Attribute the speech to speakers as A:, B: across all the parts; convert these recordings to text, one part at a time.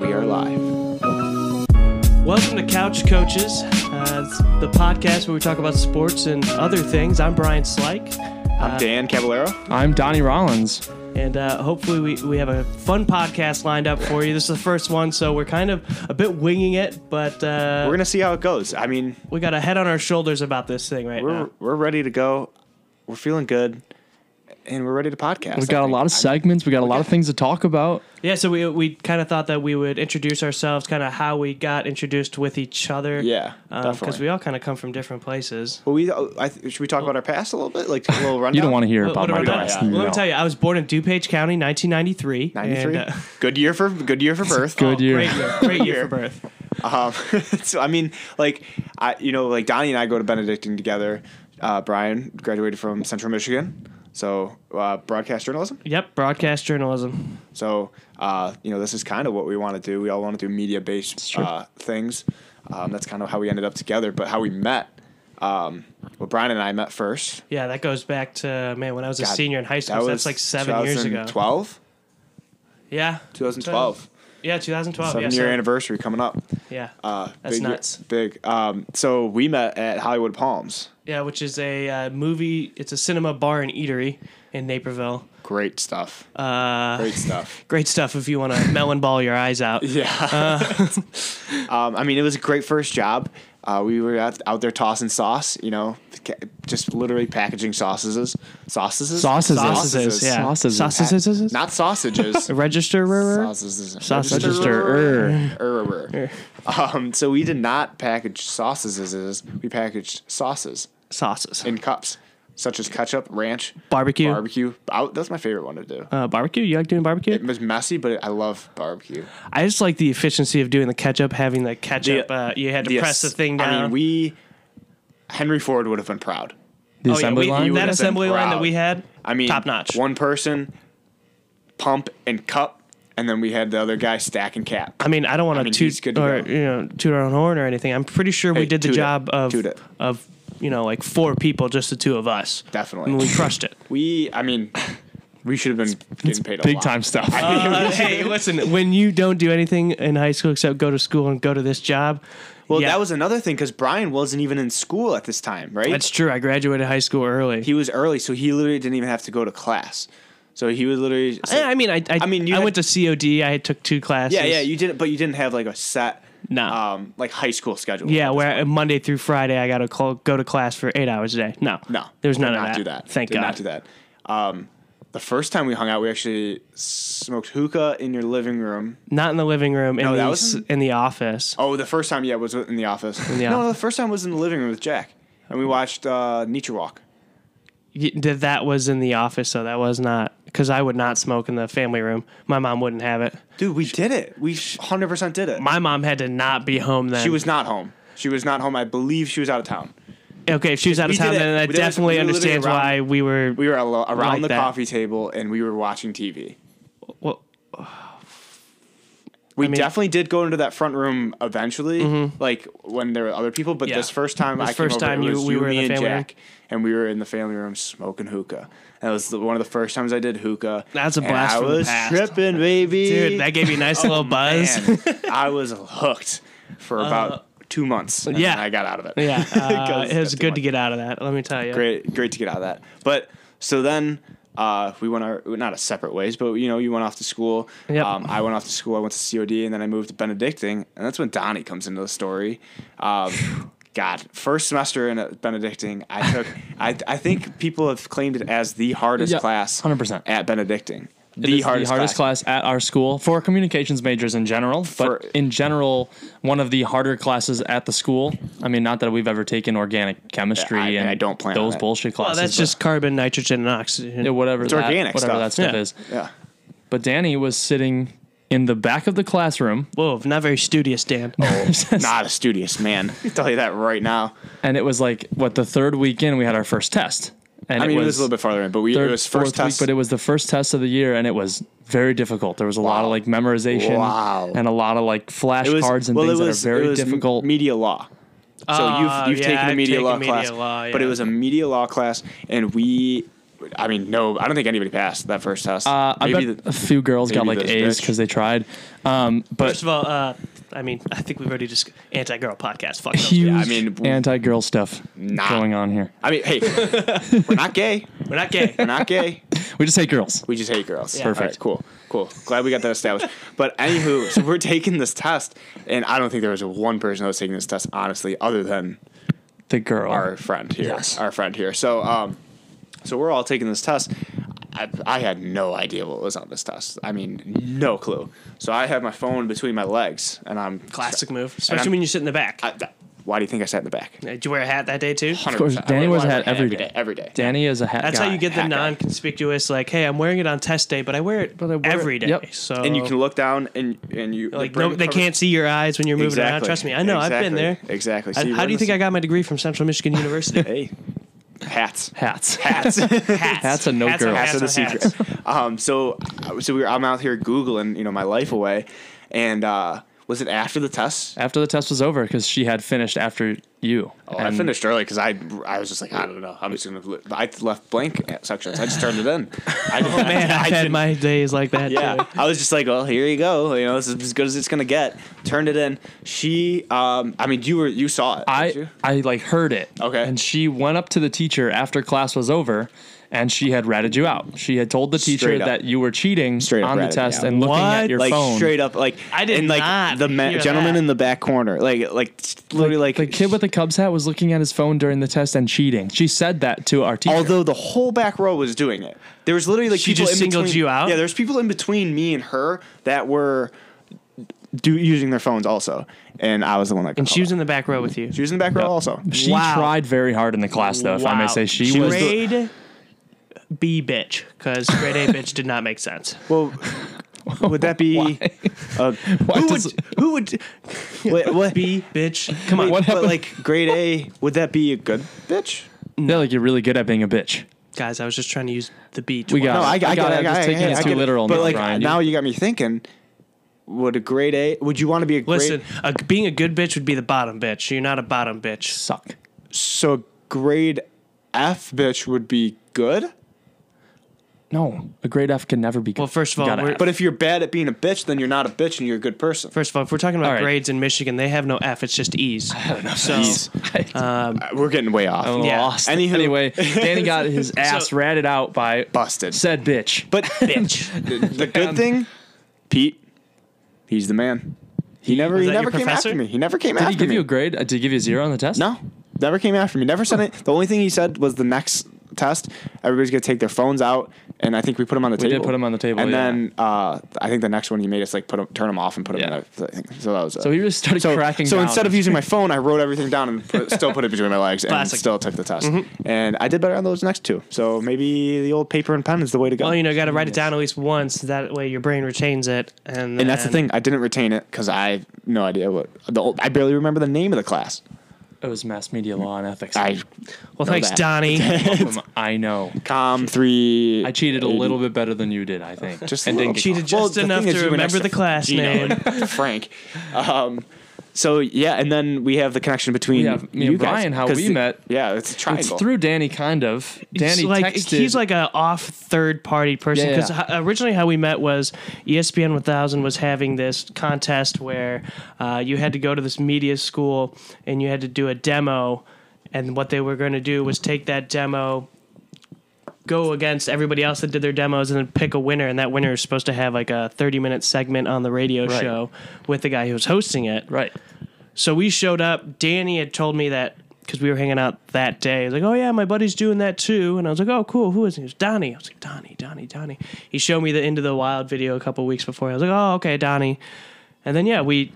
A: live.
B: Welcome to Couch Coaches, uh, it's the podcast where we talk about sports and other things. I'm Brian Slyke,
A: I'm Dan Caballero.
C: I'm Donnie Rollins.
B: and uh, hopefully we, we have a fun podcast lined up for you. This is the first one, so we're kind of a bit winging it, but uh,
A: We're gonna see how it goes. I mean,
B: we got a head on our shoulders about this thing right
A: we're
B: now.
A: we're ready to go. We're feeling good, and we're ready to podcast.
C: We got a lot of segments. We got a lot of things to talk about.
B: Yeah, so we, we kind of thought that we would introduce ourselves, kind of how we got introduced with each other.
A: Yeah,
C: Uh,
B: Because
A: definitely.
B: we all kind of come from different places.
A: Well, we uh, I th- should we talk about our past a little bit, like a little rundown.
C: You don't want to hear
B: What-
C: about
B: what
C: my
B: about
C: past.
B: that? Well, Let
C: no.
B: me tell you, I was born in DuPage County, 1993. and,
A: ninety three.
B: uh,
A: Good year for good year for birth.
C: Good year.
B: Great year. Great year for birth.
A: Um, so I mean, like I, you know, like Donnie and I go to Benedictine together. Uh, Brian graduated from Central Michigan, so uh, broadcast journalism.
B: Yep, broadcast journalism.
A: So, uh, you know, this is kind of what we want to do. We all want to do media based
C: true.
A: uh, things. Um, that's kind of how we ended up together. But how we met, um, well, Brian and I met first.
B: Yeah, that goes back to man when I was a
A: God,
B: senior in high school. so that's like seven years ago.
A: 2012?
B: Yeah,
A: 2012.
B: Yeah, 2012.
A: Seven
B: Oh, yeah,
A: year
B: so-
A: anniversary coming up.
B: Yeah,
A: Uh,
B: that's
A: big,
B: nuts.
A: Big. Um, so we met at Hollywood Palms.
B: Yeah, which is a uh, movie. It's a cinema bar and eatery in Naperville.
A: Great stuff.
B: Uh,
A: Great stuff.
B: great stuff if you want to melon ball your eyes out.
A: Yeah. um, I mean, it was a great first job. Uh, we were out, out there tossing sauce, you know, ca- just literally packaging sausages. Sausages?
C: Sausages.
B: Sausages, yeah.
C: Sausages.
B: Sausages.
A: Not sausages.
B: Registerer.
A: sausages.
B: Sausages.
A: Register- er, er, er. Um, so we did not package sausages. We packaged sauces
B: Sauces.
A: in cups, such as ketchup, ranch,
B: Barbecue.
A: barbecue. Out- That's my favorite one to do.
B: Uh, barbecue. You like doing barbecue?
A: It was messy, but I love barbecue.
B: I just like the efficiency of doing the ketchup, having the ketchup.
A: The-
B: uh, you had to
A: Yes.
B: press the thing down.
A: I mean, we Henry Ford would have been proud.
C: The
B: Oh, yeah,
C: assembly
B: we-
C: line.
A: would
B: That
A: have
B: assembly
A: been
B: line that
A: proud.
B: we had.
A: I mean,
B: top notch.
A: One person, pump and cup, and then we had the other guy stack and cap.
B: I mean, I don't want
A: mean,
B: to
A: he's good
B: toot
A: to
B: or
A: go.
B: you know toot our own horn or anything. I'm pretty sure we
A: Hey,
B: did the
A: toot it.
B: job of
A: Toot it.
B: of you know like four people, just the two of us.
A: Definitely.
B: and we crushed it.
A: We, I mean, we should have been getting paid a
C: Big
A: lot.
C: time stuff.
B: Uh, hey, listen, when you don't do anything in high school except go to school and go to this job,
A: Well,
B: Uh, yeah,
A: that was another thing because Brian wasn't even in school at this time, right?
B: that's true. I graduated high school early.
A: he was early, so he literally didn't even have to go to class. So he was literally.
B: Eh, I mean, I I,
A: I mean, you
B: I
A: had-
B: went to COD. I took two classes.
A: yeah, yeah, you didn't, but you didn't have like a set,
B: Nah.
A: um, like high school schedule.
B: yeah, where Monday through Friday I got to call, go to class for eight hours a day. No,
A: No,
B: there was
A: did
B: none of
A: not
B: that.
A: Do that.
B: Thank
A: did
B: God.
A: Not do that. Um, the first time we hung out, we actually smoked hookah in your living room.
B: Not in the living room. in,
A: that
B: the,
A: was
B: s-
A: in-
B: in the office.
A: Oh, the first time, yeah, was in the office.
B: the
A: no,
B: office.
A: the first time was in the living room with Jack, and we watched uh, Nietzsche Walk.
B: Y- th- that was in the office so that was not because i would not smoke in the family room my mom wouldn't have it
A: Dude, we did it. We hundred percent did it.
B: my mom had to not be home then
A: she was not home. She was not home. I believe she was out of town.
B: okay if she was out of
A: We did
B: town
A: it.
B: then that
A: We did it.
B: definitely
A: We were literally
B: understands
A: around-
B: why we were,
A: We were alo- around
B: Like
A: the
B: that.
A: coffee table and we were watching TV.
B: well,
A: We
B: mean- Mm-hmm.
A: definitely did go into that front room eventually, like when there were other people. But
B: Yeah.
A: this first time,
B: This
A: I
B: first
A: came over,
B: time
A: it
B: you-
A: was
B: we were
A: me
B: in the
A: and
B: family room?
A: Jack, and we were in the family room smoking hookah. And it was the, one of the first times I did hookah.
B: That's a
A: and
B: blast
A: I
B: from the
A: was
B: past.
A: tripping, baby.
B: dude that gave me a nice little buzz
A: Oh, Man, I was hooked for about two months. and
B: Uh, yeah.
A: then I got out of it.
B: yeah uh,
A: Because
B: it was
A: that's
B: good
A: too
B: to get out of that let me tell you
A: great great to get out of that but so then uh, we went our not a separate ways but you know you went off to school
B: Yep.
A: um, i went off to school i went to cod and then i moved to benedictine and that's when donnie comes into the story um, god first semester in uh, benedictine i took I, I think people have claimed it as the hardest
C: Yeah,
A: class
C: 100%.
A: at benedictine
C: It
A: the
C: is
A: hardest, class,
C: class. at our school for communications majors in general,
A: For-
C: but in general, one of the harder classes at the school. I mean, not that we've ever taken organic chemistry
A: Yeah, I-
C: and,
A: and I don't plan on
C: those
A: it.
C: bullshit
B: well
C: classes.
B: that's just carbon nitrogen and oxygen
C: but, yeah, whatever. that,
A: organic
C: Whatever
A: stuff.
C: that stuff
B: Yeah.
C: is.
A: yeah
C: But Danny was sitting in the back of the classroom,
B: whoa not very studious dan
A: Oh. not a studious man I'll tell you that right now
C: and it was like what the third weekend we had our first test. And
A: i mean it was, a little bit farther in but we it
C: third,
A: was
C: fourth
A: first test
C: week, but it was the first test of the year, and it was very difficult. There was a lot
A: Wow.
C: of like memorization,
A: Wow.
C: and a lot of like flashcards and things that are very
A: m-
C: difficult.
A: Media law. So
B: Oh,
A: you've you've Ah,
B: yeah,
A: taken a
B: I've
A: media
B: taken
A: law
B: media
A: class,
B: law,
A: but it
B: yeah.
A: was a media law class, and we I mean, no, I don't think anybody passed that first test.
C: Uh, I
A: Maybe
C: bet
A: the-
C: a few girls got
A: maybe
C: like
A: the
C: A's
A: stretch.
C: because they tried. Um,
B: First
C: but
B: of all, uh, I mean, I think we've already just anti girl podcast. Fuck. those.
C: huge
A: I mean, w-
C: anti-girl stuff
A: Nah.
C: going on here.
A: I mean, hey, we're not gay.
B: We're not gay.
A: We're not gay.
C: We just hate girls.
A: We just hate girls.
B: Yeah.
A: All right,
C: Perfect.
A: cool. Cool. Glad we got that established. But anywho, so we're taking this test, and I don't think there was one person that was taking this test, honestly, other than
C: The girl.
A: our friend here.
B: Yes.
A: Our friend here. So, um, so we're all taking this test. I, I had no idea what was on this test. I mean, no clue. So I have my phone between my legs, and I'm
B: Classic move,
A: And
B: especially
A: I'm-
B: when you sit in the back.
A: I, th- why do you think I sat in the back?
B: Did you wear a hat that day too?
A: Of
C: course, Danny wears a hat every day.
A: Every day.
C: Danny is a hat
B: That's how
C: guy.
B: you get the
A: hat guy.
B: non-conspicuous. Like, hey, I'm wearing it on test day, but I wear it
C: But I wear it-
B: every day.
C: yep.
B: So
A: And you can look down, and and you
B: like
A: the
B: no,
A: brain
B: they
A: covers-
B: can't see your eyes when you're moving around. Trust me, I know. I've been there.
A: Exactly. Exactly.
B: I-
A: See,
B: how
A: we're
B: do you
A: the
B: think I got my degree from Central Michigan University?
A: Hey, hats.
C: hats.
A: Hats.
B: hats.
C: Hats and no
B: on
C: girls.
A: Hats are the
B: on hats.
A: secret. Um, so, so we were, I'm out here googling, you know, my life away, and uh, was it after the test?
C: After the test was over, because she had finished after you.
A: Oh, I finished early because I, I was just like, I don't know, I'm just gonna. li- I left blank sections. I just turned it in. I oh
B: Man, I've had my days like that
A: Yeah,
B: too.
A: I was just like, well, here you go. You know, this is as good as it's gonna get. Turned it in. She, um, I mean, you were you saw it. didn't
C: I
A: you?
C: I like heard it.
A: Okay.
C: And she went up to the teacher after class was over, and she had ratted you out. She had told the teacher
A: Straight up.
C: that you were cheating
A: Straight up
C: on the
A: ratted me
C: test
A: out.
C: and looking at
B: What?
C: your
A: like
C: phone.
A: straight up like
B: I did
A: and, like
B: not
A: the ma-
B: hear
A: gentleman
B: that.
A: in the back corner like like literally like,
C: the kid with the Cubs hat was looking at his phone during the test and cheating. She said that to our teacher.
A: although the whole back row was doing it there was literally like
B: She
A: people
B: just
A: in
B: singled
A: between-
B: you out?
A: yeah there's people in between me and her that were do using their phones also and I was the one that got
B: And she was
A: called
B: in the back row with you.
A: out. she was in the back row also
C: she
B: Wow.
C: tried very hard in the class, though. If I may
B: Wow.
C: say, she, was. the-
B: grade B bitch because grade A bitch did not make sense.
A: well would that be uh,
C: Why
A: who
C: does-
A: would who would what, what
B: B bitch, come on,
C: What
A: but
C: happened?
A: like grade A would that be a good bitch
C: They're like, you're really good at being a bitch.
B: guys. I was just trying to use the B.
C: We
B: twice.
C: got-
A: No, I, I,
C: You
A: got,
C: gotta
A: it. I got
C: just
A: it.
C: take it
A: I
C: too
A: get it.
C: literal
A: But
C: now,
A: like
C: Brian.
A: now, you got me thinking. Would a grade A? Would you want to be a grade?
B: Listen, a, being a good bitch would be the bottom bitch. You're not a bottom bitch.
C: Suck.
A: So grade F bitch would be good.
C: No, a grade F can never be good.
B: Well, first of
C: You
B: all,
C: gotta
B: we're-
C: ask.
A: But if you're bad at being a bitch, then you're not a bitch and you're a good person.
B: First of all, if we're talking about
C: All right.
B: grades in Michigan, they have no F. It's just E's. I don't know. So, um,
A: E's. Uh, We're getting way off.
C: I'm
B: Yeah.
C: Oh, lost.
A: Anywho-
C: Anyway, Danny got his ass ratted out by
A: Busted.
C: said bitch.
A: But
B: bitch.
A: the, the
C: Um,
A: good thing, Pete, he's the man. He never, he
B: that your
A: never came
B: professor?
A: after me. He never came
C: Did
A: after
C: he give
A: me.
C: you a grade? Uh, did he give you a zero on the test?
A: No, never came after me. Never said it. The only thing he said was the next test, everybody's gonna take their phones out, and I think we put them on the
C: did
A: table.
C: put 'em on the table,
A: and
C: yeah.
A: then uh, I think the next one he made us like put 'em- turn them off and put them
C: Yeah.
A: in. A thing. So that was. it.
C: So he just started
A: so,
C: cracking
A: so
C: down.
A: instead of using my phone, I wrote everything down and put, still put it between my legs and
B: Classic.
A: still took the test.
C: Mm-hmm.
A: And I did better on those next two. So maybe the old paper and pen is the way to go.
B: well, you know, got to write it down at least once. That way, your brain retains it. And,
A: and that's the
B: then-
A: thing. I didn't retain it because I have no idea what the old, I barely remember the name of the class.
C: It was mass media law and ethics.
A: I
B: Well,
A: know
B: thanks,
A: that.
B: Donnie.
C: Um, I know.
A: com three.
C: I cheated a little bit better than you did, I think.
A: Just
C: and
A: a little.
C: didn't get
B: Cheated
A: Well,
B: just
A: the
B: enough
A: thing is
B: to
A: you went
B: remember
A: extra
B: the class
A: Gino
B: name.
A: and Frank. Um, so yeah, and then we have the connection between
C: Yeah, me and
A: you guys,
C: Brian, how
A: 'cause
C: we
A: the-
C: met.
A: Yeah, it's a
C: caught. It's
A: triangle.
C: through Danny, kind of. Danny
B: He's like
C: texted.
B: he's like a off third party person
C: Yeah, yeah.
B: because originally how we met was E ESPN 1000 was having this contest where uh, you had to go to this media school and you had to do a demo, and what they were going to do was take that demo. Go against everybody else that did their demos and then pick a winner, and that winner is supposed to have like a 30 minute segment on the radio
C: Right.
B: show with the guy who was hosting it.
C: right.
B: So we showed up. Danny had told me that because we were hanging out that day. He's like, "Oh yeah, my buddy's doing that too." And I was like, "Oh cool, who is he?" He was Donnie. I was like, "Donnie, Donnie, Donnie." He showed me the Into the Wild video a couple weeks before. I was like, "Oh okay, Donnie." And then yeah, we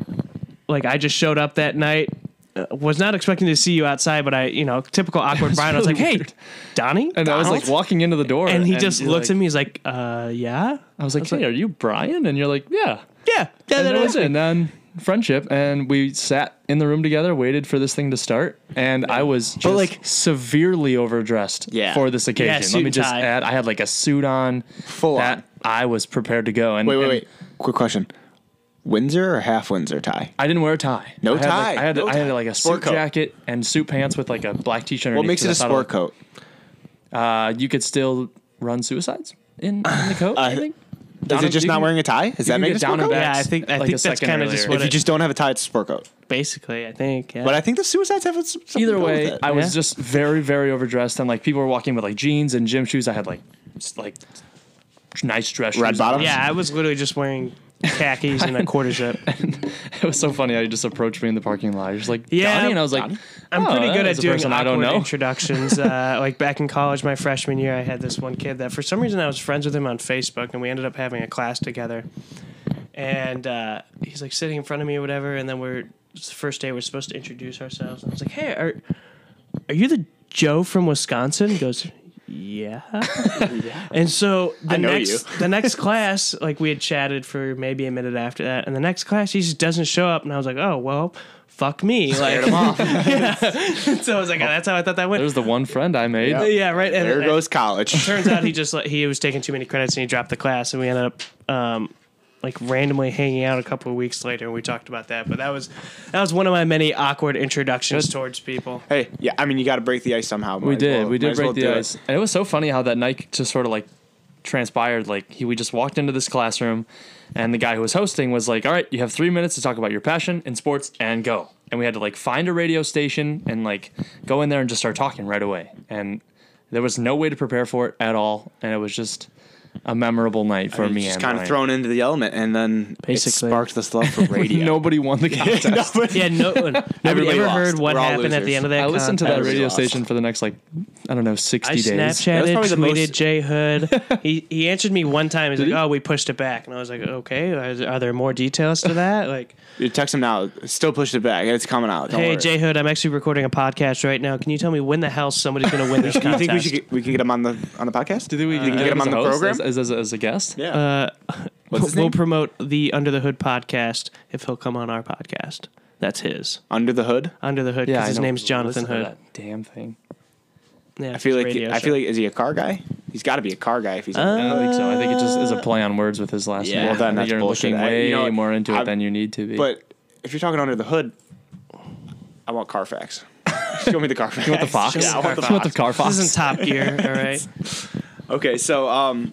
B: like I just showed up that night. Uh, was not expecting to see you outside, but I, you know, typical awkward Brian. I was like,
C: really
B: "Hey,
C: weird.
B: Donnie,"
C: And I was like
B: Donald?"
C: walking into the door,
B: and he just
C: you're
B: looks
C: like-
B: at me. He's like, "Uh, yeah."
C: I was like, "Hey, are you Brian?" And you're like, "Yeah."
B: Yeah, yeah,
C: and
B: that
C: that
B: is
C: was it. And then friendship, and we sat in the room together, waited for this thing to start, and I was just
A: like-
C: severely overdressed
A: Yeah.
C: for this occasion.
B: suit
C: Let me
B: and
C: just
B: tie.
C: add, I had like a suit on,
A: Full
C: that
A: on.
C: I was prepared to go. And
A: Wait, wait,
C: and
A: wait. Quick question: Windsor or half Windsor tie?
C: I didn't wear a tie.
A: No
C: I had, like-
A: tie.
C: I had
A: No
C: I had
A: tie.
C: like a
A: Sport
C: suit
A: coat.
C: jacket and suit pants with like a black t-shirt.
A: What makes it a sport
C: Like,
A: coat?
C: uh, you could still run suicides in, in the code?
A: Uh,
C: I think.
A: Is it just not wearing a tie? Does that
C: can
A: make it
C: get
A: a
C: down
A: sport
C: and
A: coat?
C: back.
B: Yeah, I
C: That's
B: think I
C: like a
B: think that's
C: second
B: kind of
C: earlier.
B: just
C: If
B: what
A: If you
B: it,
A: just don't have a tie, it's a sport coat.
B: basically. I think. Yeah.
A: But I think the suicides have some- something to
C: Either
A: do with
C: way,
A: it.
C: I was
B: Yeah.
C: just very, very overdressed, and like people were walking with like jeans and gym shoes. I had like, s- like, nice dress
A: Red
C: shoes.
A: bottoms?
B: yeah, I was literally just wearing khakis and a quarter zip.
C: It was so funny. I just approached me in the parking lot. Just like
B: Yeah,
C: Donnie, and I was like,
B: I'm
C: "Oh,
B: pretty
C: that
B: good
C: is
B: at
C: a
B: doing
C: person
B: awkward
C: I don't know.
B: introductions. Uh, like back in college, my freshman year, I had this one kid that for some reason I was friends with him on Facebook, and we ended up having a class together. And uh, he's like sitting in front of me or whatever, and then we're it's the first day we're supposed to introduce ourselves. And I was like, "Hey, are are you the Joe from Wisconsin?" He goes. Yeah. and so the
A: I know
B: next
A: you.
B: the next class, like we had chatted for maybe a minute after that, and the next class he just doesn't show up and I was like, Oh well, fuck me. Like
A: Scared 'em off.
B: so I was like, oh, that's how I thought that went.
C: There's the one friend I made.
A: Yeah.
B: yeah, right. And
A: There
B: and
A: goes college.
B: Turns out he just like, he was taking too many credits and he dropped the class, and we ended up um, like randomly hanging out a couple of weeks later. and We talked about that, but that was that was one of my many awkward introductions towards people.
A: hey, yeah, I mean, you got to break the ice somehow.
C: We did. we did break the ice. And it was so funny how that night just sort of like transpired. Like he, we just walked into this classroom, and the guy who was hosting was like, "All right, you have three minutes to talk about your passion in sports and go." And we had to like find a radio station and like go in there and just start talking right away. And there was no way to prepare for it at all, and it was just a memorable night for me.
A: Just
C: and
A: kind of
C: Ryan.
A: thrown into the element, and then
B: Basically.
A: it sparked this love for radio.
C: Nobody won the contest.
A: Nobody-
B: Yeah, no one. Nobody
A: Everybody
B: ever
A: lost.
B: heard what
A: We're all
B: happened at the
A: losers.
B: end of that.
C: I listened to that
B: contest.
C: radio
A: lost.
C: station for the next like I don't know sixty
B: I
C: days.
B: Snapchatted,
A: probably the
B: tweeted
A: most-
B: J Hood. he he answered me one time. He's like,
C: he?
B: "Oh, we pushed it back," and I was like, "Okay, are, are there more details to that?" Like,
A: You text him now. Still pushed it back. It's coming out. Don't
B: Hey
A: worry.
B: J Hood, I'm actually recording a podcast right now. Can you tell me when the hell somebody's going to win this
A: Do you
B: contest?
A: think we should get, we can get him on the on the podcast? Do
C: we
A: can get him on the program?
C: as, as, as a guest?
A: Yeah.
B: We'll
A: What's his name?
B: promote the Under the Hood podcast if he'll come on our podcast. That's his
A: Under the hood.
B: Under the Hood because
C: I
B: his
C: know.
B: name's Jonathan
C: Listen to
B: Hood.
C: that damn thing.
B: Yeah,
A: I feel like I feel like is he a car guy? He's got to be a car guy if he's.
C: I
A: on
C: don't think so. I think it just is a play on words with his last
A: Yeah.
C: name.
A: Well, then
C: I think
A: that's
C: you're
A: bullshit.
C: looking
A: I-
C: way
A: you know,
C: more into
A: I'm-
C: it than you need to be.
A: But if you're talking under the hood, I want Carfax. Show me the Carfax.
C: you want the fox?
A: Yeah, I want the
C: You want the
A: fox.
C: car fox?
B: this isn't Top Gear, all right?
A: Okay, so um,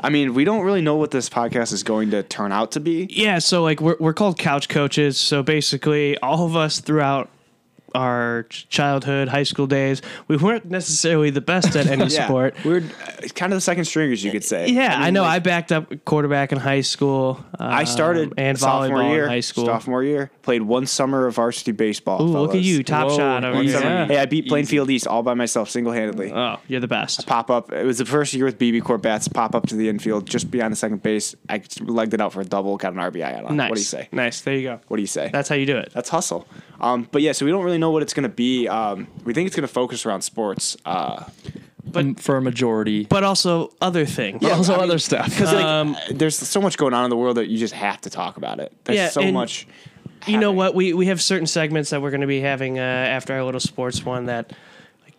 A: I mean, we don't really know what this podcast is going to turn out to be.
B: yeah, so like we're we're called couch coaches. So basically, all of us throughout our ch- childhood, high school days, we weren't necessarily the best at any sport.
A: Yeah, we're uh, kind of the second stringers, you could say.
B: Yeah, I,
A: mean,
B: know.
A: like,
B: I backed up quarterback in high school.
A: I started
B: um, and
A: sophomore
B: volleyball
A: year,
B: in high school.
A: Sophomore year, played one summer of varsity baseball.
B: Ooh, look at
A: fellas.
B: you, top
C: Whoa,
B: shot over
C: one
B: here.
C: summer. Uh,
B: Yeah.
A: Hey, I beat Plainfield East all by myself, single handedly.
B: Oh, you're the best.
A: pop up. It was the first year with BB Corp bats. Pop up to the infield, just behind the second base. I legged it out for a double, got an RBI out on. it.
B: Nice.
A: What do you say?
B: Nice. There you go.
A: What do you say?
B: That's how you do it.
A: That's hustle. Um, but yeah, so we don't really know what it's going to be. Um, we think it's going to focus around sports. Uh,
C: but for a majority,
B: But also other things.
A: Yeah,
C: also
A: I mean,
C: other stuff.
A: Because
C: Um,
A: there's so much going on in the world that you just have to talk about it. There's
B: Yeah,
A: so
B: and-
A: much.
B: you know
A: happening.
B: what? We we have certain segments that we're going to be having uh, after our little sports one that like,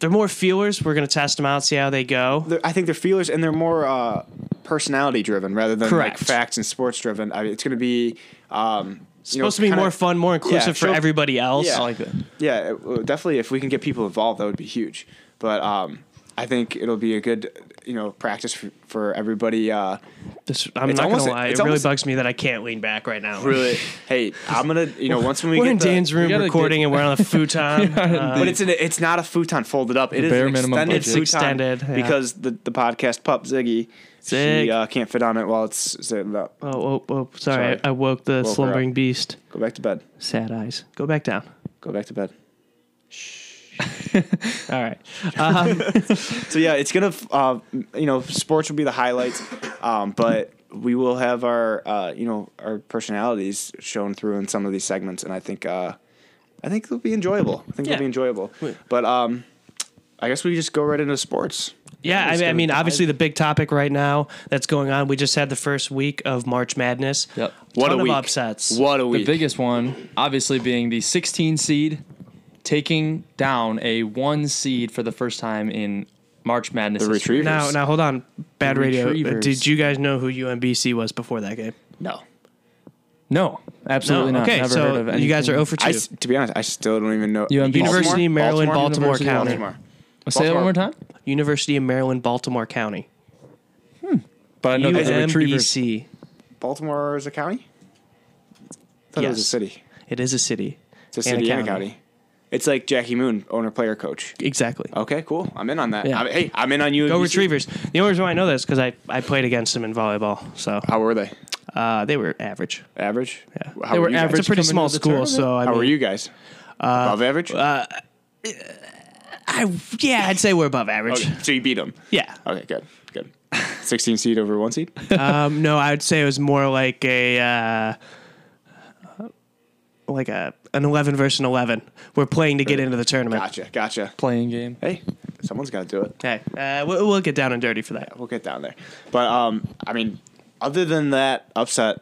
B: they're more feelers. We're going to test them out, see how they go.
A: They're- I think they're feelers and they're more uh, personality driven rather than
B: Correct.
A: like facts and sports driven. I mean, it's going to be um, you know,
B: supposed to be
A: kinda-
B: more fun, more inclusive for
A: show-
B: everybody else.
A: Yeah.
C: I like that.
A: Yeah, it- well, definitely. If we can get people involved, that would be huge. But um, I think it'll be a good you know practice for, for everybody. Uh,
B: This, I'm
A: It's
B: not going
A: almost-
B: to lie. It
A: it's
B: really
A: almost-
B: bugs me that I can't lean back right now.
A: really, hey, I'm gonna you know once when we
B: We're
A: get
B: in
A: the-
B: Dan's room
C: gotta
B: recording
C: get-
B: and we're on a futon. Uh,
A: But it's an, it's not a futon folded up. It is
C: bare
A: an
C: minimum
A: extended
C: budget.
A: futon
B: It's extended, yeah.
A: because the, the podcast pup Ziggy
B: Zig.
A: she uh, can't fit on it while it's sitting up.
B: oh, oh, oh, sorry.
A: Sorry.
B: I woke the
A: her up.
B: slumbering beast.
A: Go back to bed.
B: Sad eyes. Go back down.
A: Go back to bed.
B: All right.
A: So yeah, it's gonna uh, you know sports will be the highlights, um, but we will have our uh, you know our personalities shown through in some of these segments, and I think uh, I think it'll be enjoyable. I think
B: Yeah.
A: it'll be enjoyable. But um, I guess we just go right into sports.
B: Yeah, I
A: Let's
B: mean, I
A: go
B: mean,
A: dive.
B: obviously the big topic right now that's going on. We just had the first week of March Madness.
C: Yep.
A: What
B: Ton
A: a
B: of
A: week.
B: upsets.
A: What a
C: The
A: week!
C: biggest one, obviously, being the 16 seed taking down a one seed for the first time in March Madness.
A: the
C: history.
A: retrievers.
B: Now, now, hold on. Bad
C: The
B: radio. Uh,
C: Retrievers.
B: Did you guys know who UMBC was before that game?
A: no.
C: No, absolutely not.
B: Okay,
C: Never
B: so
C: heard of anything.
B: you guys are 0 for 2.
A: I, s- to be honest, I still don't even know.
C: UMBC?
B: University of Maryland, Baltimore,
C: University of
B: County.
A: Baltimore.
C: Say that one more time.
B: University of Maryland, Baltimore County.
C: But I know there's
B: E
C: a retrievers.
B: UMBC.
A: Baltimore is a county. I thought it was a
B: Yes.
A: city.
B: It is a city.
A: It's a city and a county. It's like Jackie Moon, owner, player, coach.
B: Exactly.
C: Uh,
A: Okay, cool. I'm in on that.
B: Yeah.
A: I'm- hey, I'm in on you.
B: Go Retrievers. The only reason why I know that is because I, I played against them in volleyball. So
A: How were they?
B: uh, they were average.
A: Average. Yeah. How
C: They were
A: you guys?
C: average.
B: It's a pretty Uh,
C: coming
B: small
C: into the
B: school, so I
A: How
B: mean,
A: were you guys? Above average.
B: I, yeah, I'd say we're above average.
A: Okay, so you beat them.
B: Yeah.
A: Okay, good, good. 16 seed over one seed.
B: Um, no, I would say it was more like a uh, like a an eleven versus an eleven. We're playing to get into the tournament.
A: Gotcha, gotcha.
C: Playing game.
A: Hey, someone's got to do it.
B: Hey, uh, we'll, we'll get down and dirty for that.
A: We'll get down there. But um, I mean, other than that upset,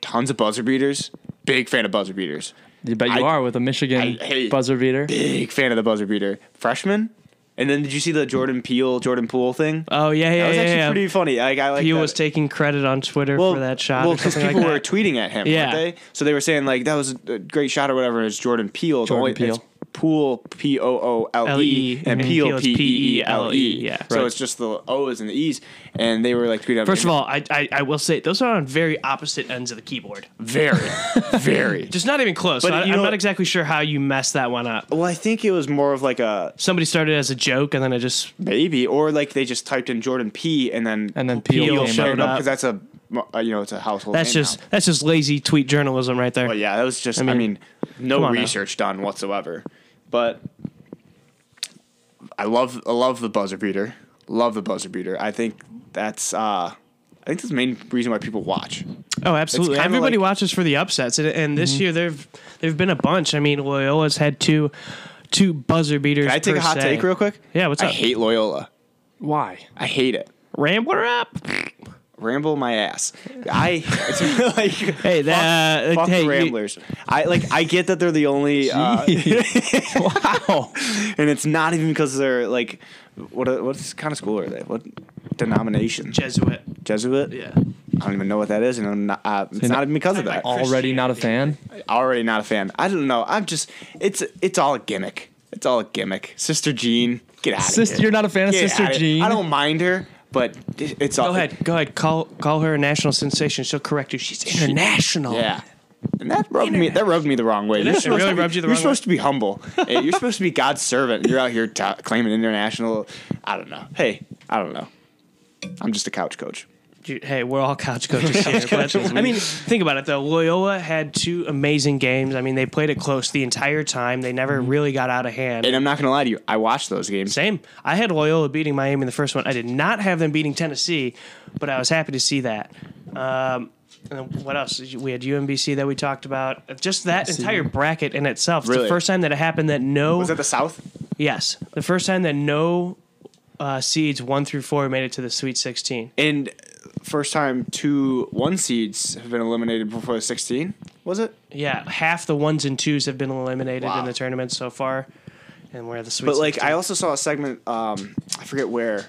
A: tons of buzzer beaters. Big fan of buzzer beaters.
C: You bet you
A: I-
C: are with a Michigan
A: I- hey.
C: buzzer beater.
A: Big fan of the buzzer beater. Freshman. And then did you see the Jordan Peele, Jordan Poole thing?
B: Oh yeah, yeah,
A: that was
B: yeah.
A: actually
B: yeah.
A: pretty funny. Like I like
B: he
A: that.
B: was taking credit on Twitter
A: well,
B: for that shot.
A: Well,
B: or something
A: people
B: like
A: were
B: that.
A: tweeting at him,
B: Yeah.
A: weren't they? So they were saying like that was a great shot or whatever. And it's Jordan Peele.
C: Jordan
A: the only, it's
C: Peele.
A: Poole P O O L E
B: L-E,
A: and
B: and Peele
A: Peele
B: is
A: P E E L E.
B: P-E-E-L-E, yeah.
A: So
B: Right.
A: it's just the O's and the E's, and they were like tweeting. at
B: First of
A: him.
B: all, I, I I will say those are on very opposite ends of the keyboard.
A: very, very.
B: Just not even close.
A: But
B: so I,
A: you
B: I'm
A: know-
B: not exactly sure how you messed that one up.
A: Well, I think it was more of like a
B: Somebody started as a joke and then it just
A: baby, or like they just typed in Jordan P and then
C: And then
B: Peel
C: Peel, came
B: showed
C: up.
B: up.
A: because that's a uh, you know it's a household.
B: that's
A: name
B: just
A: now.
B: that's just lazy tweet journalism right there.
A: But yeah, that was just I mean,
B: mean, come
A: no
B: on now.
A: research done whatsoever. But I love I love the buzzer beater. Love the buzzer beater. I think that's uh I think that's the main reason why people watch.
B: Oh, absolutely.
A: It's kinda
B: Everybody
A: like-
B: watches for the upsets, and, and this year there've there've been a bunch. I mean, Loyola's had two two buzzer beaters.
A: Can I take
B: per
A: a hot
B: se.
A: take real quick?
B: Yeah, what's
A: I
B: up?
A: hate Loyola.
C: Why?
A: I hate it.
B: Rambler up.
A: Ramble my ass. I it's like
B: Hey, that uh,
A: fuck
B: hey,
A: the
B: you-
A: Ramblers. I like I get that they're the only uh, wow, and it's not even because they're like what what kind of school are they? What denomination?
B: Jesuit.
A: Jesuit.
B: Yeah.
A: I don't even know what that is, and I'm not, uh, it's not even because of that.
C: Already not a fan.
A: Already not a fan. I don't know. I'm just it's it's all a gimmick. It's all a gimmick. Sister Jean, get out of
C: Sister,
A: here.
C: you're not a fan of
A: Get
C: Sister
A: outta here.
C: Jean.
A: I don't mind her, but it's all
B: Go ahead. Go ahead. Call call her a national sensation. She'll correct you. She's international.
A: Yeah. And that rubbed me. That rubbed me the wrong way. You're
B: it
A: supposed
B: really
A: to be,
B: rubbed you the
A: You're
B: wrong way.
A: supposed to be humble. Eh, you're supposed to be God's servant. You're out here ta claiming international. I don't know. Hey, I don't know. I'm just a couch coach.
B: You- Hey, we're all couch coaches here. but, I mean, think about it though. Loyola had two amazing games. I mean, they played it close the entire time. They never really got out of hand.
A: And I'm not gonna lie to you. I watched those games.
B: Same. I had Loyola beating Miami in the first one. I did not have them beating Tennessee, but I was happy to see that. Um, and then what else? We had UMBC that we talked about. Just that entire bracket in itself. It's the
A: Really?
B: first time that it happened that no.
A: Was that the South?
B: yes, the first time that no uh, seeds one through four made it to the Sweet 16.
A: And first time two one seeds have been eliminated before the 16. Was it?
B: Yeah, half the ones and twos have been eliminated
A: Wow.
B: in the tournament so far, and we're at the Sweet.
A: But like,
B: 16.
A: I also saw a segment. Um, I forget where.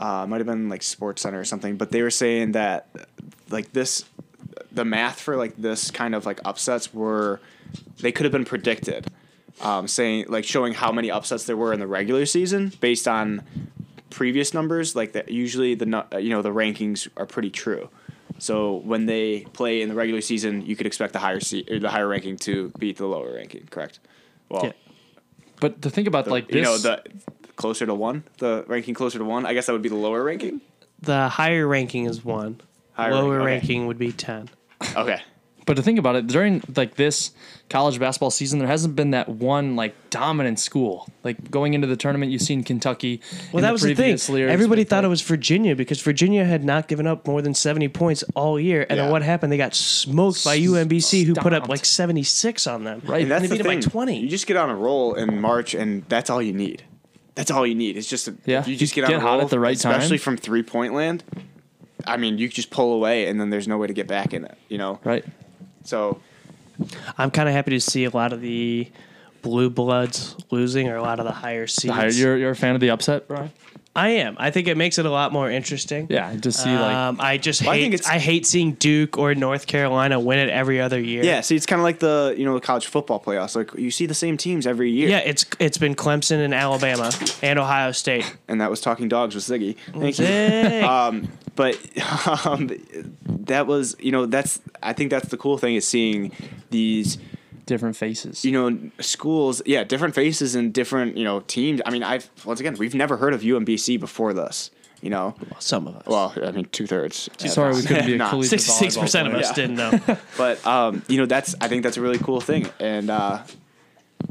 A: Uh, it might have been like Sports Center or something. But they were saying that like this, the math for like this kind of like upsets were, they could have been predicted. Um, saying like showing how many upsets there were in the regular season based on previous numbers. Like that, usually the nu- uh, you know the rankings are pretty true. So when they play in the regular season, you could expect the higher se- or the higher ranking to beat the lower ranking. Correct. Well,
B: Yeah.
C: But to think about like this,
A: you know the closer to one the ranking closer to one i guess that would be the lower ranking
B: the higher ranking is one.
A: Higher
B: Lower
A: ranking, okay.
B: ranking would be ten.
A: okay
C: But to think about it, during like this college basketball season, there hasn't been that one like dominant school. Like going into the tournament, you've seen Kentucky.
B: Well, that was the thing. Everybody thought it was Virginia because Virginia had not given up more than 70 points all year. And then
A: Yeah.
B: what happened? They got smoked by UMBC, who put up
C: Stomped.
B: like 76 on them.
C: Right.
A: and that's
B: they
A: the
B: beat
A: thing
B: them by 20.
A: you just get on a roll in march and that's all you need that's all you need it's just a,
C: Yeah,
A: you just
C: you
A: get, on
C: get
A: a
C: hot
A: roll,
C: at the right time.
A: especially from three point land i mean you just pull away and then there's no way to get back in it you know
C: right.
A: so
B: I'm kind of happy to see a lot of the blue bloods losing or a lot of the higher seeds.
C: Higher, you're you're a fan of the upset, Brian?
B: I am. I think it makes it a lot more interesting.
C: Yeah, to see like
B: Um, I just
A: Well, I
B: hate. I,
A: think it's-
B: hate seeing Duke or North Carolina win it every other year.
A: Yeah, see, it's kind of like the you know the college football playoffs. Like you see the same teams every year.
B: yeah. It's it's been Clemson and Alabama and Ohio State.
A: and that was talking dogs with Ziggy. Thank you.
B: Dang.
A: Um, but um, that was you know that's I think that's the cool thing is seeing these
C: different faces.
A: you know schools yeah different faces and different you know teams. I mean I've once again we've never heard of UMBC before this. You know,
B: Some of us.
A: well I mean two thirds.
C: Sorry, we couldn't be a
A: Nah.
C: collegiate
B: Sixty-six percent
C: volleyball
B: of
C: player.
B: us
A: Yeah.
B: didn't know.
A: But um, you know, that's I think that's a really cool thing, and uh,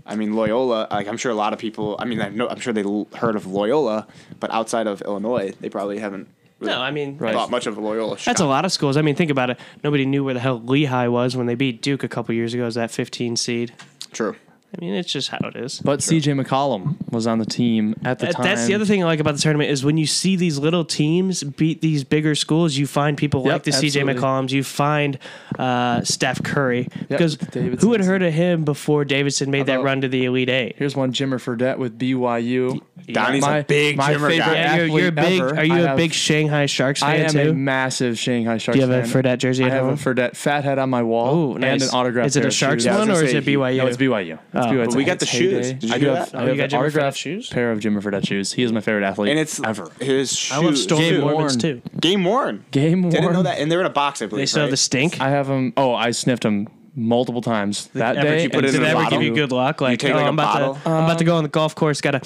A: I mean Loyola. Like I'm sure a lot of people. I mean, I know I'm sure they l- heard of Loyola, but outside of Illinois, they probably haven't. Really
B: No, I mean,
C: Right.
A: thought much of Loyola.
B: That's a lot of schools. I mean, think about it. Nobody knew where the hell Lehigh was when they beat Duke a couple years ago as that 15 seed.
A: true.
B: I mean, it's just how it is.
C: But CJ McCollum was on the team at the
B: That-
C: time.
B: Uh, that's the other thing I like about the tournament is when you see these little teams beat these bigger schools, you find people
C: Yep,
B: like the
C: absolutely.
B: CJ McCollums, you find uh, Steph Curry because who had
C: Davidson's-
B: heard of him before Davidson made that
C: about-
B: run to the Elite Eight?
C: Here's one Jimmer Fredette with BYU.
A: Donnie's a big
C: my
A: Jimmer
C: favorite
A: guy.
B: Yeah, you're, you're a
C: athlete
B: big.
C: ever.
B: Are you
C: I
B: a
C: have-
B: big Shanghai Sharks fan
C: I am
B: too?
C: a massive Shanghai Sharks.
B: Do you have a
C: fan.
B: Fredette jersey?
C: I
B: at
C: have a
B: home?
C: Fredette fat hat on my wall
B: Ooh,
C: and
B: nice.
C: an autograph.
B: Is it
C: pair
B: a
C: of
B: Sharks
C: shoes.
A: I was
B: one
A: gonna
B: or is
A: say
B: it
A: he-
B: BYU?
C: No, it's BYU. It's
B: Oh,
C: BYU. It's
A: But we
C: at
A: got the
C: its
A: shoes.
C: heyday.
A: Did you
C: I
A: do
C: do
A: that?
C: have,
A: Oh,
C: I
A: you
C: have
B: got
C: an
B: Jimmer Fredette
C: autographed
B: shoes?
C: pair of Jimmer Fredette shoes. He is my favorite athlete.
A: And it's
C: ever
A: his shoes.
B: I love stolen
A: Game
B: Mormons
A: worn.
B: too.
A: Game worn.
C: game worn.
A: Didn't know that, and they're in a box. I believe
B: They still have
A: right?
B: the stink.
C: I have them. Oh, I sniffed them multiple times that
B: ever
C: day.
A: you put
C: and
A: it in
B: Did
A: a
B: that ever
A: bottle?
B: give you good luck? Like,
A: take,
B: oh,
A: like, a
B: I'm, about
A: bottle?
B: to, I'm about to go on the golf course. Gotta.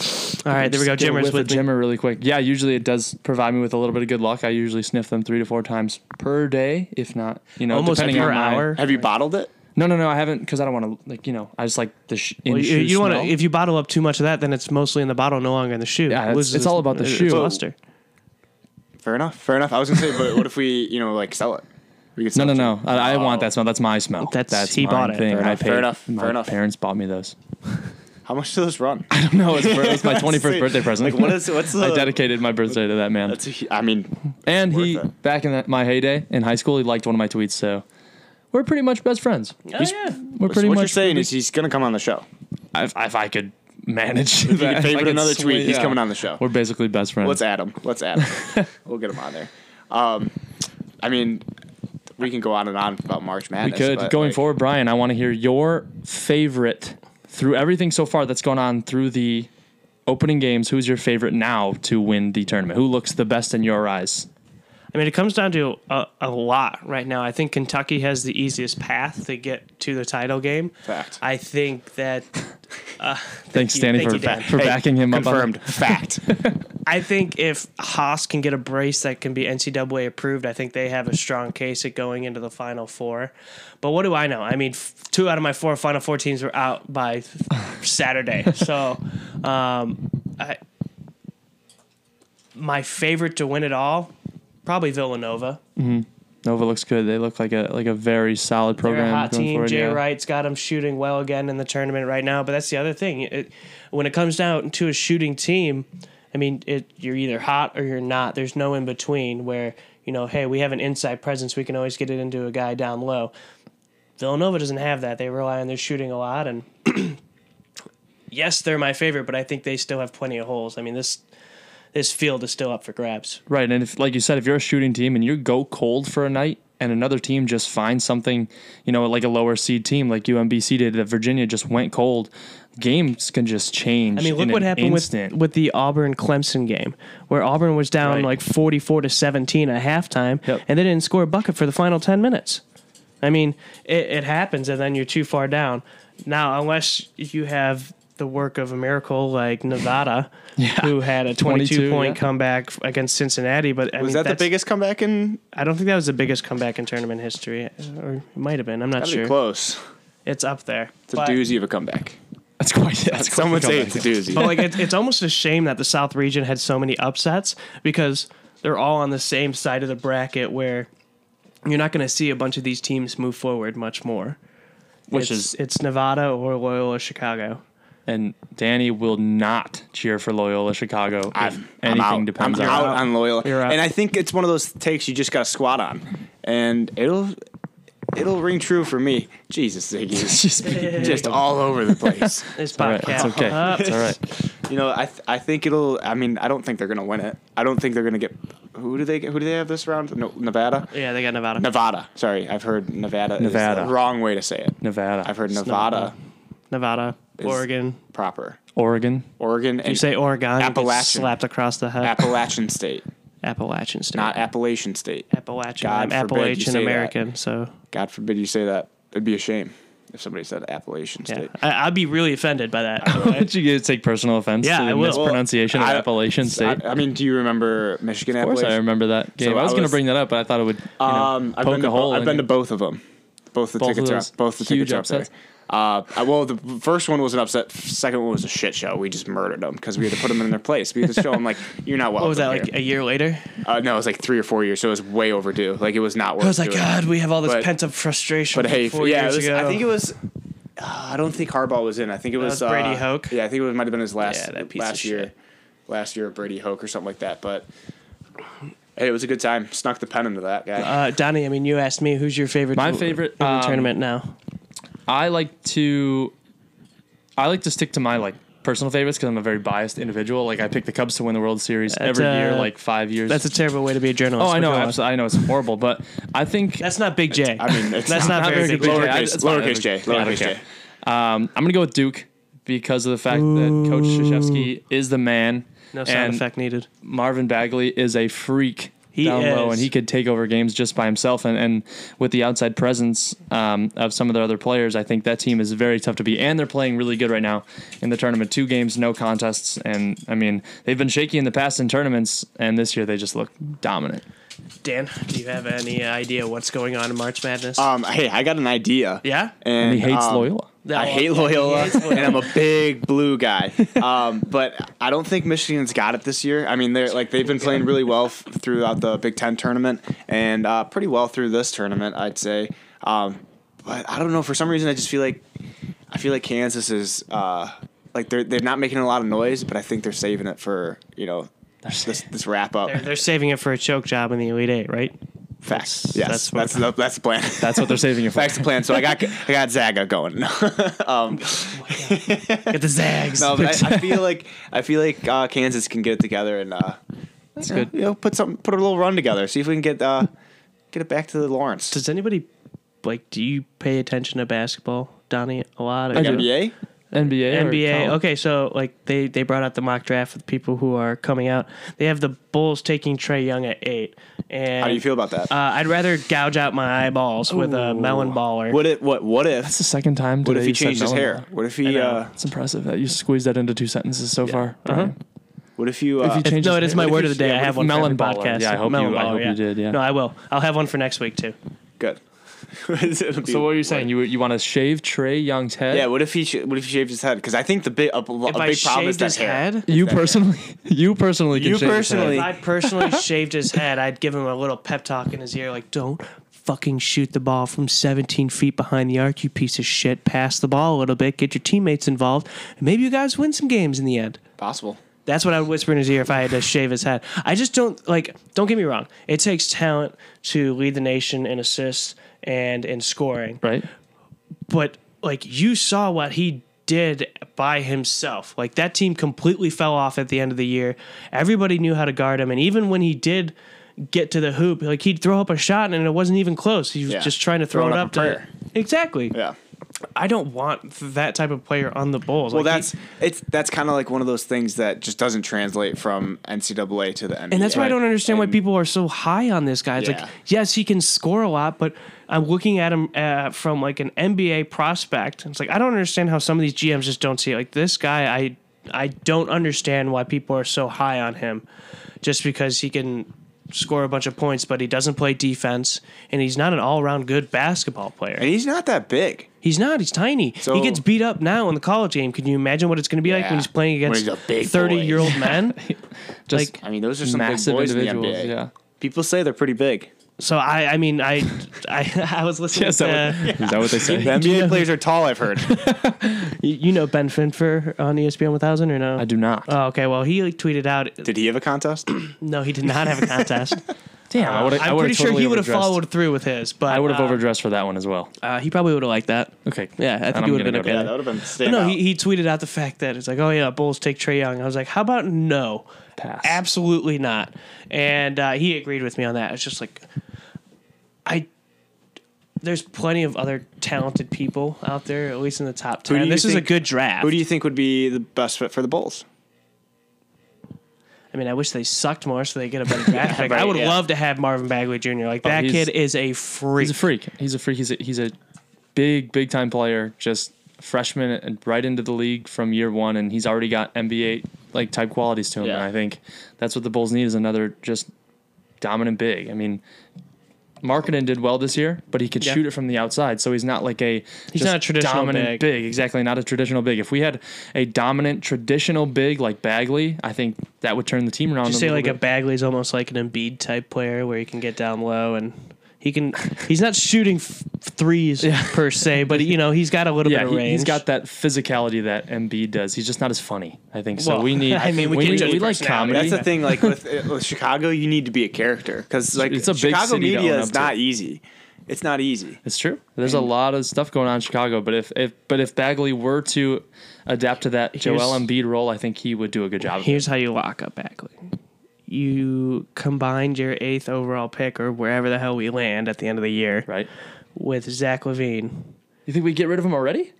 B: All right, there we go.
C: Um, Just get a
B: Jimmer's
C: whiff
B: with
C: of
B: me.
C: Jimmer really quick. Yeah, usually it does provide me with a little bit of good luck. I usually sniff them three to four times per day, if not, you know,
B: Almost
C: depending
B: per
C: on my-
B: hour.
A: Have you bottled it?
C: No, no, no, I haven't because I don't want to like you know. I just like the sh- in
B: Well, you
C: shoe
B: you want to.
C: smell.
B: If you bottle up too much of that, then it's mostly in the bottle, no longer in the shoe.
C: Yeah,
B: It
C: it's-
B: loses
C: it's all about the
B: its
C: shoe.
B: luster.
A: Fair enough. Fair enough. I was gonna say, but what if we, you know, like sell it? We could sell
C: no, no,
A: it to-
C: no. I, I want
A: Oh.
C: that smell. That's my smell.
B: That's-
C: that's
B: he
C: my
B: bought it.
C: Thing.
B: Fair
C: I
A: enough,
C: paid,
A: fair enough,
C: My
A: fair enough.
C: parents bought me those.
A: How much do those run?
C: no, it's, for- it's my twenty first
A: Like,
C: birthday present.
A: like, what is- what's
C: I
A: the-
C: dedicated my birthday to that man.
A: That's a hu- I mean,
C: and he
A: worth it.
C: back in that, my heyday in high school, he liked one of my tweets. So we're pretty much best friends. He's-
B: yeah.
C: we're pretty
A: what
C: much
A: you're saying is he's gonna come on the show.
C: if, if I could manage. If,
A: could
C: I
A: favorite
C: could
A: another
C: swing-
A: tweet, he's
C: yeah.
A: coming on the show.
C: We're basically best friends.
A: Let's add him. Let's add him. we'll get him on there. Um, I mean, we can go on and on about March
C: we
A: Madness.
C: could
A: but,
C: going
A: like,
C: forward, Brian. I want to hear your favorite through everything so far that's gone on through the opening games. Who's your favorite now to win the tournament? Who looks the best in your eyes?
B: I mean, it comes down to a, a lot right now. I think Kentucky has the easiest path to get to the title game.
A: Fact.
B: I think that
C: Thanks,
B: you-
C: Danny,
B: thank
C: for,
B: you, Dan.
C: for
A: Hey,
C: backing him up. on-
A: confirmed fact.
B: I think if Haas can get a brace that can be NCAA approved, I think they have a strong case at going into the Final Four. But what do I know? I mean, f- two out of my four Final Four teams were out by Saturday. So, um, I, my favorite to win it all, probably Villanova.
C: Nova looks good. They look like a like a very solid program.
B: They're a hot
C: going
B: team.
C: forward,
B: Jay
C: yeah.
B: Wright's got them shooting well again in the tournament right now. But that's the other thing. It, when it comes down to a shooting team, I mean, it, you're either hot or you're not. There's no in between where, you know, hey, we have an inside presence. We can always get it into a guy down low. Villanova doesn't have that. They rely on their shooting a lot. And yes, they're my favorite, but I think they still have plenty of holes. I mean, this. This field is still up for grabs.
C: Right, and if like you said, if you're a shooting team and you go cold for a night, and another team just finds something, you know, like a lower seed team like UMBC did, that Virginia just went cold, games can just change.
B: I mean, look
C: in
B: what
C: an
B: happened
C: instant.
B: with with the Auburn Clemson game, where Auburn was down
C: Right.
B: like forty four to seventeen at halftime,
C: Yep.
B: and they didn't score a bucket for the final ten minutes. I mean, it, it happens, and then you're too far down. Now, unless you have the work of a miracle like Nevada, who had a 22,
C: 22,
B: point
C: yeah.
B: comeback against Cincinnati, but I
A: Was
B: mean,
A: that the
B: that's-
A: biggest comeback in?
B: I don't think that was the biggest comeback in tournament history, or it might have been. I'm not
A: That'd be
B: sure.
A: close.
B: It's up there.
A: It's a
B: But-
A: doozy of a comeback.
C: that's quite. That's quite
A: Someone
C: the
A: say it's
C: comeback.
A: a doozy.
B: but like it's, it's almost a shame that the south region had so many upsets because they're all on the same side of the bracket where you're not going to see a bunch of these teams move forward much more
C: which
B: it's,
C: is
B: it's nevada or loyola chicago
C: and Danny will not cheer for Loyola Chicago. if
A: I'm,
C: anything
A: I'm out.
C: depends
A: I'm
C: on
A: out on Loyola,
B: You're out.
A: and I think it's one of those takes you just got to squat on, and it'll it'll ring true for me. Jesus, Ziggy,
C: Just be-
A: just all over the place.
B: this
C: all right,
B: podcast
C: it's okay.
B: up.
C: It's all right.
A: you know, I th- I think it'll. I mean, I don't think they're gonna win it. I don't think they're gonna get. Who do they get? Who do they have this round? No, Nevada.
B: Yeah, they got Nevada.
A: Nevada. Sorry, I've heard Nevada. is
C: Nevada.
A: the wrong way to say it.
C: Nevada.
A: I've heard
C: It's
A: Nevada
B: Nevada,
A: Is-
B: Oregon.
A: proper.
C: Oregon.
A: Oregon and
B: You say Oregon, you get
A: Appalachian.
B: slapped across the head.
A: Appalachian State,
B: Appalachian State.
A: not Appalachian State.
B: Appalachian.
A: God
B: I'm
A: forbid you say
B: Appalachian
A: that.
B: American, so
A: God forbid you say that. It'd be a shame if somebody said Appalachian State.
B: I, I'd be really offended by that.
C: Did you get- take personal offense
B: Yeah,
C: to
B: I
C: the
B: will.
C: mispronunciation of
A: I-
C: Appalachian State?
A: I, I mean, do you remember Michigan
C: of course, I
A: Appalachian?
C: remember that game.
A: So
C: I
A: I
C: was going to
A: was-
C: bring that up, but I thought it would. You know,
A: Um, I've
C: poke
A: been
C: a
A: to
C: hole.
A: bo- I've
C: in
A: been to
C: it.
A: both of them. Both the
C: Both of
A: tickets are
C: those
A: up. Both the
C: huge
A: tickets are up there.
C: upsets?
A: Uh, I- well, the first one was an upset. Second one was a shit show. We just murdered them because we had to put them in their place. We had to show them like you're not welcome.
B: What was that like
A: here.
B: a year later?
A: Uh, no, it was like three or four years, so it was way overdue. Like it was not worth.
B: I was like,
A: doing.
B: God, we have all this
A: But-
B: pent up frustration.
A: But
B: from
A: hey,
B: four
A: yeah, it
B: years
A: was-
B: ago.
A: I think it was. Uh, I don't think Harbaugh was in. I think it was,
B: was Brady
A: uh,
B: Hoke.
A: Yeah, I think it was, might have been his last
B: Yeah, that piece of
A: last year,
B: shit.
A: last year Brady Hoke or something like that. But hey, it was a good time. Snuck the pen into that guy.
B: uh, Donnie, I mean, you asked me who's your favorite.
C: My
B: to-
C: favorite,
B: in the
C: um,
B: tournament now.
C: I like to I like to stick to my like personal favorites because I'm a very biased individual. Like I pick the Cubs to win the World Series
B: That's,
C: every year,
B: uh,
C: like five years.
B: That's a terrible way to be a journalist.
C: oh, I
B: but
C: know,
B: go on.
C: absolutely, I know it's horrible, but I think
B: That's not Big J.
A: I mean, it's
B: that's not,
C: not
B: very
C: very
B: big.
C: big.
B: J.
C: Yeah,
A: lowercase,
C: it's fine.
A: lowercase J,
C: Yeah, I don't
A: lowercase J.
C: care. um, I'm gonna go with Duke because of the fact that Coach Krzyzewski is the man.
B: No sound
C: and
B: effect needed.
C: Marvin Bagley is a freak
B: He
C: down low,
B: is.
C: and he could take over games just by himself. And, and with the outside presence um, of some of their other players, I think that team is very tough to beat. And they're playing really good right now in the tournament. Two games, no contests. And I mean, they've been shaky in the past in tournaments, and this year they just look dominant.
B: Dan, do you have any idea what's going on in March Madness?
A: Um, hey, I got an idea.
B: yeah.
A: and,
C: he hates
A: um,
C: Loyola.
A: I
B: Yeah,
A: hate
B: well, yeah, he
A: Loyola,
B: hates Loyola.
A: and I'm a big blue guy. Um, but I don't think Michigan's got it this year. I mean, they're like they've been playing really well f- throughout the Big Ten tournament, and uh, pretty well through this tournament, I'd say. Um, but I don't know. For some reason, I just feel like I feel like Kansas is uh, like they're they're not making a lot of noise, but I think they're saving it for you know this this wrap up.
B: They're, they're saving it for a choke job in the Elite Eight, right?
A: Facts.
B: that's-
A: Yes,
B: that's
A: that's that's
B: what-
A: the, that's the plan.
C: That's what they're saving you for.
A: That's the plan. So I got I got Zaga going.
B: Get the Zags.
A: No, but I, I feel like I feel like uh, Kansas can get it together and uh,
C: That's
A: you know,
C: good.
A: You know, put some put a little run together. See if we can get uh, get it back to the Lawrence.
B: Does anybody like? Do you pay attention to basketball, Donnie? A lot. Of
C: do.
A: NBA.
C: NBA. or
B: NBA.
C: college?
B: Okay, so like they they brought out the mock draft with people who are coming out. They have the Bulls taking Trey Young at eight. And
A: How do you feel about that?
B: Uh, I'd rather gouge out my eyeballs with a melon baller.
A: what if what what
C: That's
A: if
C: the second time.
A: what if
C: today
A: he
C: you said
A: changed his
C: no one.
A: hair? What if he
B: know.
A: uh,
C: It's impressive that you squeezed that into two sentences so far. Brian.
A: what if you uh,
C: you change-
B: It's- no, it is my
C: What if
B: word
C: you-
B: of the day.
C: yeah,
B: I
C: what
B: have
C: if
B: one
C: melon
B: for every
C: baller?
B: podcast.
C: Yeah, I hope
B: melon
C: you- I
B: baller,
C: hope you
B: yeah.
C: did, yeah.
B: No, I will. I'll have one for next week too.
A: good? It'll be-
C: So what are you saying? You you want to shave Trey Young's head?
A: yeah, what if he sh- what if he shaved his head? Because I think the big a, a
B: If I
A: big problem is
B: shaved
A: that
B: his
A: hair.
B: head,
C: You personally, you personally, can
A: You
C: shave his head.
A: personally-
B: if I personally shaved his head, I'd give him a little pep talk in his ear, like don't. Fucking shoot the ball from 17 feet behind the arc, you piece of shit. Pass the ball a little bit, get your teammates involved, and maybe you guys win some games in the end.
A: Possible.
B: That's what I would whisper in his ear if I had to shave his head. I just don't like. Don't get me wrong. It takes talent to lead the nation in assists and in scoring.
C: right?
B: But like you saw what he did by himself. Like that team completely fell off at the end of the year. Everybody knew how to guard him, and even when he did get to the hoop, like he'd throw up a shot and it wasn't even close. He was
A: Yeah.
B: just trying to throw
A: Throwing
B: it
A: up
B: up,
A: a
B: to
A: prayer.
B: exactly.
A: Yeah.
B: I don't want that type of player on the Bulls.
A: Well,
B: Like, he-
A: that's it's that's kind of like one of those things that just doesn't translate from NCAA to the NBA.
B: And that's why I don't understand why
A: And-
B: people are so high on this guy. It's
A: Yeah.
B: like, yes, he can score a lot, but I'm looking at him uh, from like an NBA prospect. It's like I don't understand how some of these GMs just don't see it. Like this guy, I I don't understand why people are so high on him, just because he can score a bunch of points, but he doesn't play defense, and he's not an all around good basketball player.
A: And he's not that big.
B: He's not. He's tiny.
A: So-
B: he gets beat up now in the college game. Can you imagine what it's going to be like
A: Yeah.
B: when he's playing
A: When
B: against
A: he's a big boy.
B: thirty year old men?
C: Just
B: Like-
A: I mean, those are some
C: massive
A: big boys in the
C: individuals.
A: NBA.
C: yeah.
A: People say they're pretty big.
B: So I, I mean, I, I, I was listening
C: Is
B: to
C: that, what, is that what they
A: The
C: say?
A: NBA players are tall. I've heard.
B: you you know Ben Finfer on E ESPN 1000 or no?
C: I do not.
B: Oh, okay. Well, he like, tweeted out.
A: Did he have a contest?
B: No, he did not have a contest.
C: Damn, I would.
B: I'm pretty sure he would have followed through with his, but
C: I would have
B: uh,
C: overdressed for that one as well.
B: Uh, he probably would have liked that.
C: Okay.
B: Yeah, I
C: Then
B: think he
C: I'm
B: would have been
C: gonna go to
B: okay.
C: that.
A: Yeah, that would have been
B: But
A: standout.
B: no, he, he tweeted out the fact that it's like, oh yeah, Bulls take Trey Young. I was like, how about no?
C: Pass.
B: Absolutely not. And uh, he agreed with me on that. It's just like, I. There's plenty of other talented people out there, at least in the top
A: Who do
B: ten.
A: you
B: This is a
A: think-
B: good draft.
A: Who do you think would be the best fit for the Bulls?
B: I mean, I wish they sucked more so they get a better draft pick. I
A: right,
B: would
A: yeah.
B: love to have Marvin Bagley Jr. Like that
C: Oh, he's-
B: kid is a freak.
C: He's a freak. He's a freak. He's a, he's a big, big time player. Just freshman and right into the league from year one, and he's already got NBA like type qualities to him.
B: Yeah.
C: And I think that's what the Bulls need is another just dominant big. I mean, Markkinen did well this year, but he could
B: Yeah.
C: shoot it from the outside, so he's not like a he's
B: not a traditional
C: dominant
B: big.
C: Exactly, not a traditional big. If we had a dominant traditional big like Bagley, I think that would turn the team around.
B: You
C: a
B: say
C: little
B: like
C: bit.
B: a Bagley's almost like an Embiid type player where he can get down low and he can. He's not shooting f- threes per se, but you know he's got a little
C: Yeah,
B: bit of
C: he,
B: range.
C: has got that physicality that Embiid does. He's just not as funny. I think so.
B: Well,
C: we need.
B: I mean, we can't
C: need-
B: judge
C: we like
B: personality.
C: comedy.
A: That's the thing. Like with, with Chicago, you need to be a character because like
C: It's a big
A: Chicago
C: city to
A: media
C: own
A: is
C: up to.
A: not easy. It's not easy.
C: It's true. There's a lot of stuff going on in Chicago, but if, if but if Bagley were to adapt to that Joel
B: Here's-
C: Embiid role, I think he would do a good job. of it.
B: Here's how you lock up Bagley. You combined your eighth overall pick or wherever the hell we land at the end of the year
C: right?
B: with Zach Levine.
C: You think we get rid of him already?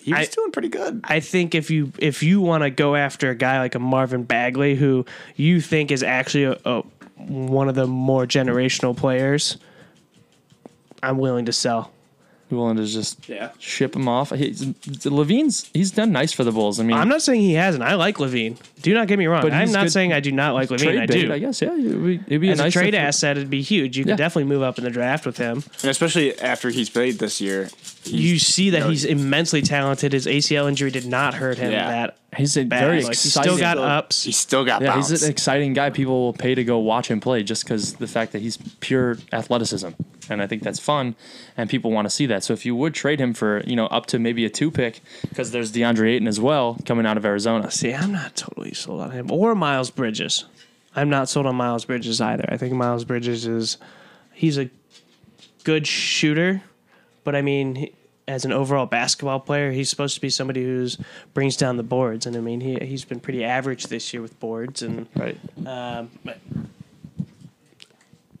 A: He was
B: I-
A: doing pretty good.
B: I think if you if you want to go after a guy like a Marvin Bagley who you think is actually a, a, one of the more generational players, I'm willing to sell.
C: We willing to just
A: Yeah.
C: ship him off? He's, Levine's he's done nice for the Bulls. I mean,
B: I'm not saying he hasn't. I like Levine. Do not get me wrong.
C: But
B: I'm
C: he's
B: not
C: good-
B: saying I do not like Levine.
C: trade
B: I
C: bait,
B: do.
C: I guess yeah. It'd be, it'd be
B: As a
C: nice
B: trade
C: if-
B: asset, it'd be huge. You
C: Yeah.
B: could definitely move up in the draft with him.
A: And especially after he's played this year,
B: You see that
A: no,
B: he's immensely talented. His ACL injury did not hurt him
A: Yeah.
B: that
C: He's a
B: bad.
C: very
B: Like, he's
C: exciting-
B: still got ups.
A: he still got
C: Yeah,
A: bounced.
C: he's an exciting guy. People will pay to go watch him play just because the fact that he's pure athleticism, and I think that's fun, and people want to see that. So if you would trade him for you know up to maybe a two pick, because there's DeAndre Ayton as well coming out of Arizona.
B: See, I'm not totally sold on him or Miles Bridges. I'm not sold on Miles Bridges either. I think Miles Bridges is he's a good shooter, but I mean, he- as an overall basketball player, he's supposed to be somebody who's brings down the boards, and I mean, he he's been pretty average this year with boards, and
C: Right.
B: um, but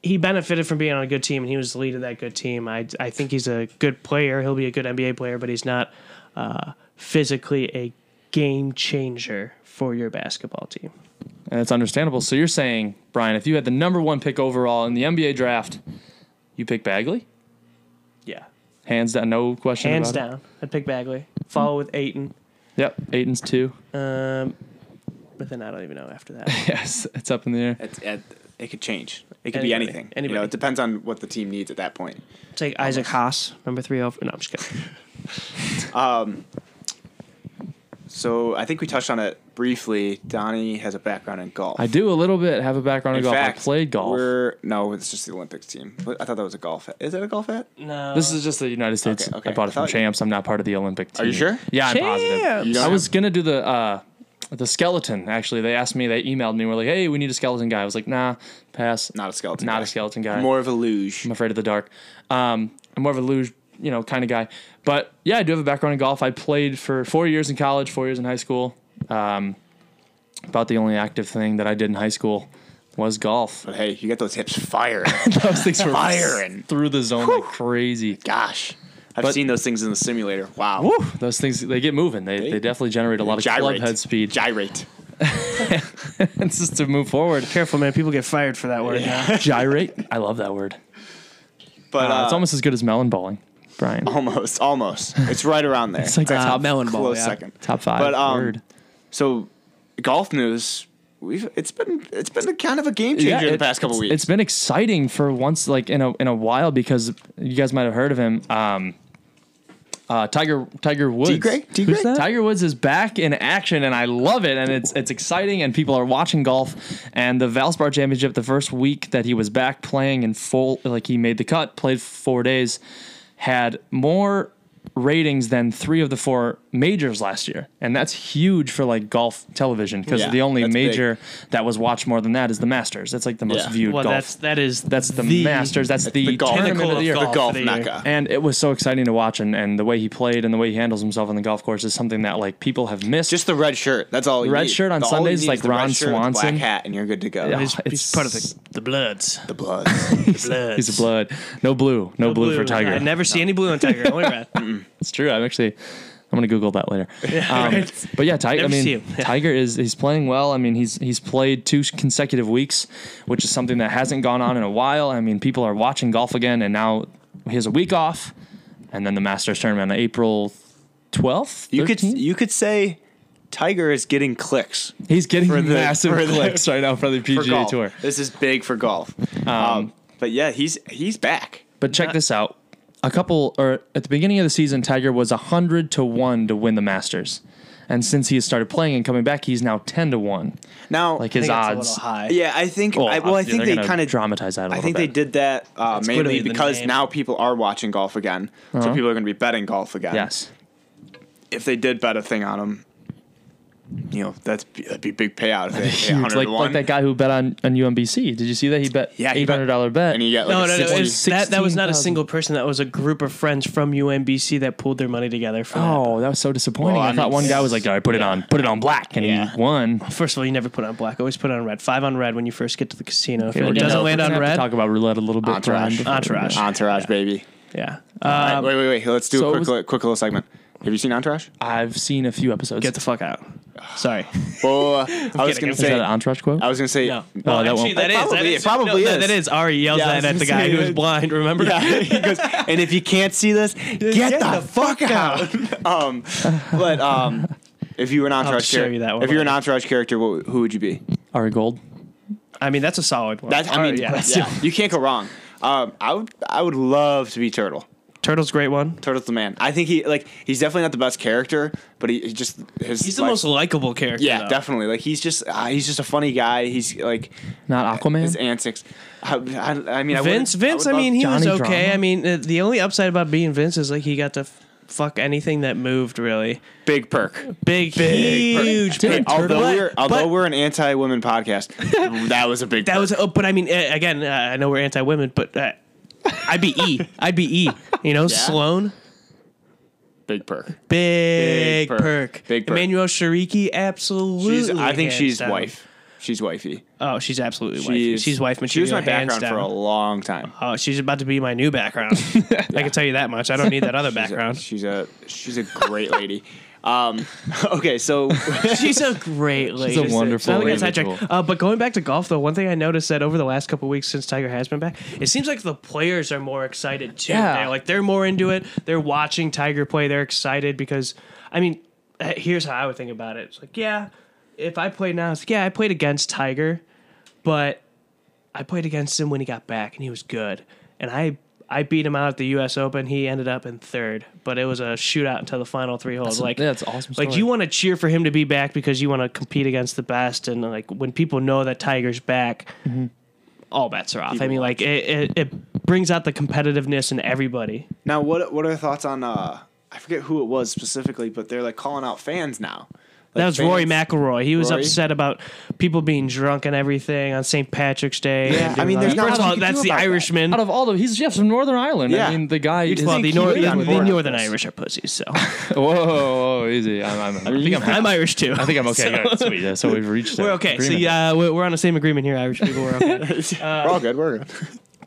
B: he benefited from being on a good team, and he was the lead of that good team. I I think he's a good player. He'll be a good NBA player, but he's not uh, physically a game changer for your basketball team.
C: And it's understandable. So you're saying, Brian, if you had the number one pick overall in the NBA draft, you pick Bagley,
B: Yeah,
C: hands down, no question.
B: hands
C: about it.
B: down. I'd pick Bagley. Follow with Aiton.
C: Yep, Ayton's two.
B: Um, but then I don't even know after that.
C: Yes, it's up in the air.
A: It's- it, it could change. It could
B: Anybody.
A: be anything. You
B: Anybody.
A: know, it depends on what the team needs at that point.
B: Take Isaac Haas, number three. Over. No, I'm just kidding.
A: So I think we touched on it briefly. Donnie has a background in golf.
C: I do a little bit have a background
A: In
C: in, golf.
A: fact,
C: I played golf.
A: We're, no, it's just the Olympics team. But I thought that was a golf. Hat. Is it a golf hat?
B: No,
C: This is just the United States.
A: Uh, Okay, okay.
C: I bought
A: I
C: it from
A: thought-
C: Champs. I'm not part of the Olympic team.
A: Are you sure?
C: Yeah, I'm positive.
B: Champs.
A: You don't
C: I
A: have-
C: was gonna do the uh, the skeleton. Actually, they asked me. They emailed me. We're like, hey, we need a skeleton guy. I was like, nah, pass.
A: Not a skeleton.
C: Not
A: guy.
C: a skeleton guy.
A: More of a luge.
C: I'm afraid of the dark. Um, I'm more of a luge, you know, kind of guy. But yeah, I do have a background in golf. I played for four years in college, four years in high school. Um, about the only active thing that I did in high school was golf.
A: But hey, you got those hips firing.
C: Those things were
A: Firing.
C: through the zone like crazy.
A: Gosh, I've
C: But-
A: seen those things in the simulator. Wow.
C: Those things they get moving. They, they definitely generate a lot of club
A: Gyrate.
C: head speed. Uh,
A: Gyrate.
C: It's just to move forward.
B: careful, man. People get fired for that word. now.
C: Gyrate. I love that word.
A: But
C: Uh,
A: uh, Oh,
C: it's almost as good as melon balling, Brian.
A: almost, almost. It's right around there.
C: It's like
B: Uh,
C: top,
B: melon ball.
A: close
B: yeah.
A: second.
C: top five.
A: But, um,
C: word.
A: So, golf news. We've it's been it's been a kind of a game changer in the
C: it-
A: past couple
C: it's-
A: weeks.
C: It's been exciting for once, like in a in a while, because you guys might have heard of him. Um, uh, Tiger Tiger Woods.
A: Gray? D. Gray?
B: Who's that?
C: Tiger Woods is back in action, and I love it. And it's it's exciting, and people are watching golf. And the Valspar Championship, the first week that he was back playing in full, like he made the cut, played four days, had more ratings than three of the four majors last year, and that's huge for like golf television because
D: Yeah,
C: the only
A: that's big.
C: major that was watched more than that is the Masters. That's like the most
D: Yeah.
C: viewed
B: Well,
C: golf.
B: that's that is
C: That's the, Masters. That's the,
D: the golf.
C: tournament of
B: Pinnacle
C: the year.
B: of
D: The
B: golf
D: golf
B: of the year.
D: mecca.
C: And it was so exciting to watch, and, and the way he played and the way he handles himself on the golf course is something that like people have missed.
D: Just the red shirt. That's all. you
C: red
D: need.
C: shirt on
D: All you
C: Sundays,
D: need
C: like
D: is the red
C: Ron
D: shirt with the
C: Swanson.
D: Black hat, and you're good to go.
C: Yeah.
B: He's, he's
C: Ah, It's-
B: part of the the Bloods.
D: The blood.
B: The Bloods.
C: He's a blood. No blue. No, blue, for Tiger.
B: I never see any blue on Tiger. Only red.
C: It's true. I'm actually. I'm gonna Google that later. Um, But yeah, Tiger. I
B: Never see
C: mean,
B: him. Yeah.
C: Tiger is he's playing well. I mean, he's he's played two consecutive weeks, which is something that hasn't gone on in a while. I mean, people are watching golf again, and now he has a week off, and then the Masters tournament on April twelfth.
A: You could you could say Tiger is getting clicks
C: he's getting
A: for the-
C: massive
A: for the-
C: clicks right now for the
A: for
C: PGA
A: golf.
C: Tour.
A: This is big for golf. Um, but yeah, he's he's back.
C: But check this out. A couple or at the beginning of the season, Tiger was hundred to one to win the Masters, and since he has started playing and coming back, he's now ten to one.
A: Now,
C: Like his
B: I think it's a
C: odds.
B: little high.
A: yeah, I think. I, well, I
C: yeah,
A: think
C: they're
A: they
C: gonna
A: kind of
C: dramatize that. a
A: I
C: little
A: think they
C: bit.
A: did that uh, mainly
B: literally the
A: because
B: name.
A: now people are watching golf again, so people are going to be betting golf again.
C: Uh-huh. Yes.
A: If they did bet a thing on him, you know that's that'd be a big payout. If they pay
C: Huge. Like,
A: 101.
C: like that guy who bet on, on UMBC. Did you see that? He bet
A: Yeah, he bet-
C: $800 bet.
A: and you get like
B: No,
A: a
B: no, no.
A: 60
B: it was- that, that was not a
C: 16,000.
B: single person. That was a group of friends from UMBC that pulled their money together for that.
C: oh, that was so disappointing.
A: Well,
C: I,
A: I
C: thought
A: mean,
C: one guy was like, all right, put it on. Put it on black. And
B: Yeah.
C: he won.
B: First of all, you never put on black. Always put on red. Five on red when you first get to the casino. If it
C: We're gonna-
B: doesn't
C: we're
B: land
C: gonna
B: on
C: have to
B: red,
C: Talk about roulette a little bit.
A: Entourage.
C: Brian.
B: entourage.
A: Entourage, baby.
B: yeah.
A: All right,
B: Um,
A: wait, wait, wait. Let's do
C: so it
A: a quick,
C: was-
A: li- quick little segment. Have you seen Entourage?
C: I've seen a few episodes.
B: get the fuck out. Sorry.
A: Well, uh, I was going
B: kidding,
A: to
B: I'm
C: is that
A: say.
C: an entourage quote?
A: I was going to say.
B: No.
C: Well, that won't-
A: It Oh, probably- it probably
B: no,
A: is.
B: That is. Ari yells
A: Yeah, I was
B: that at
A: gonna
B: the guy
A: say
B: who is
A: that.
B: blind, remember?
A: he goes, and if you can't see this, get, the, fuck, out. um, but um, if you were an entourage
B: show you
A: character,
B: that one
A: if you were an
B: later.
A: entourage character, what, who would you be?
C: Ari Gold.
B: I mean, that's a solid one.
A: That's, I
B: Ari,
A: mean,
B: yeah.
A: yeah, you can't go wrong. Um, I would, I would love to be Turtle.
B: Turtle's a great one.
A: Turtle's the man. I think he, like, he's definitely not the best character, but he, he just his.
B: He's the
A: life-
B: most likable character.
A: Yeah,
B: though.
A: definitely. Like, he's just, uh, he's just a funny guy. He's like
C: Not Aquaman.
A: his antics. I, I, I mean, I would-
B: Vince,
A: I
B: Vince.
A: would
B: I,
A: love-
B: mean, he was
C: Johnny
B: okay.
C: Drama.
B: I mean, uh, the only upside about being Vince is like he got to f- fuck anything that moved. Really
A: big perk.
B: big, huge.
C: Dude,
B: big-
A: although
B: But-
A: we're although
B: but-
A: we're an anti-women podcast, that was a big.
B: that
A: perk.
B: was. Oh, but I mean, uh, again, uh, I know we're anti women, but uh, I'd be E. I'd be E. You know, Sloan.
A: big perk. Big
B: Big, perk.
A: perk. Big perk.
B: Emmanuel Shariki, absolutely.
A: She's, I think
B: hands
A: she's
B: down.
A: wife. She's wifey.
B: Oh, she's absolutely wife.
A: She's,
B: She's wife material.
A: She was my
B: hands
A: background for a
B: down.
A: long time.
B: Oh, she's about to be my new background. I can tell you that much. I don't need that other
A: She's a-
B: background.
A: She's a she's a great lady. Um, okay, so
B: She's a great lady.
C: a wonderful
B: Not to get
C: individual.
B: sidetracked. Uh, but going back to golf, though, one thing I noticed that over the last couple weeks since Tiger has been back, it seems like the players are more excited too.
C: Yeah.
B: They're like they're more into it. They're watching Tiger play. They're excited because, I mean, uh, here's how I would think about it. It's like, yeah, if I played now, it's like, yeah, I played against Tiger, but I played against him when he got back and he was good, and I. I beat him out at the U.S. Open. He ended up in third, but it was a shootout until the final three holes. like
C: yeah, that's an awesome.
B: like
C: story.
B: you want to cheer for him to be back because you want to compete against the best, and like when people know that Tiger's back,
A: Mm-hmm.
B: all bets are off. I mean, like it, it, it brings out the competitiveness in everybody.
A: now what what are your thoughts on uh I forget who it was specifically, but they're like calling out fans now. Like
B: that was Rory
A: fans-
B: McIlroy. He was
A: Rory?
B: upset about people being drunk and everything on St. Patrick's Day.
A: Yeah,
B: and
A: I mean,
B: doing
A: there's
B: all
A: not much
B: that. first of
A: you
B: all,
A: can
B: that's
A: do
B: the
A: about that.
B: Irishman.
C: out of all the he's yeah from Northern Ireland.
A: Yeah.
C: I mean, the guy.
A: You'd
C: is-
B: well, the,
A: think
B: nor-
A: he would
B: the,
A: on
B: the
A: board.
B: Northern Irish are pussies, so
C: whoa, whoa, whoa, whoa, easy. I'm, I'm, I'm, I think I'm,
B: I'm Irish too.
C: I think I'm okay. All right, sweet. Yeah, So we've reached.
B: We're
C: an
B: okay. uh, So
C: agreement.
B: yeah, we're we're on the same agreement here, Irish people. We're okay.
A: We're all good. We're good.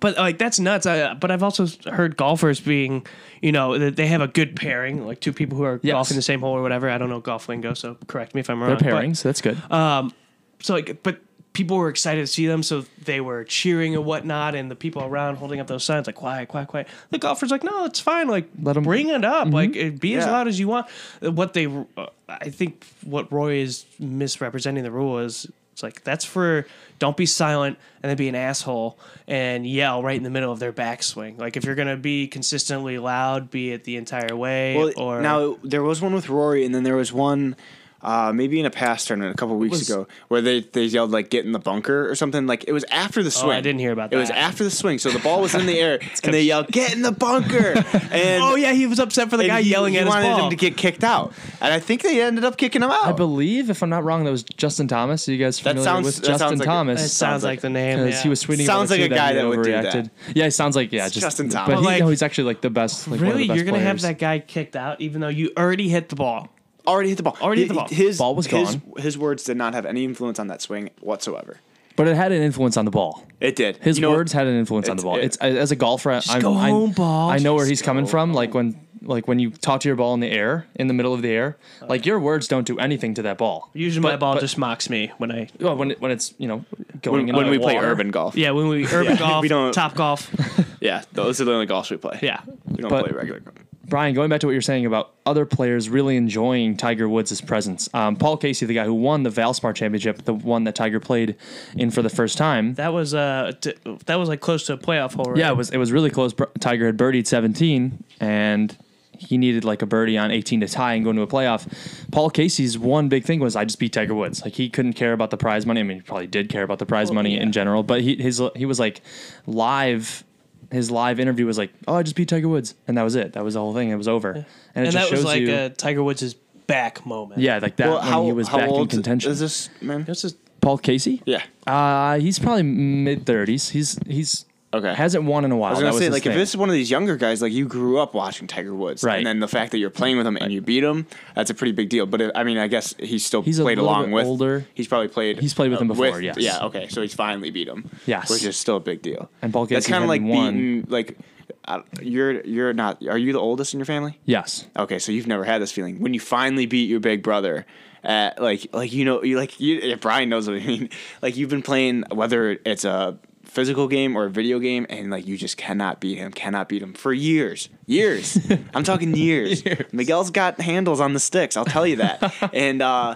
B: But like that's nuts. I, but I've also heard golfers being, you know, that they have a good pairing, like two people who are
C: Yes.
B: golfing the same hole or whatever. I don't know golf lingo, so correct me if I'm
C: They're
B: wrong.
C: pairings. that's good.
B: But, um, so like, but people were excited to see them, so they were cheering and whatnot, and the people around holding up those signs like quiet, quiet, quiet. The golfers like, no, it's fine. Like
C: Let 'em- Mm-hmm.
B: bring it up. Like it- be as
A: Yeah.
B: loud as you want. What they, uh, I think, what Roy is misrepresenting the rule is. It's like that's for don't be silent and then be an asshole and yell right in the middle of their backswing. Like if you're gonna be consistently loud, be it the entire way
A: Well,
B: or
A: now there was one with Rory, and then there was one. uh, maybe in a past tournament a couple weeks
C: was-
A: ago where they, they yelled like get in the bunker or something like it was after the swing
B: Oh, I didn't hear about
A: it was
B: that.
A: after the swing so the ball was in the air and they yelled get in the bunker and
B: Oh yeah, he was upset for the
A: and
B: guy
A: he-
B: yelling
A: he
B: at his
A: wanted
B: ball.
A: him to get kicked out and I think they ended up kicking him out
C: I believe, if I'm not wrong, that was Justin Thomas. Are you guys familiar
A: sounds-
C: with
A: Oh. that sounds
C: Justin
A: like a-
C: Thomas?
B: that sounds
A: sounds
B: like
A: like
B: the name.
C: because
B: yeah.
C: he was tweeting.
A: Sounds
C: about a
A: like a
C: tweet
A: guy
C: and he
A: that would do that.
C: overreacted. Yeah, he sounds like yeah, just
A: Justin Thomas.
C: But
B: But
C: he,
B: like-
C: no, he's actually like the best. Like one
B: really,
C: of the best
B: you're gonna have
C: players.
B: that guy kicked out, even though you already hit the ball.
A: already hit the ball
B: Already hit the
A: He-
B: ball.
A: his
C: Ball was
A: his,
C: gone.
A: his words did not have any influence on that swing whatsoever
C: But it had an influence on the ball.
A: it did
C: His
A: You know-
C: words had an influence on the
A: It's-
C: ball.
A: it-
C: It's as a golfer, I'm,
B: go
C: I'm-
B: home, ball.
C: I know where he's
A: Just
C: coming
A: go
C: from. Like when, like when you talk to your ball in the air, in the middle of the air,
B: Uh.
C: like your words don't do anything to that ball.
B: Usually, my
C: But-
B: ball
C: but-
B: just mocks me when I.
C: Well, when it, when it's you know going
A: when,
C: into
A: when
C: the
A: we play
C: water.
A: urban golf
B: Yeah, when we urban golf,
A: we don't-
B: top golf.
A: yeah those are the only golfs we play
B: Yeah,
A: we don't
C: But-
A: play regular golf
C: Brian, going back to what you're saying about other players really enjoying Tiger Woods' presence. Um, Paul Casey, the guy who won the Valspar Championship, the one that Tiger played in for the first time.
B: that was uh, t- that was like close to a playoff hole. Right?
C: Yeah, it was it was really close. Br- Tiger had birdied 17, and he needed like a birdie on 18 to tie and go into a playoff. Paul Casey's one big thing was I just beat Tiger Woods. Like he couldn't care about the prize money. I mean, he probably did care about the prize money in general, but he his he was like live. His live interview was like, "Oh, I just beat Tiger Woods," and that was it. That was the whole thing. It was over, and it
B: and
C: just
B: that was
C: shows
B: like
C: you,
B: uh, Tiger Woods' back moment.
C: yeah, like that when he was back in contention.
A: is this man
B: This is
C: Paul Casey?
A: yeah
C: uh, he's probably mid thirties. He's he's
A: Okay.
C: hasn't won in a while.
A: I was gonna
C: That
A: say,
C: his
A: like, if
C: thing.
A: this is one of these younger guys, like, you grew up watching Tiger Woods,
C: Right.
A: And then the fact that you're playing with him and you beat him, that's a pretty big deal. But it, I mean, I guess he's still
C: He's a
A: played
C: little
A: along
C: bit
A: with.
C: older.
A: He's probably played. uh,
C: He's played with him before, yes.
A: Yeah. Okay. So he's finally beat him.
C: Yes.
A: Which is still a big deal.
C: And Paul
A: That's
C: Casey
A: kind of like
C: hadn't won.
A: beating like. I don't- You're you're not. Are you the oldest in your family?
C: yes,
A: Okay, so you've never had this feeling when you finally beat your big brother. At, like like you know you like you if Brian knows what I mean. Like you've been playing whether it's a physical game or a video game, and like you just cannot beat him, cannot beat him for years, years. I'm talking years. Miguel's got handles on the sticks. I'll tell you that. and uh,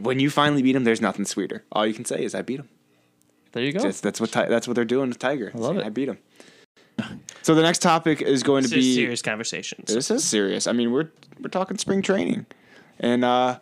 A: when you finally beat him, there's nothing sweeter. All you can say is I beat him.
C: there you go.
A: That's, that's what Ti- that's what they're doing with Tiger. I
C: Oh. love it.
A: I beat him. So the next topic is going
B: this
A: to
B: is
A: be
B: serious conversations.
A: this is serious. I mean, we're we're talking spring training, and uh,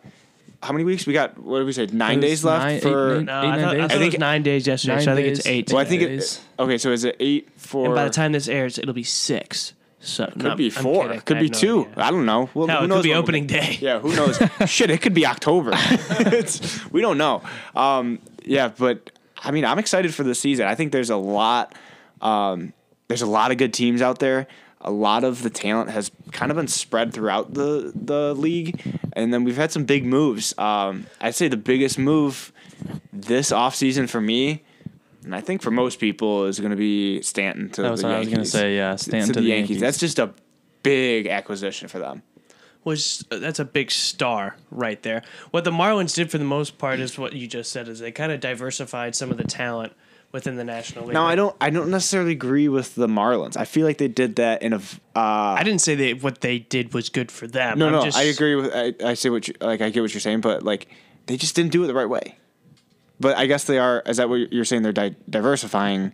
A: how many weeks we got? What did we say? Nine
C: It was
A: days left
C: nine- eight,
A: for.
C: nine-
B: No,
C: eight,
B: I
C: nine
B: thought, I
C: days?
B: thought it
A: I
B: was
A: think-
B: nine days yesterday,
C: Nine
B: so I think it's
C: days.
B: eight.
A: well, I think it.
C: days.
A: Okay, so is it eight for?
B: and by the time this airs, it'll be six. So
A: could be four, could be two. I don't know. Well,
B: No,
A: who
B: it
A: knows
B: could be
A: when we'll
B: opening
A: get-
B: day.
A: Yeah, who knows? Shit, it could be October. It's- we don't know. Um, yeah, but I mean, I'm excited for the season. I think there's a lot. Um, there's a lot of good teams out there. A lot of the talent has kind of been spread throughout the the league, and then we've had some big moves. Um, I'd say the biggest move this offseason for me. And I think for most people is going to be Stanton to
C: was
A: the
C: what I was
A: Yankees.
C: gonna say, yeah, Stanton to the Yankees.
A: That's just a big acquisition for them.
B: was uh, that's a big star right there. What the Marlins did for the most part is what you just said is they kind of diversified some of the talent within the National League.
A: Now I don't I don't necessarily agree with the Marlins. I feel like they did that in a v- uh,
B: I didn't say that what they did was good for them.
A: no
B: I'm
A: no
B: just-
A: I agree with I, I say what you, like I get what you're saying, but like they just didn't do it the right way. But I guess they are. Is that what you're saying? They're di- diversifying.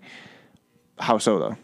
A: How so though?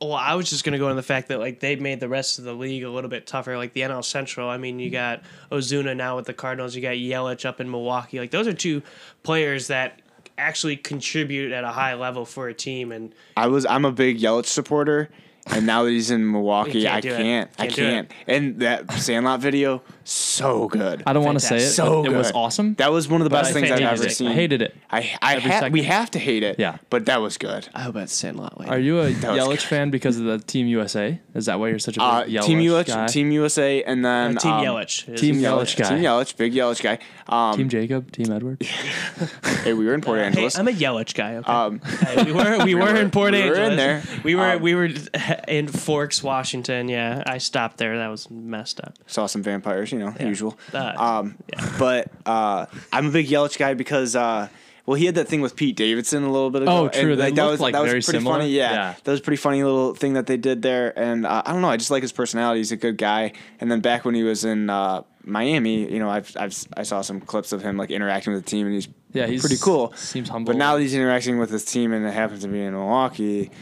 B: Well, I was just gonna go on the fact that like they made the rest of the league a little bit tougher. Like the NL Central, I mean, you got Ozuna now with the Cardinals. You got Yelich up in Milwaukee. Like those are two players that actually contribute at a high level for a team. And
A: I was I'm a big Yelich supporter, and now that he's in Milwaukee,
B: can't
A: I
B: do it.
A: can't I
B: Can't do it.
A: can't. And that Sandlot video, so good.
C: I don't want to say it.
B: Fantastic.
A: so
C: but
A: good.
C: it was awesome.
A: That was one of the best
B: I
A: things I've
B: hated
A: ever
B: it. I
A: seen.
C: hated it.
A: I, I
C: Every
A: ha-
C: second.
A: we have to hate it.
C: Yeah.
A: but that was good.
B: I hope that's Sandlot.
C: Are you a
A: was
C: Yelich
A: good.
C: fan because of the Team USA? Is that why you're such a big
A: Uh,
C: Yelich
A: Team Yelich,
C: guy?
A: Team USA, and then
B: Uh, Team
A: um,
B: Yelich. is-
C: Team
A: Team
C: Yelich guy.
A: Team Yelich, big Yelich guy. Um,
C: Team Jacob, Team Edward.
A: hey, we were in Port
B: Uh, Hey,
A: Angeles.
B: I'm a Yelich guy. Okay.
A: um,
B: Hey, we were we were in Port
A: we were
B: Angeles.
A: in there.
B: We were
A: Um,
B: we were in Forks, Washington. Yeah, I stopped there. That was messed up.
A: saw some vampires, you know, usual.
B: Uh,
A: um, but uh, I'm a big Yelich guy because. Uh, well, he had that thing with Pete Davidson a little bit ago.
C: Oh, true. They
A: that
C: looked
A: was
C: like
A: that was
C: very
A: pretty
C: similar.
A: funny. Yeah.
C: Yeah.
A: that was a pretty funny little thing that they did there. And uh, I don't know, I just like his personality. He's a good guy. And then back when he was in uh, Miami, you know, I've, I've I saw some clips of him like interacting with the team, and he's
C: Yeah, he's-
A: pretty cool.
C: seems humble.
A: But now that he's interacting with his team, and it happens to be in Milwaukee.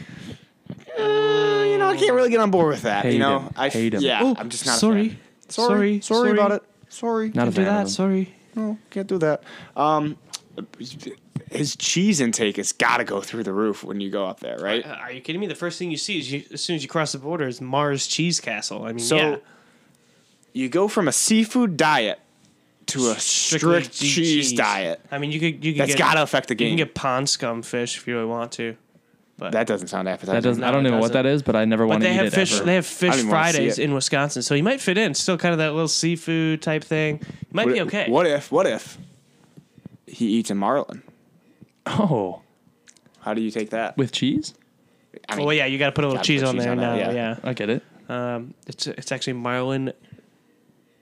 A: uh, you know, I can't really get on board with that.
C: Hate
A: you know,
C: him.
A: I
C: Hate him.
A: yeah,
B: Oh,
A: I'm just not. a
B: sorry.
A: fan. sorry,
B: Sorry.
A: sorry, about it. Sorry,
C: Not a
A: can't do
C: fan of
A: that.
C: him.
A: Sorry, no, can't do that. Um, his cheese intake has got to go through the roof when you go up there, right?
B: Uh, Are you kidding me? The first thing you see is you, as soon as you cross the border is Mars Cheese Castle. I mean,
A: So
B: yeah.
A: you go from a seafood diet to a
B: Strictly
A: strict cheese, diet.
B: I mean, you could you could
A: That's
B: get,
A: got to affect the
B: you can
A: game.
B: get pond scum fish if you really want to.
A: that doesn't sound appetizing.
C: That doesn't. I don't
B: it
C: even know what
B: doesn't.
C: that is, but I never
B: But
C: want to
B: they
C: eat
B: have
C: it
B: fish.
C: ever.
B: They have
A: I
B: fish
A: don't even wanna see
B: Fridays
A: it.
B: in Wisconsin, so you might fit in. Still kind of that little seafood type thing. You might
A: what,
B: be okay.
A: What if? What if he eats a marlin?
C: oh,
A: How do you take that?
C: with cheese?
A: I mean,
B: well, yeah, you got to put a little
A: Gotta
B: cheese
A: put
B: on
A: cheese
B: there
A: on
B: now.
A: that,
B: yeah,
A: yeah.
C: I get it.
B: Um, it's it's actually marlin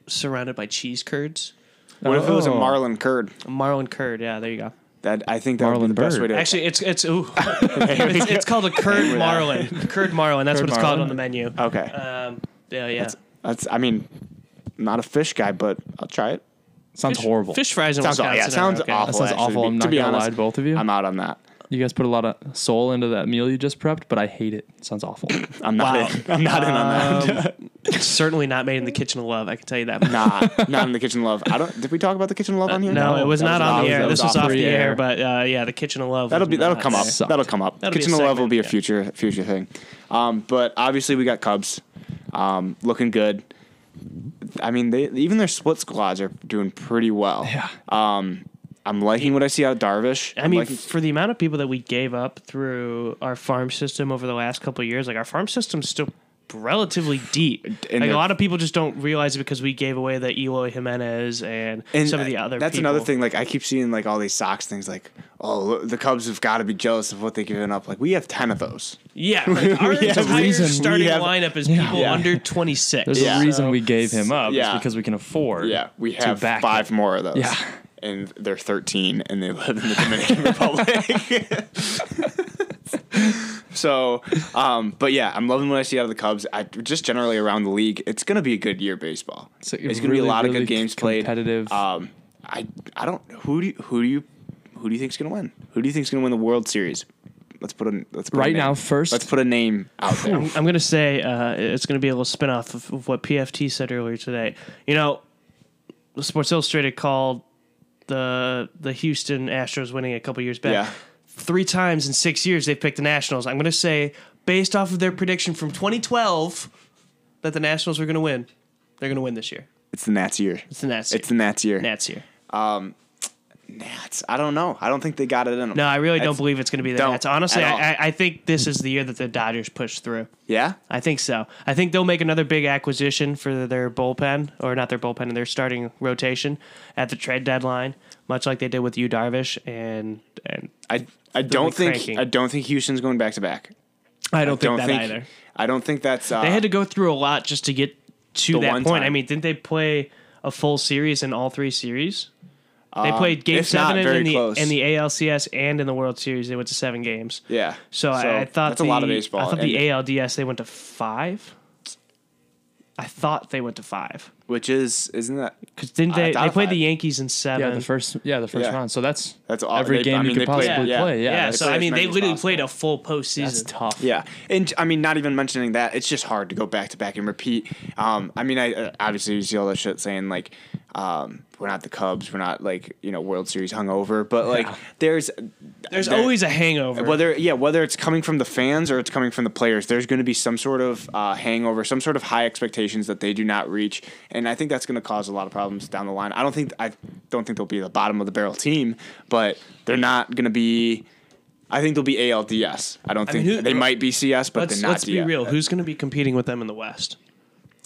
B: surrounded by cheese curds.
A: what if it was a
C: Oh.
A: marlin curd?
B: Marlin curd. Yeah, there you go.
A: That I think that would be
C: Marlin
A: the best
C: bird.
A: way to
B: Actually, it's it's ooh, it's, it's called a curd marlin. Curd marlin. That's
C: Curd
B: what it's called
C: marlin?
B: on the menu.
A: Okay,
B: Um, yeah, yeah.
A: that's. I mean, not a fish guy, but I'll try it.
C: Sounds
B: Fish-
C: horrible.
B: Fish fries in
A: Sounds,
B: Wisconsin.
A: yeah, it
B: are
A: sounds
B: okay.
A: awful.
C: That sounds
A: actually,
C: awful.
A: to
C: I'm
A: be-
C: not
A: to be
C: gonna lie
A: honest,
C: to both of you.
A: I'm out on that.
C: You guys put a lot of soul into that meal you just prepped, but I hate it. It sounds awful.
A: I'm not
B: Wow. Um,
A: in. I'm not in on that.
B: It's certainly not made in the kitchen of love. I can tell you that. much.
A: Nah, not in the kitchen love. I don't. Did we talk about the kitchen love on here?
B: No, it was
A: That
B: not on
A: off-
B: the air.
A: that
B: This was off the air,
C: air.
B: but uh, yeah, the kitchen of love.
A: That'll
B: was
A: be that'll
B: not-
A: come up.
C: Sucked.
A: That'll come up.
B: That'll be a
A: Kitchen of Love will be a
B: segment,
A: future future thing. Um, but obviously we got Cubs, um, looking good. I mean, they even their split squads are doing pretty well.
C: Yeah.
A: Um, I'm liking what I see out of Darvish.
B: I
A: I'm
B: mean,
A: liking-
B: for the amount of people that we gave up through our farm system over the last couple of years, like our farm system's still relatively deep.
A: And
B: like a
A: they're-
B: lot of people just don't realize it because we gave away the Eloy Jimenez and,
A: and
B: some of the
A: I-
B: other.
A: That's
B: people.
A: another thing. Like I keep seeing like all these Sox things. Like, oh, look, the Cubs have got to be jealous of what they've given up. Like we have ten of those.
B: Yeah, like, our entire
A: reason. We
B: starting
A: have-
B: lineup is people
A: Yeah.
B: under twenty six.
C: There's
A: Yeah.
C: a reason we gave him up.
A: Yeah.
C: It's because we can afford.
A: Yeah, we
C: to
A: have
C: back
A: five
C: him.
A: more of those.
C: Yeah.
A: And they're 13 and they live in the Dominican Republic. so, um, but yeah, I'm loving what I see out of the Cubs. I, just generally around the league, it's going to be a good year baseball.
C: So
A: it's going to be
C: really,
A: a lot
C: really
A: of good games played.
C: competitive.
A: Um, I I don't who do you, who do you who do you think's going to win? Who do you think's going to win the World Series? Let's put a let's put a
C: Right
A: name.
C: now, first-
A: Let's put a name out there.
B: I'm gonna say uh, it's gonna be a little spinoff of, of what PFT said earlier today. You know, Sports Illustrated called the the Houston Astros winning a couple years back.
A: Yeah.
B: Three times in six years they've picked the Nationals. I'm gonna say based off of their prediction from 2012 that the Nationals were gonna win. They're gonna win this year.
A: It's the Nats year.
B: It's the Nats.
A: It's the Nats year.
B: Nats year.
A: Nats. I don't know. I don't think they got it in them.
B: No, I really don't
A: It's-
B: believe it's gonna be the
A: don't
B: Nats. Honestly,
A: at all.
B: I, I, I think this is the year that the Dodgers push through.
A: Yeah.
B: I think so. I think they'll make another big acquisition for their bullpen, or not their bullpen, their starting rotation at the trade deadline, much like they did with Yu Darvish. And and
A: I I don't think
B: cranking.
A: I don't think Houston's going back to back.
B: I don't
A: Don't
B: think that
A: think
B: either.
A: I don't think that's uh,
B: They had to go through a lot just to get to
A: The
B: that
A: one
B: point.
A: time.
B: I mean, didn't they play a full series in all three series? They played Game
A: Um, if not,
B: Seven in, in
A: very
B: the
A: close.
B: in the ALCS and in the World Series. They went to seven games.
A: yeah.
B: So, I, I thought
A: that's
B: the,
A: a lot of baseball.
B: I thought
A: and-
B: the ALDS they went to five. I thought they went to five.
A: which is isn't that
B: Because didn't
A: I
B: they?
A: thought
B: They played
A: five.
B: the Yankees in seven.
C: Yeah, the first. Yeah, the first
A: Yeah.
C: round. So that's
A: That's all-
C: every
A: they-
C: game
A: I mean,
C: you
A: they
C: could
A: played-
C: possibly
A: yeah.
C: play. Yeah,
A: they
B: yeah, so
A: played
B: I
A: as
B: mean,
A: many
B: they
A: as
B: literally
A: possible.
B: played a full postseason.
C: that's tough.
A: yeah, and I mean, not even mentioning that, it's just hard to go back to back and repeat. Um, I mean, I uh, obviously you see all that shit saying like, um, we're not the Cubs, we're not like you know World Series hungover, but like there's
B: There's
A: there-
B: always a hangover.
A: Whether yeah, whether it's coming from the fans or it's coming from the players, there's going to be some sort of uh, hangover, some sort of high expectations that they do not reach, and I think that's going to cause a lot of problems down the line. I don't think I don't think they'll be the bottom of the barrel team, but they're not going to be. I think they'll be ALDS. I don't think
B: mean, who-
A: they might be CS, but
B: let's
A: they're not.
B: let's be
A: DS.
B: real. Who's going to be competing with them in the West?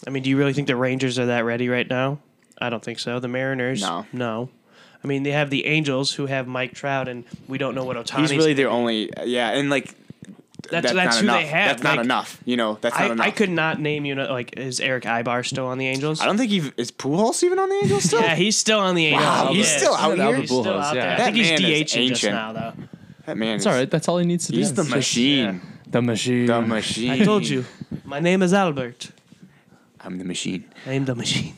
B: I mean, do you really think the Rangers are that ready right now? I don't think so. The Mariners,
A: No.
B: no. I mean, they have the Angels who have Mike Trout, and we don't know what Otani's.
A: He's really their only. Yeah, and like that's,
B: that's that's,
A: not
B: who
A: enough.
B: they have.
A: That's not
B: Like,
A: enough. You know, that's not
B: I,
A: enough.
B: I could not name you. know, Like, is Eric Ibar still on the Angels?
A: I don't think he is Pujols even on the Angels still.
B: yeah, he's still on the Angels.
A: Wow, he's
B: Yeah.
A: still out
C: Yeah,
A: here.
C: Albert
B: He's still
C: Pujols,
B: out there.
C: yeah.
B: I
A: That
B: think he's
A: man is
B: DHing just
A: ancient.
B: now, though.
A: That man,
C: It's
A: is,
C: all right. That's all he needs to do.
A: He's the
C: It's just-
A: machine.
C: The machine.
A: The machine.
B: I told you. My name is Albert.
A: I'm the machine.
B: I am the machine.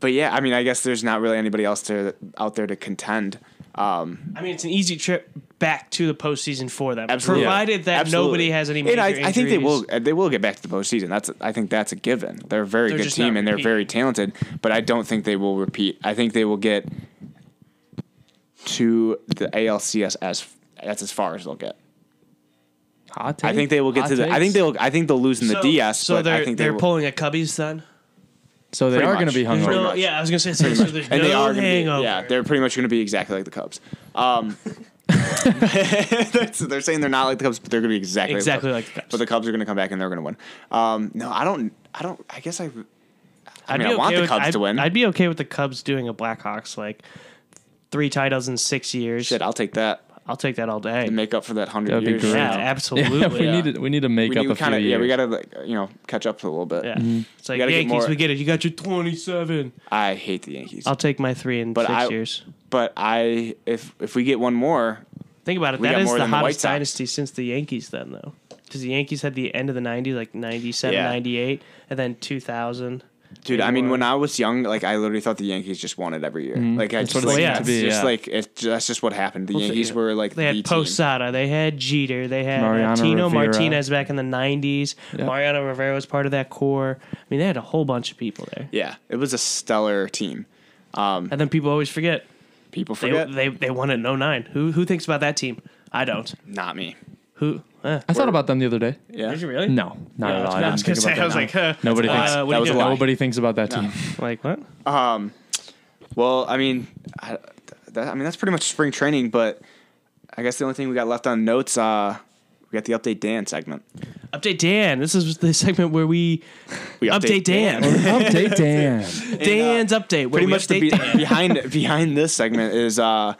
A: But yeah, I mean, I guess there's not really anybody else to, out there to contend. um,
B: I mean, it's an easy trip back to the postseason for them,
A: Absolutely.
B: provided that
A: Absolutely.
B: nobody has any
A: And
B: major
A: I, I think they will.
B: injuries.
A: They will get back to the postseason. That's. I think that's a given. They're a very
B: They're
A: good
B: just not
A: team and they're
B: repeating.
A: very talented. But I don't think they will repeat. I think they will get to the ALCS as that's as far as they'll get.
C: Hot
A: I think they will get
C: Hot
A: to the. I think
C: takes?
A: they'll. I think they'll lose in the
B: So-
A: DS.
B: So
A: but
B: they're
A: I think they
B: they're
A: will-
B: pulling a Cubbies then.
C: So they
A: Pretty
C: are going
A: much.
C: to be
A: There's
C: hungover.
A: Pretty
B: No,
A: much.
B: yeah, I was gonna say so, so there's
A: and
B: no
A: they are going to
B: hangover.
A: be. Yeah, they're pretty much going to be exactly like the Cubs. Um, that's, they're saying they're not like the Cubs, but they're going to be exactly
B: exactly
A: the Cubs.
B: like the
A: But
B: Cubs.
A: the Cubs are going to come back and they're going to win. Um, no, I don't. I don't. I guess I. I
B: I'd
A: mean,
B: be
A: I want
B: okay
A: the
B: with-
A: Cubs
B: I'd-
A: to win.
B: I'd be okay with the Cubs doing a Blackhawks like three titles in six years.
A: Shit, I'll take that
B: I'll take that all day.
A: and make up for that hundred
C: That'd be
A: years.
C: great.
B: Yeah,
C: Yeah.
B: absolutely.
C: Yeah, we
B: Yeah.
C: need to, we need to make
A: We,
C: up
A: we
C: a
A: kind of
C: few
A: yeah, we
C: years.
A: gotta like you know catch up a little bit.
B: It's like
A: Mm-hmm. gotta get
B: Yankees,
A: more-
B: we get it. You got your 27.
A: I hate the Yankees,
B: I'll take my three in
A: But
B: six
A: I-
B: years.
A: but I if if we get one more,
B: Think about it.
A: we
B: That
A: got
B: is
A: more
B: the
A: than the White
B: hottest
A: Sox.
B: dynasty since the Yankees, then, though. Because the Yankees had the end of the 90s, like 97,
A: Yeah.
B: 98, and then 2000.
A: Dude, I mean,
B: anymore.
A: when I was young, like I literally thought the Yankees just won it every year.
B: Mm-hmm.
A: Like I
C: That's
A: just,
C: what
A: like,
C: it's
B: meant to
A: it's
C: be,
A: just
C: yeah.
A: like it's ju- that's just what happened. The
B: so,
A: Yankees
B: yeah.
A: were like
B: They
A: the
B: had
A: team.
B: Posada, they had Jeter, they had uh,
C: Mariano
B: Tino
C: Rivera.
B: Martinez back in the 90s.
C: Yeah.
B: Mariano Rivera was part of that core. I mean, they had a whole bunch of people there.
A: Yeah, it was a stellar team.
B: And then people always forget.
A: People
B: They,
A: forget,
B: they, they won it in 09. Who, who thinks about that team? I don't.
A: not me.
B: Who? Uh,
C: I thought about them the other day.
A: Yeah,
B: Did you really?
C: No, not
B: No,
C: at all.
B: I
C: I
B: was
C: didn't
B: gonna
C: think about
B: say, I
C: that
B: was
C: now.
B: like, huh,
C: nobody
B: uh,
C: thinks
B: what
A: are
C: that
A: you
C: was
A: doing?
C: nobody thinks about that team.
B: Like what?
A: Well, I mean, I, that, I mean that's pretty much spring training. But I guess the only thing we got left on notes, uh, we got the update Dan segment.
B: Update Dan. This is the segment where we
A: We
B: update, Dan.
C: Update Dan.
B: Dan's update. Where
A: uh, pretty
B: we
A: much the
B: update
A: be-
B: Dan.
A: behind behind this segment is uh,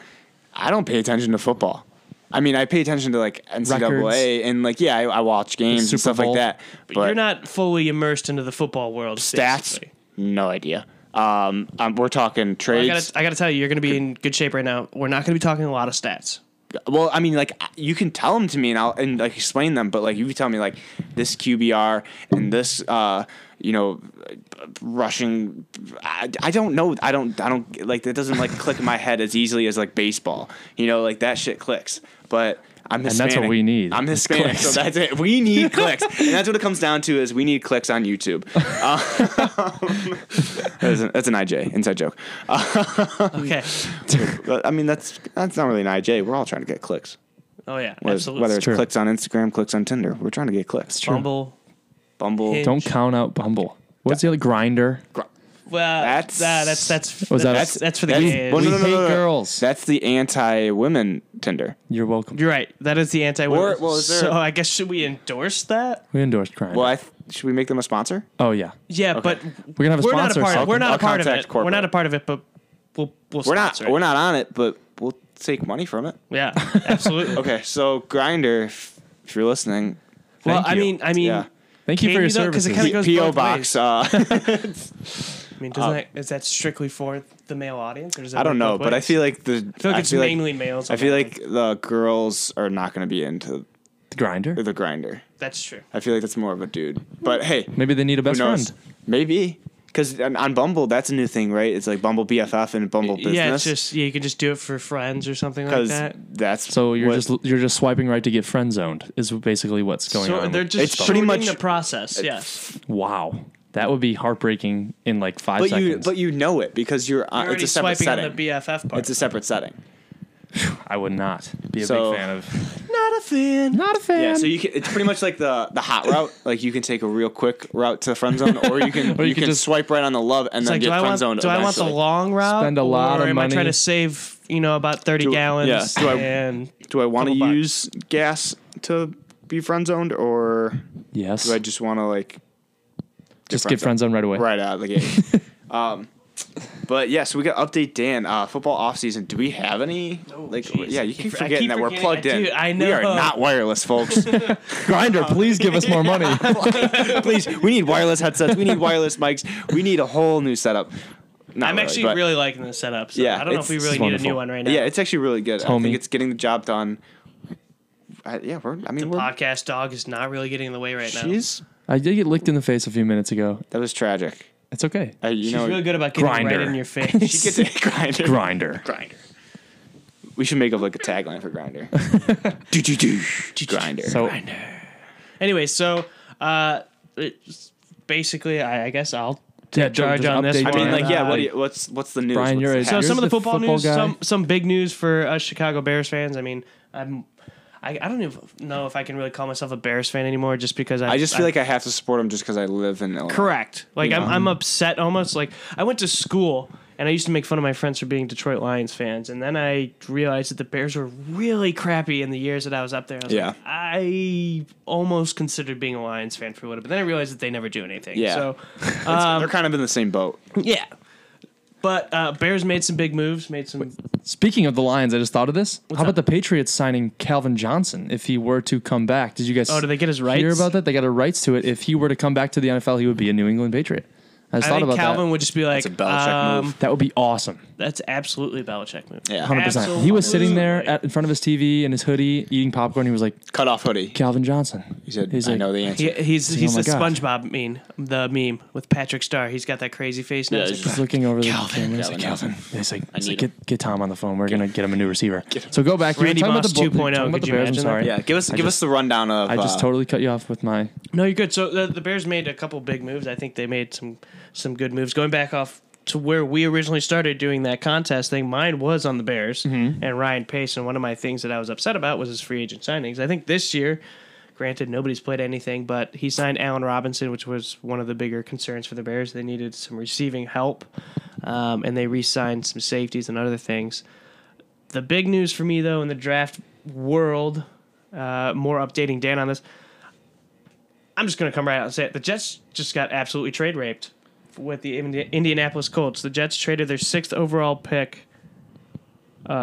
A: I don't pay attention to football. I mean, I pay attention to like NCAA
C: Records.
A: and like yeah, I, I watch games
C: Super
A: and stuff
C: Bowl.
A: like that. But,
B: You're not fully immersed into the football world.
A: stats,
B: basically.
A: no idea. Um, um, we're talking
B: I
A: trades.
B: gotta, I gotta tell you, you're gonna be in good shape right now. We're not gonna be talking a lot of stats.
A: well, I mean, like you can tell them to me and I'll and like explain them, but like you can tell me like this QBR and this uh you know rushing. I, I don't know. I don't. I don't like that. Doesn't like click in my head as easily as like baseball. You know, like that shit clicks. But I'm
C: that's
A: Hispanic.
C: what we need,
A: I'm
C: is
A: Hispanic,
C: clicks.
A: so that's it. We need clicks, and that's what it comes down to. Is we need clicks on YouTube. Um, that's, an, that's an IJ inside joke.
B: Okay.
A: But, I mean, that's that's not really an IJ. We're all trying to get clicks.
B: Oh yeah.
A: Whether,
B: absolutely.
A: whether it's
C: true.
A: clicks on Instagram, clicks on Tinder, we're trying to get clicks.
B: Bumble.
A: Bumble.
B: Hinge.
C: Don't count out Bumble. What's the other grinder?
B: Well,
A: That's-
B: that's that's that's
C: Was that-
B: that's, that's for the
A: That's-
B: gays.
A: well,
C: no, no, We hate girls.
A: That's the anti-women Tinder.
C: You're welcome.
B: You're right. That is the anti.
A: Or- well, is there-
B: so I guess should we endorse that?
C: we endorsed grinder.
A: Well, I th- should we make them a sponsor?
C: oh yeah,
B: Yeah, but
C: we're gonna have a
B: we're not a
C: sponsor.
B: part.
C: so-
B: Of, we're not
A: I'll
B: a part of
A: contact
B: it. We're
A: corporate.
B: not a part of it, but we'll we'll.
A: We're not.
B: sponsor it.
A: We're not on it, but we'll take money from it.
B: Yeah, absolutely.
A: Okay, so Grinder, if, if you're listening,
B: Well,
C: Thank
B: I
C: you.
B: mean, I mean,
A: Yeah.
C: Thank you
B: Can
C: for your
B: you though? 'Cause
C: services.
B: it kinda goes
A: PO
B: both
A: box. Uh,
B: I mean, doesn't that is that strictly for the male audience, or does that
A: I don't
B: work
A: know,
B: both
A: but I
B: ways?
A: feel like the.
B: I feel like it's mainly males.
A: I feel
B: apparently.
A: like the girls are not going to be into
C: grinder.
A: the Grinder.
B: that's true.
A: I feel like that's more of a dude. But hey,
C: Maybe they need a best
A: Who knows?
C: friend.
A: Maybe because on, on Bumble, that's a new thing, right? It's like Bumble BFF and Bumble Business.
B: Yeah, it's just yeah, you can just do it for friends or something like
A: because
B: that.
A: that's
C: So you're
A: what-
C: just you're just swiping right to get friend zoned is basically what's going
B: So
C: on.
B: they're just
A: It's pretty
B: shortening
A: much-
B: the process. Yes,
C: wow, that would be heartbreaking in like five
A: but you
C: seconds.
A: but you know it because you're on,
B: You're
A: it's
B: already
A: a separate
B: swiping
A: setting.
B: on the BFF part.
A: it's a separate setting.
C: I would not be a
A: So-
C: big fan of.
B: not a fan.
C: Not a fan.
A: Yeah, so you can it's pretty much like the the hot route. Like you can take a real quick route to the friend zone, or you can
C: Or
A: you,
C: you can
A: can
C: just-
A: swipe right on the love and
B: It's
A: then
B: like,
A: get
B: do I
A: friend
B: want
A: zoned.
B: do I want the
A: eventually.
B: long route?
C: Spend a lot
B: or
C: of
B: am I trying
C: money.
B: to save you know about thirty
A: Do-
B: gallons?
A: yeah. Do I-
B: and
A: Do I want to
B: Couple bucks.
A: use gas to be friend zoned, or
C: yes,
A: do I just want to like
C: just
A: friend
C: get friend zoned right away.
A: right out of the gate? um, but yes, we got update Dan. Uh, football offseason. Do we have any? like,
B: Oh, jeez.
A: yeah,
B: I
A: you
B: keep
A: keep
B: for- I
A: forgetting
B: keep
A: that we're
B: forgetting-
A: plugged
B: I
A: in.
B: do- I
A: We are
B: know.
A: not wireless, folks.
C: Grinder, please give us more money.
A: Please, we need wireless headsets. We need wireless mics. We need a whole new setup. Not
B: I'm actually
A: but-
B: really liking this setup. So
A: Yeah,
B: I don't know
A: it's-
B: if we
A: it's
B: really need a new
C: wonderful.
B: one right now.
A: Yeah, it's actually really good. I
C: Homey.
A: think it's getting the job done. I, yeah, we're. I mean, we're.
B: podcast dog is not really getting in the way right now.
A: She's.
C: I did get licked in the face a few minutes ago.
A: That was tragic.
C: It's okay.
A: Uh, you
B: She's
A: know,
B: real good about getting it right
C: Grinder.
B: in your face.
A: she gets it. Grinder.
C: Grinder.
B: grinder.
A: We should make up like a tagline for Grinder. do do do Grinder.
C: So
B: Oh. Anyway, so uh, it's basically, I, I guess I'll
C: yeah,
B: charge on this
A: I mean,
B: one.
A: like, yeah. What?
B: Uh,
A: Do you, what's what's the news?
C: Brian,
A: What's
C: you're
A: the
C: a-
B: So
A: hack?
C: You're
B: some of the
C: the
B: football
C: football
B: news,
C: guy.
B: some some big news for us Chicago Bears fans. I mean, I'm I, I don't even know if I can really call myself a Bears fan anymore, just because I
A: I just feel like I have to support him just because I live in Illinois.
B: correct. Like I'm I'm upset almost. Like I went to school and I used to make fun of my friends for being Detroit Lions fans, and then I realized that the Bears were really crappy in the years that I was up there. I was
A: Yeah.
B: like, I almost considered being a Lions fan for a little, but then I realized that they never do anything.
A: Yeah.
B: So
A: They're kind of in the same boat.
B: yeah. But uh, Bears made some big moves, made some
C: Speaking of the Lions, I just thought of this. How
B: up?
C: about the Patriots signing Calvin Johnson if he were to come back? Did you guys
B: Oh, did they get his rights?
C: hear about that? They got a rights to it. If he were to come back to the NFL, he would be a New England Patriot. I just
B: I
C: thought
B: think
C: about
B: Calvin
C: that.
B: would just be like,
A: a Belichick
B: um,
A: move.
C: That would be awesome.
B: That's absolutely a Belichick move.
A: Yeah.
C: 100%. He was sitting there
B: Absolutely.
C: at, in front of his TV in his hoodie eating popcorn. He was like,
A: Cut off hoodie.
C: Calvin Johnson.
A: He said,
C: He's
A: "I
C: like-
A: know the answer."
B: He, he's he's
C: my
B: the
C: God.
B: SpongeBob meme, the meme with Patrick Starr. He's got that crazy face. Now.
A: Yeah,
B: It's
A: he's
B: like,
C: He's looking over the
A: Calvin,
C: camera. He's
A: Calvin,
C: like, Calvin. He's like, he's like
A: need him.
C: get, get Tom on the phone. We're going to get him a new receiver. So go back.
B: Randy
C: you were talking
B: Moss
C: about the, Bull-
B: 2.0,
C: talking about
B: could
C: the
B: you
C: Bears,
B: imagine
C: I'm
B: that?
C: sorry.
A: Yeah, give us
C: I
A: give
C: just-
A: us the rundown of.
C: I just
A: uh,
C: totally cut you off with my.
B: no, you're good. So the, the Bears made a couple big moves. I think they made some some good moves. Going back off to where we originally started doing that contest thing, mine was on the Bears and Ryan Pace. And one of my things that I was upset about was his free agent signings. I think this year, granted, nobody's played anything, but he signed Allen Robinson, which was one of the bigger concerns for the Bears. They needed some receiving help, um, and they re-signed some safeties and other things. The big news for me, though, in the draft world, uh, more updating Dan on this. I'm just going to come right out and say it. The Jets just got absolutely trade raped with the Indi- Indianapolis Colts. The Jets traded their sixth overall pick um,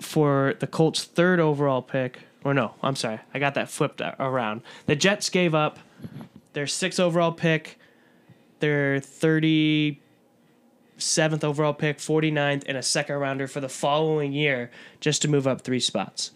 B: for the Colts' third overall pick. Or no, I'm sorry. I got that flipped a- around. The Jets gave up their sixth overall pick, their 30 seventh overall pick, 49th, and a second rounder for the following year just to move up three spots.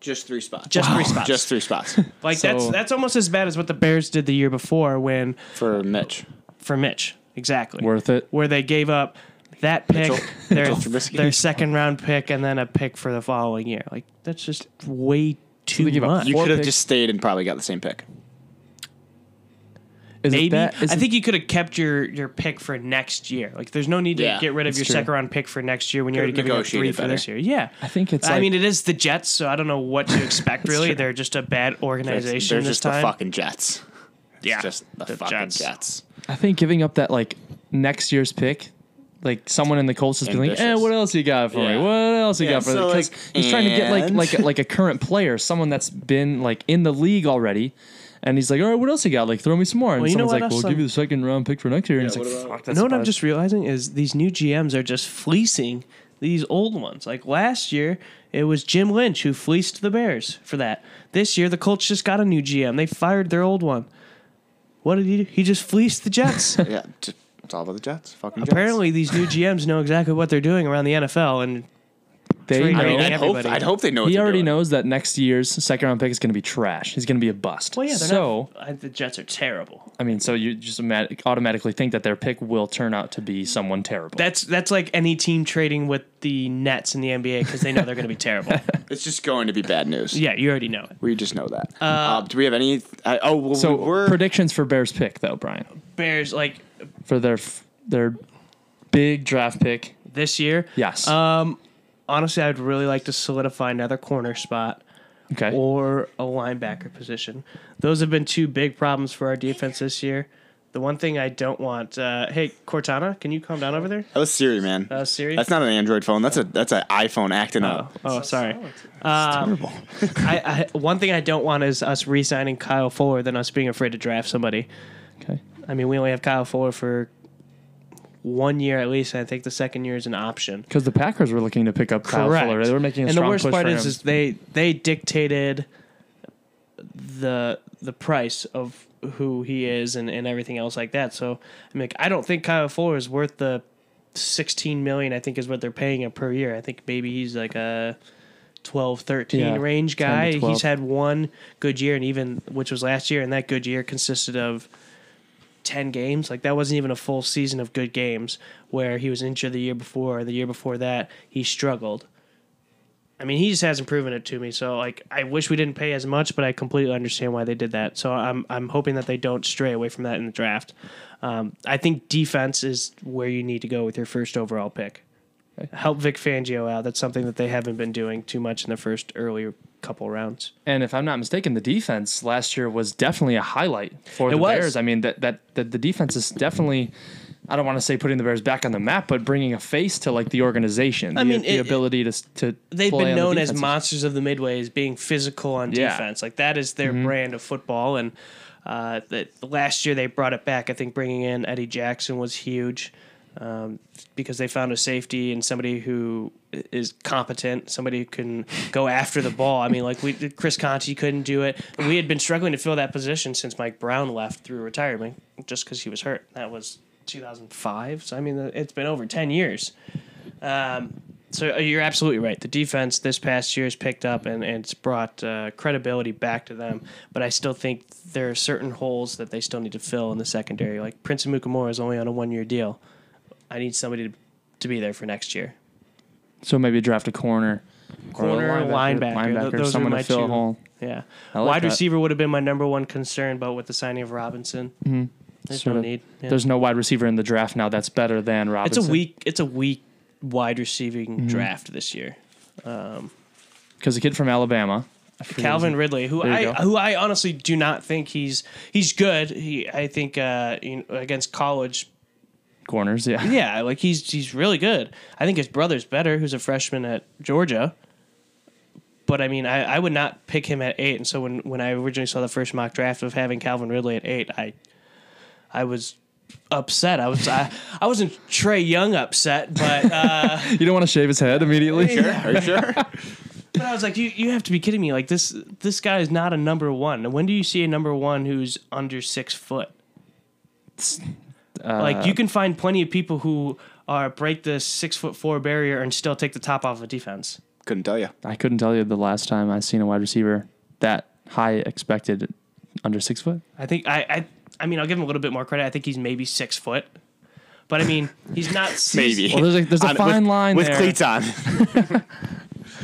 A: just three spots.
B: Just three spots.
A: Just three spots
B: Like that's
C: So-
B: that's almost as bad as what the Bears did the year before when
A: for Mitch.
B: for Mitch exactly
C: Worth it.
B: where they gave up that pick, their
A: Mitchell Trubisky.
B: their second round pick, and then a pick for the following year. Like that's just way too
C: they gave up
B: much.
A: You
C: Four
A: could have
C: picks.
A: just stayed and probably got the same pick.
C: Is it
B: Maybe
C: that- is
B: I
C: it-
B: think you could have kept your your pick for next year. Like there's no need to
A: Yeah,
B: get rid of
C: that's
B: your
C: true.
B: second round pick for next year when you're already
A: Could've
B: giving up three
A: negotiated
B: for
A: better.
B: this year. Yeah.
C: I think it's.
B: I
C: like-
B: mean, it is the Jets, so I don't know what to expect. really,
C: true.
B: they're just a bad
A: They're
B: organization this
A: just
B: time.
A: the fucking Jets. It's
B: Yeah,
A: just the,
B: the
A: fucking
B: Jets.
A: Jets.
C: I think giving up that like next year's pick, like someone in the Colts is being like, "Eh,
A: Ambitious.
C: what else you got for
A: Yeah.
C: me? What else you
A: Yeah,
C: got for
A: so,
C: me?" Because
A: like,
C: he's trying to get like
A: and-
C: like like a current player, someone that's been like in the league already, and he's like, "All right, what else you got? Like, throw me some more." And
B: Well, you know
C: someone's
B: what
C: like,
B: else
C: "We'll give
B: I'm-
C: you the second round pick for next year." And he's like, "Fuck, that's
B: You know what I'm
C: about-
B: just realizing is these new GMs are just fleecing these old ones. Like last year, it was Jim Lynch who fleeced the Bears for that. This year, the Colts just got a new GM. They fired their old one. What did he do? He just fleeced the Jets.
A: Yeah, just, it's all about the Jets. Fucking Jets.
B: Apparently, these new GMs know exactly what they're doing around the NFL, and
C: They
B: Trade
C: know.
A: I mean,
B: No.
A: I'd hope,
B: Everybody.
A: I'd hope they know. what
C: he
A: they're
C: already
A: doing.
C: knows that next year's second round pick is going to be trash. He's going to be a bust.
B: well, oh, yeah, they're
C: so
B: not, I, the Jets are terrible.
C: I mean, so you just automatic, automatically think that their pick will turn out to be someone terrible.
B: That's that's like any team trading with the Nets in the NBA because they know they're going to be terrible.
A: It's just going to be bad news.
B: Yeah, you already know it.
A: We just know that. Uh, do we have any? I, oh, well,
C: so
A: we were.
C: predictions for Bears pick though, Brian.
B: Bears like
C: for their f- their big draft pick. Uh,
B: this year.
C: Yes.
B: honestly, I'd really like to solidify another corner spot
C: okay.
B: or a linebacker position. Those have been two big problems for our defense this year. The one thing I don't want, uh, hey Cortana, can you calm down over there?
A: that was Siri, man.
B: Uh, Siri.
A: That's not an Android phone. That's a that's an iPhone acting up.
B: Oh, sorry. Um, I, I, one thing I don't want is us re-signing Kyle Fuller than us being afraid to draft somebody.
C: okay.
B: I mean, we only have Kyle Fuller for one year at least. And I think the second year is an option.
C: Because the Packers were looking to pick up Kyle Fuller. They were making a
B: and
C: strong
B: the worst
C: push
B: part
C: for
B: is,
C: him.
B: is they they dictated the the price of who he is and, and everything else like that. So I mean, like, I don't think Kyle Fuller is worth the sixteen million. I think is what they're paying him per year. I think maybe he's like a 12, 13
C: Yeah,
B: range
C: 10 to
B: guy.
C: 12.
B: He's had one good year, and even which was last year, and that good year consisted of. 10 games. Like that wasn't even a full season of good games where he was injured the year before, the year before that he struggled. I mean, he just hasn't proven it to me. So like, I wish we didn't pay as much, but I completely understand why they did that. So I'm I'm hoping that they don't stray away from that in the draft. Um, I think defense is where you need to go with your first overall pick. Help Vic Fangio out. That's something that they haven't been doing too much in the first earlier couple rounds.
C: And if I'm not mistaken, the defense last year was definitely a highlight for
B: It
C: the
B: was.
C: Bears. I mean, that, that that the defense is definitely. I don't want to say putting the Bears back on the map, but bringing a face to like the organization.
B: I
C: the,
B: mean,
C: the
B: it-
C: ability to s- to
B: They've
C: play on
B: been
C: the
B: known as
C: defensive
B: monsters of the midway as being physical on
C: Yeah.
B: defense. Like that is
C: Mm-hmm.
B: their brand of football. And uh, that last year they brought it back. I think bringing in Eddie Jackson was huge um, because they found a safety and somebody who i- is competent, somebody who can go after the ball. I mean, like we Chris Conti couldn't do it. We had been struggling to fill that position since Mike Brown left through retirement just because he was hurt. That was 2005. So I mean, it's been over 10 years. Um, so you're absolutely right. The defense this past year has picked up and, and it's brought uh, credibility back to them. But I still think there are certain holes that they still need to fill in the secondary. Like Prince of Mukamura is only on a one year deal. I need somebody to, to be there for next year.
C: So maybe draft a corner, or a
B: Corner, linebacker,
C: linebacker,
B: Th- those are
C: someone
B: my
C: to fill a
B: two.
C: hole.
B: Yeah,
C: I like
B: wide
C: that.
B: receiver would have been my number one concern, but with the signing of Robinson, there's
C: Mm-hmm. Sort
B: no
C: of-
B: need. Yeah.
C: There's no wide receiver in the draft now that's better than
B: it's
C: Robinson. Mm-hmm.
B: a weak, it's a weak wide receiving draft this year.
C: because the kid from Alabama, I forget
B: Calvin
C: his
B: Ridley, who
C: There you
B: I
C: go.
B: who I honestly do not think he's he's good. He I think uh, you know, against college,
C: name. corners, yeah.
B: yeah, like he's he's really good. I think his brother's better, who's a freshman at Georgia. But I mean, I, I would not pick him at eight. And so when, when I originally saw the first mock draft of having Calvin Ridley at eight, I I was upset. I was I, I wasn't Trey Young upset, but uh,
C: You don't want to shave his head immediately.
A: Are you sure?
B: But I was like, you, you have to be kidding me. Like this this guy is not a number one. And when do you see a number one who's under six foot? like you can find plenty of people who are break the six foot four barrier and still take the top off of defense.
A: Couldn't tell you.
C: I couldn't tell you the last time I seen a wide receiver that high expected under six foot.
B: I think I I, I mean I'll give him a little bit more credit. I think he's maybe six foot. But I mean, he's not
A: Maybe.
C: Well, there's a, there's a
A: On-
C: fine
A: with,
C: line
A: with
C: there.
A: cleats on.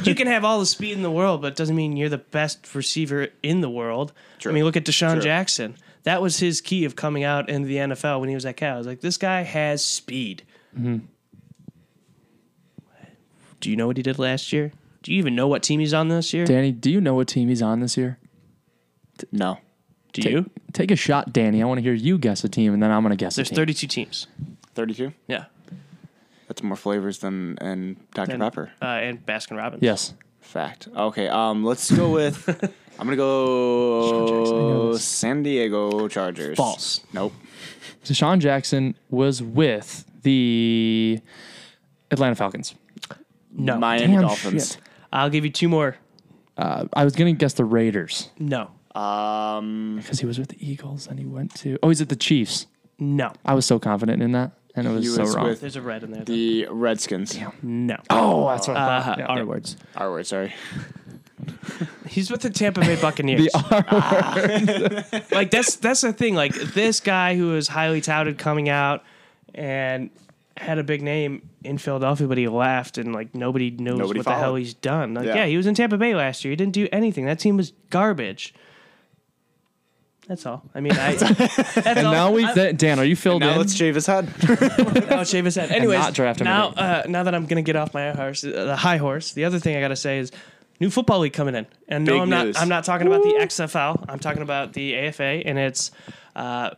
B: You can have all the speed in the world, but it doesn't mean you're the best receiver in the world. I mean, look at Deshaun Jackson. That was his key of coming out into the NFL when he was at Cal. I was like, this guy has speed.
C: Mm-hmm.
B: Do you know what he did last year? Do you even know what team he's on this year?
C: Danny, do you know what team he's on this year?
A: No.
B: Do you?
C: Take a shot, Danny. I want to hear you guess a team, and then I'm gonna guess.
B: There's
C: a team.
B: 32 teams.
A: 32?
B: Yeah.
A: That's more flavors than and Dr.
B: And,
A: Pepper.
B: Uh, and Baskin Robbins.
C: Yes.
A: Fact. Okay, um, let's go with. I'm gonna go San Diego Chargers.
B: False.
A: Nope.
C: Deshaun Jackson was with the Atlanta Falcons.
B: No.
A: Miami
C: Damn
A: Dolphins.
C: shit.
B: I'll give you two more.
C: Uh, I was gonna guess the Raiders
B: No.
A: Um,
C: because he was with the Eagles and he went to. Oh, he's at the Chiefs.
B: No.
C: I was so confident in that, and it was
A: He
C: so
A: was
C: wrong.
A: with-
B: There's a red in there. though.
A: the Redskins.
B: No.
C: oh, that's what I
B: Uh,
C: thought. Yeah.
B: R words.
A: Our word, sorry.
B: He's with the Tampa Bay Buccaneers.
C: The R
A: Ah.
B: like that's that's the thing. Like this guy who was highly touted coming out and had a big name in Philadelphia, but he left and like nobody knows
A: Nobody
B: what the
A: followed.
B: hell he's done. Like yeah.
A: Yeah.
B: he was in Tampa Bay last year. He didn't do anything. That team was garbage. That's all. I mean, I. that's all.
C: Now we
B: I-
C: Dan, are you filled
A: Now
C: in?
A: let's shave his head.
B: I'll shave his head. Anyways,
C: not draft him
B: now uh, now that I'm gonna get off my horse, uh, the high horse. The other thing I gotta say is, new football league coming in, and no,
A: Big
B: I'm
A: news.
B: not. I'm not talking about the XFL. I'm talking about the AFA, and it's uh,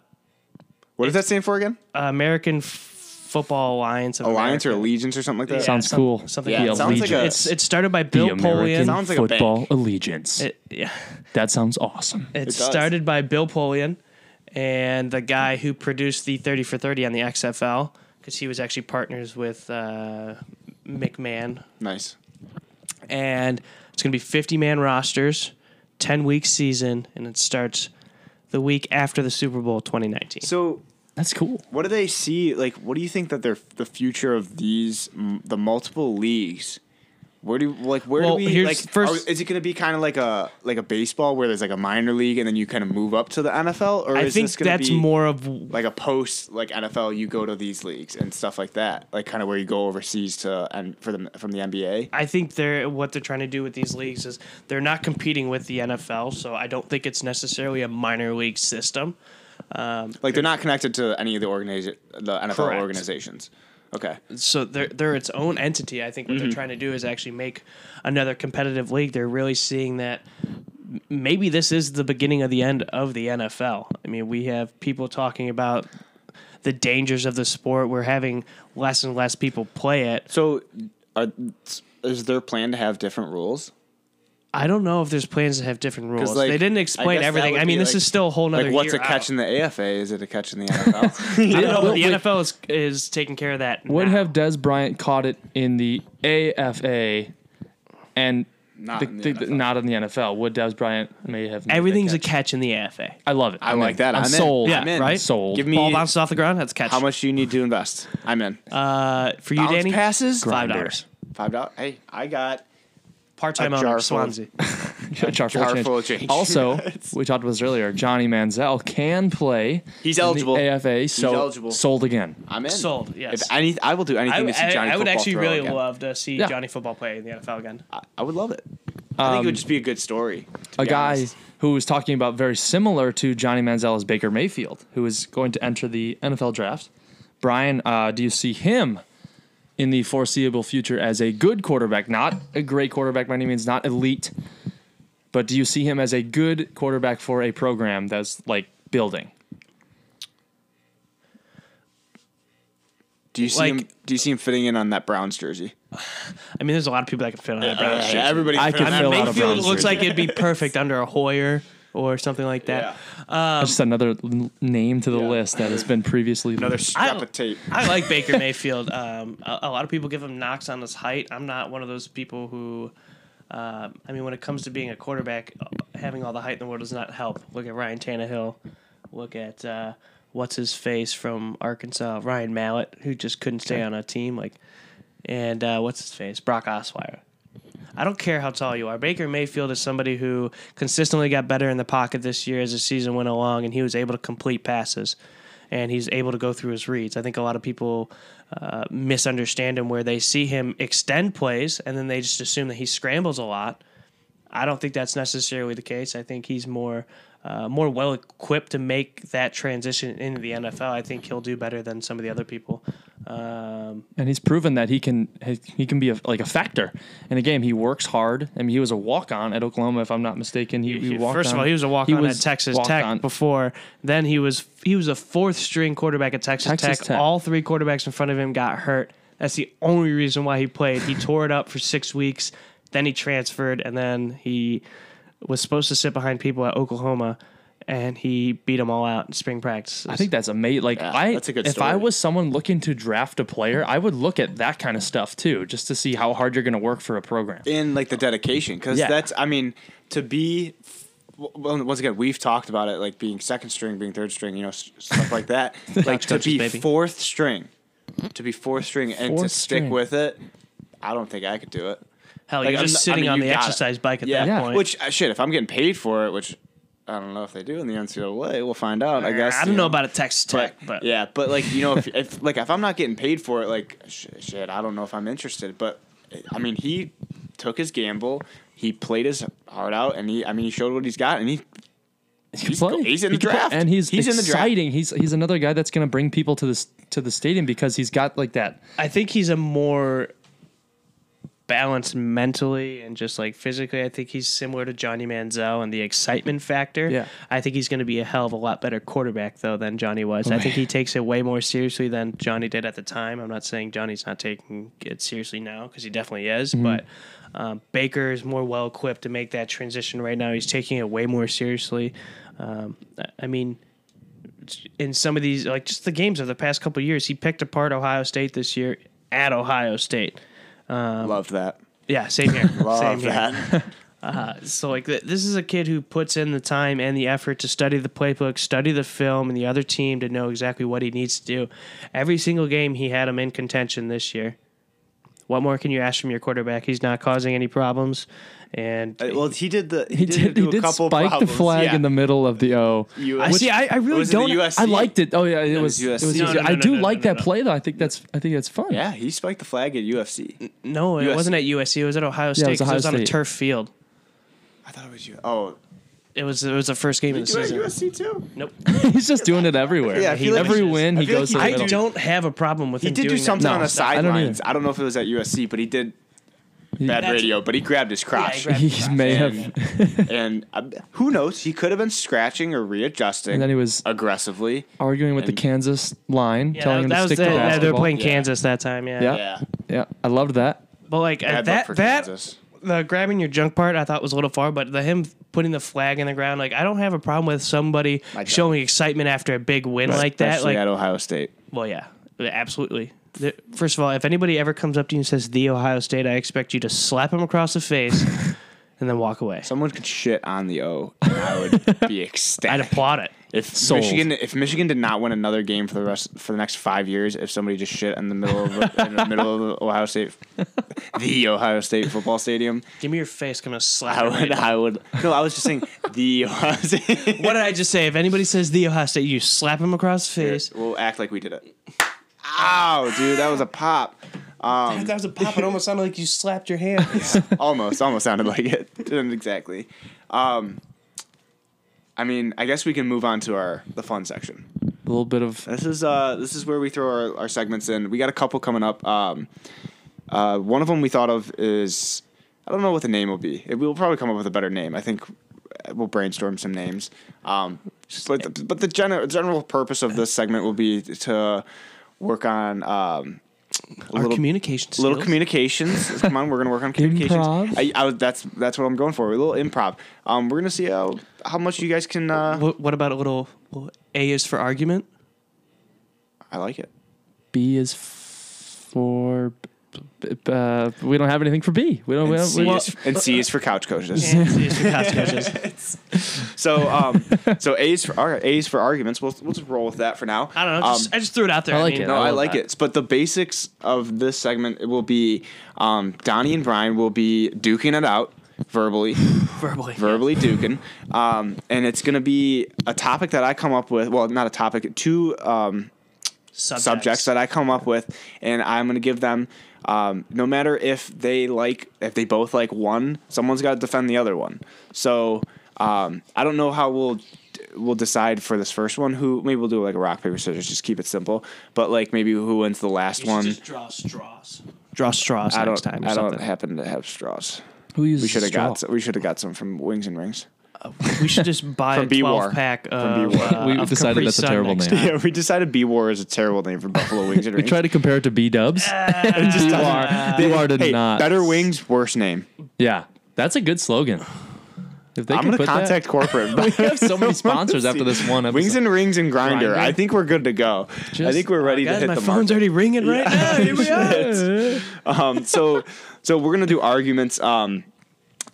A: What does that stand for again?
B: American F- Football Alliance. Of
A: Alliance or
B: America.
A: allegiance or something like that.
B: Yeah,
C: Sounds
B: some-
C: cool.
B: Something.
A: Yeah,
B: like
A: it
B: that.
A: sounds like a-
B: It's it's started by Bill
C: the American
B: Polian.
A: Sounds like a bank.
C: football allegiance.
B: It, yeah,
C: that sounds awesome.
B: it,
A: does.
B: started by Bill Polian, and the guy who produced the Thirty for Thirty on the XFL because he was actually partners with uh, McMahon,
A: Nice.
B: and it's going to be 50 man rosters, 10 week season, and it starts the week after the Super Bowl 2019.
A: So,
C: That's cool.
A: what do they see? Like, what do you think that they're the future of these m- the multiple leagues Where do like where
B: Well,
A: do we
B: here's
A: like?
B: first-
A: are- is it going to be kind of like a like a baseball where there's like a minor league and then you kind of move up to the NFL, or
B: I
A: is
B: think
A: this going to
B: that's
A: be
B: more of
A: like a post like NFL? You go to these leagues and stuff like that, like kind of where you go overseas to and for the from the NBA.
B: I think they're what they're trying to do with these leagues is they're not competing with the NFL, so I don't think it's necessarily a minor league system.
A: Like they're not connected to any of the organiza- the NFL
B: Correct.
A: organizations. Okay,
B: So they're they're its own entity. I think what
A: Mm-hmm.
B: they're trying to do is actually make another competitive league. They're really seeing that m- maybe this is the beginning of the end of the NFL. I mean, we have people talking about the dangers of the sport. We're having less and less people play it.
A: so are, is their plan to have different rules?
B: I don't know if there's plans to have different rules.
A: like,
B: they didn't
A: I
B: explain
A: guess that
B: everything.
A: would
B: I mean,
A: be,
B: this
A: like-
B: is still a whole nother
A: Like what's
B: year
A: a catch
B: out.
A: in the AFA? Is it a catch in the NFL?
B: I don't know, but the NFL is is taking care of that.
C: Would
B: now.
C: have Des Bryant caught it in the AFA and
A: Not
C: the,
A: in the
C: the- the-
A: NFL.
C: not in the NFL? Would Des Bryant may have made the
B: everything's a
C: catch.
B: catch in the AFA.
C: I love it.
A: I like that.
C: I'm
A: I'm in.
C: sold.
B: Yeah,
A: I'm in.
B: right.
C: Sold.
A: Give me
B: Ball bounces off the ground. That's a catch.
A: how much do you need to invest? I'm in.
B: uh, for you,
A: Bounce
B: Danny?
A: passes.
B: Five dollars.
A: Five dollars. Hey, I got
B: Part time
A: A
B: owner
A: jar
B: of
A: full.
B: Swansea.
C: A jar full
A: jar
C: of change.
A: full of change.
C: Also, we talked about this earlier. Johnny Manziel can play.
A: He's
C: in the
A: eligible.
C: AFA. So
A: eligible.
C: sold again.
A: I'm in.
B: Sold, yes.
A: If any, I will do anything
B: I,
A: to see
B: I-
A: Johnny
B: I would
A: football
B: actually
A: throw
B: really
A: again.
B: love to see
C: Yeah.
B: Johnny football play in the NFL again.
A: I, I would love it. I
B: Um,
A: think it would just be a good story. to
C: A
A: be
C: guy
A: honest.
C: who was talking about very similar to Johnny Manziel is Baker Mayfield, who is going to enter the NFL draft. Brian, uh, do you see him in the foreseeable future as a good quarterback? Not a great quarterback by any means, not elite, but do you see him as a good quarterback for a program that's like building?
A: Do you see
B: like-
A: him? Do you see him fitting in on that Browns jersey?
B: I mean, there's a lot of people that can fit on that. Browns
A: Yeah,
B: jersey.
A: everybody.
C: I
A: fit
C: could
A: on
C: fill
A: that
C: out a
A: Browns
B: Mayfield
C: Browns
B: looks
C: jersey.
B: like it'd be perfect under a Hoyer or something like that.
A: Yeah.
C: Just another l- name to the
A: Um, Yeah.
C: list that has been previously.
A: Another strap
B: I-
A: of tape.
B: I like Baker Mayfield. Um, a, a lot of people give him knocks on his height. I'm not one of those people who. Um, I mean, when it comes to being a quarterback, having all the height in the world does not help. Look at Ryan Tannehill. Look at uh, what's his face from Arkansas, Ryan Mallett, who just couldn't stay on a team. Like, and uh, what's his face, Brock Osweiler. I don't care how tall you are. Baker Mayfield is somebody who consistently got better in the pocket this year as the season went along, and he was able to complete passes, and he's able to go through his reads. I think a lot of people uh, misunderstand him where they see him extend plays, and then they just assume that he scrambles a lot. I don't think that's necessarily the case. I think he's more uh, more well equipped to make that transition into the NFL. I think he'll do better than some of the other people. Um,
C: and he's proven that he can he can be a, like a factor in a game. He works hard. I mean, he was a walk on at Oklahoma, if I'm not mistaken. He, he walked
B: First
C: on.
B: of all, he was a walk on at
C: was
B: Texas
C: walked
B: Tech
C: on.
B: before. Then he was he was a fourth string quarterback at Texas,
C: Texas
B: Tech.
C: Tech.
B: All three quarterbacks in front of him got hurt. That's the only reason why he played. He tore it up for six weeks. Then he transferred, and then he was supposed to sit behind people at Oklahoma, and he beat them all out in spring practice.
C: I think that's amazing. Like I,
A: that's a good
C: if I
A: story.
C: was someone looking to draft a player, I would look at that kind of stuff too, just to see how hard you're going to work for a program.
A: in like the dedication because
C: Yeah.
A: that's I mean to be well once again we've talked about it like being second string being third string you know s- stuff like that like to
B: touches,
A: be
B: baby.
A: fourth string to be fourth string and to
C: Fourth
A: stick
C: string.
A: with it I don't think I could do it
B: hell,
A: like,
B: you're
A: I'm
B: just
A: not- I
B: sitting
A: mean,
B: on
A: you
B: the
A: got it.
B: exercise bike at
A: yeah,
B: that point.
A: which uh, shit if I'm getting paid for it which I don't know if they do in the NCAA we'll find out I guess
B: Uh, I
A: you
B: don't know about a Texas Tech,
A: but,
B: but
A: yeah, but like you know, if, if like if I'm not getting paid for it, like sh- shit, I don't know if I'm interested. But I mean, he took his gamble. He played his heart out, and he I mean, he showed what he's got, and he he's,
C: Play.
A: he's in
C: He
A: the
C: can play.
A: draft,
C: and he's
A: he's in the draft.
C: exciting. He's he's another guy that's going to bring people to this to the stadium because he's got like that.
B: I think he's a more balanced mentally and just like physically. I think he's similar to Johnny Manziel and the excitement factor.
C: Yeah.
B: I think he's going to be a hell of a lot better quarterback though than Johnny was. I think he takes it way more seriously than Johnny did at the time. I'm not saying Johnny's not taking it seriously now because he definitely is, but. Um, Baker is more well equipped to make that transition right now. He's taking it way more seriously. Um, I- I mean, in some of these like just the games of the past couple of years he picked apart ohio state this year at ohio state
E: Um,
A: Love that.
B: yeah same here same
A: Love
B: here Uh,
A: that.
B: so like th- this is a kid who puts in the time and the effort to study the playbook study the film and the other team to know exactly what he needs to do every single game he had him in contention this year What more can you ask from your quarterback? He's not causing any problems, and
A: Uh, Well, he did the he,
E: He did.
A: did, do
E: He
A: a
E: did
A: couple
E: spike
A: problems.
E: the flag
A: yeah.
E: in the middle of the O.
A: You-
E: I
A: Which-
E: see. I, I really
A: was it the
E: don't.
A: USC?
E: I liked it. Oh yeah, it
A: It
E: was.
A: was
E: It was easy.
A: USC. No,
B: no,
E: I
B: no,
E: do
B: no,
E: like
B: no,
E: that
B: no.
E: play though. I think that's. I think that's fun.
A: Yeah, he spiked the flag at UFC.
B: no, it
A: USC.
B: wasn't at USC. It was at Ohio State. 'cause it
E: Ohio
B: was, on a
E: State.
B: turf field.
A: I thought it was you. Oh,
B: It was it was the first game of the
A: you at
B: season.
A: USC too?
B: Nope.
E: He's just doing it everywhere.
A: Yeah, I feel like
E: every
A: he
B: should-
E: win
A: I
E: he
A: feel like
E: goes
A: he
B: I
E: to the
A: did
E: middle.
B: don't have a problem with
A: He
B: him
A: did
B: doing
A: do
B: that.
A: something on
E: No,
A: the
E: I don't either.
A: sidelines. I, don't know if it was at USC, but he did bad
B: That's-
A: radio. But he grabbed his crotch.
B: he grabbed-
E: He may have.
A: and uh, who knows? He could have been scratching or readjusting.
E: And then he was
A: aggressively.
E: arguing with the
A: And-
E: Kansas line,
B: Yeah,
E: telling
B: that, that
E: him to
B: was
E: stick to
B: the- yeah, they were
E: basketball.
B: playing
A: Yeah.
B: Kansas that time. Yeah.
E: Yeah.
A: Yeah,
E: Yeah, I loved that.
B: But like
A: Bad
B: uh,
A: luck
B: that
A: for
B: that
A: Kansas.
B: the grabbing your junk part, I thought was a little far. But the him putting the flag in the ground, like I don't have a problem with somebody
A: don't.
B: showing excitement after a big win like that.
A: Especially
B: Like,
A: at Ohio State.
B: well, yeah, absolutely. The- First of all, if anybody ever comes up to you and says the Ohio State, I expect you to slap him across the face and then walk away.
A: Someone could shit on the O, and I would be
B: I'd
A: ecstatic.
B: applaud it.
A: If
E: Sold.
A: Michigan, if Michigan did not win another game for the rest for the next five years, if somebody just shit in the middle of in the middle of Ohio State, the Ohio State football stadium,
B: Give me your face. I'm gonna slap.
A: I
B: it right
A: would,
B: now.
A: I would. No, I was just saying the Ohio State.
B: What did I just say? If anybody says the Ohio State, you slap him across the face.
A: We'll act like we did it. Ow, dude, that was a pop.
B: That was a pop. It almost sounded like you slapped your hand.
A: almost, almost sounded like it. Didn't exactly. Um, I mean, I guess we can move on to our the fun section.
E: A little bit of
A: This is uh, this is where we throw our, our segments in. We got a couple coming up. Um, uh, one of them we thought of is I don't know what the name will be. It- We'll probably come up with a better name. I think uh, we'll brainstorm some names. Um, but the, but the general general purpose of this segment will be to work on um, a
B: Our
A: little-
B: communication skills.
A: little communications. Come on, we're gonna work on communications.
E: Improv.
A: I, I was, that's that's what I'm going for. A little improv. Um, we're gonna see how how much you guys can. Uh,
B: What, what about a little well, A is for argument?
A: I like it.
E: B is f- for. b- b- Uh, we don't have anything for B. We don't. We
A: And,
E: don't
A: C,
E: we
A: is, and C is for couch coaches.
B: And C is for couch coaches.
A: So um, so A's for ar- A's for arguments. We'll we'll just roll with that for now.
B: I don't know. Just,
A: Um,
B: I just threw it out there.
E: I like
B: mean,
E: it.
A: No,
E: I
A: I,
E: love
A: like
E: that.
A: it. But the basics of this segment will be um, Donnie and Brian will be duking it out verbally,
B: Verbally.
A: verbally duking, um, and it's going to be a topic that I come up with. Well, not a topic, two um,
B: Subjects.
A: subjects that I come up with, and I'm going to give them. Um, no matter if they like, if they both like one, someone's got to defend the other one. So um, I don't know how we'll we'll decide for this first one. Who maybe we'll do like a rock paper scissors, just keep it simple. But like maybe who wins the last
B: You should
A: one?
B: Just draw straws. Draw straws
A: I don't.
B: next time or
A: I don't
B: something.
A: happen to have straws.
E: Who uses
A: We should have got.
E: straw?
A: Some, we should have got some from Wings and Rings.
B: we should just buy a
A: From B-War.
B: 12 pack
A: From
B: of.
A: B-War.
B: Uh,
E: We
B: of
E: decided
B: Capri
E: that's a
B: Sun
E: terrible
B: next
E: name.
B: time.
A: Yeah, we decided B War is a terrible name for Buffalo Wings and
E: We
A: Rings.
E: tried to compare it to B Dubs.
A: just
E: You are. You are did
A: hey,
E: not.
A: better wings, worse name.
E: Yeah, that's a good slogan. If they
A: I'm
E: could
A: gonna
E: put
A: contact corporate.
E: That, we have so many sponsors after this one. Episode.
A: Wings and rings and grinder.
E: Grindr?
A: I think we're good to go. I
E: Just-
A: think we're ready to
B: Guys,
A: hit
B: my
A: the mark.
B: phone's already ringing right now. Here we are.
A: Um, so, so we're gonna do arguments. Um,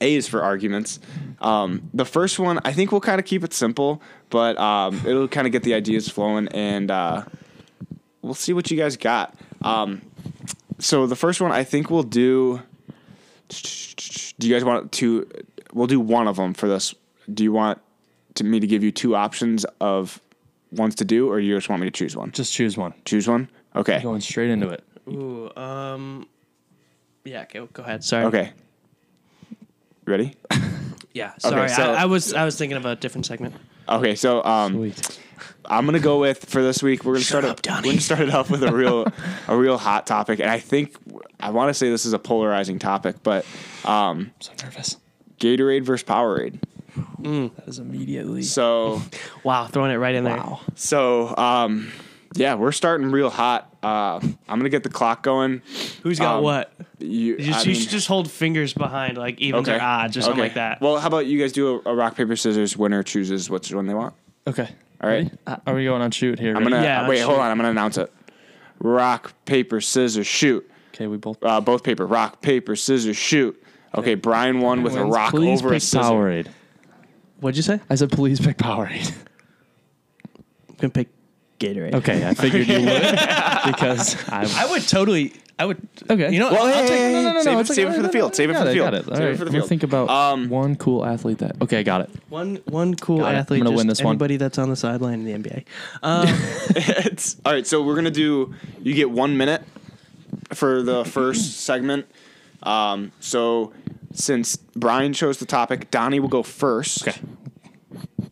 A: A is for arguments. Um, the first one, I think we'll kind of keep it simple, but um, it'll kind of get the ideas flowing, and uh, we'll see what you guys got. Um, so the first one, I think we'll do. Do you guys want to? We'll do one of them for this. Do you want to, me to give you two options of ones to do, or you just want me to choose one?
E: just choose one.
A: Choose one. Okay.
E: Going straight into it.
B: Ooh, um. Yeah, okay, go ahead. Sorry.
A: Okay. Ready?
B: Yeah, sorry.
A: so-
B: I, I was I was thinking of a different segment.
A: Okay, so um,
E: Wait.
A: I'm gonna go with for this week. We're gonna start
B: up,
A: it-
B: Donnie.
A: We're gonna start it off with a real, a real hot topic, and I think I want to say this is a polarizing topic, but um,
E: I'm so nervous.
A: Gatorade versus Powerade.
E: That is immediately.
A: So,
B: Wow, throwing it right in there.
E: Wow.
A: so um, yeah, we're starting real hot. Uh, I'm gonna get the clock going.
B: Who's got
A: Um,
B: what?
A: You,
B: You,
A: I
B: just, you
A: mean-
B: should just hold fingers behind, like evens or odds, or something
A: okay.
B: like that.
A: Well, how about you guys do a, a rock paper scissors? Winner chooses which one they want.
E: Okay.
A: All right.
E: Ready? Uh, Are we going on shoot here?
A: I'm gonna
B: Yeah,
A: uh, wait.
B: let's
A: Hold
B: shoot.
A: on. I'm gonna announce it. Rock paper scissors shoot.
E: Okay, we both.
A: uh, both paper, rock, paper, scissors, shoot. Okay, Brian won with a
E: Wins.
A: rock
E: Please
A: over a
E: pick
A: scissor.
E: Powerade.
B: What'd you say?
E: I said, please pick Powerade.
B: I'm gonna pick
F: Gatorade.
C: Okay, I figured you would because I'm.
B: I would totally. I would.
C: Okay.
B: You know,
A: Well,
B: I'll
A: hey,
B: take-
A: hey,
C: No, no, no,
A: save
C: no,
A: it-
C: it's okay.
A: save it for the
C: No, no,
A: field,
C: no,
A: save it
C: I
A: for the
C: got
A: field,
C: it, I got it.
A: save it
C: All right,
A: for the
C: we'll
A: field.
C: think about
A: Um,
C: one cool athlete that. Okay, I got it.
B: one one cool
C: Got it. I'm
B: athlete.
C: gonna
B: just
C: win this one.
B: anybody that's on the sideline in the NBA. Um,
A: It's- all right, so we're gonna do. You get one minute for the first segment. Um, so since Brian chose the topic, Donnie will go first.
G: Okay.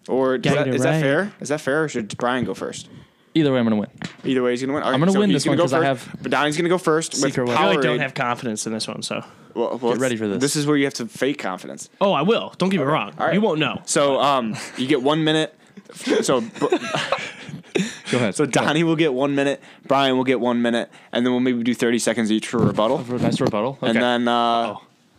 A: Or is that, is that
B: Gatorade.
A: fair? Is that fair? Or should Brian go first?
C: Either way, I'm gonna win.
A: Either way, he's gonna win. All right,
C: gonna
A: so
C: win
A: he's
C: this one
A: gonna go
C: 'cause I
A: first,
C: have
A: But Donnie's gonna go first. With
C: secret weapon.
B: I
A: Powerade.
B: really don't have confidence in this one, so
A: Well, well,
C: Get ready for this.
A: This is where you have to fake confidence.
B: oh, I will. Don't get me wrong.
A: All right.
B: You won't know.
A: So um, you get one minute. So Br-
C: Go ahead.
A: so Donnie will get one minute. Brian will get one minute, and then we'll maybe do thirty seconds each for rebuttal.
G: For a nice rebuttal. Okay.
A: And then uh,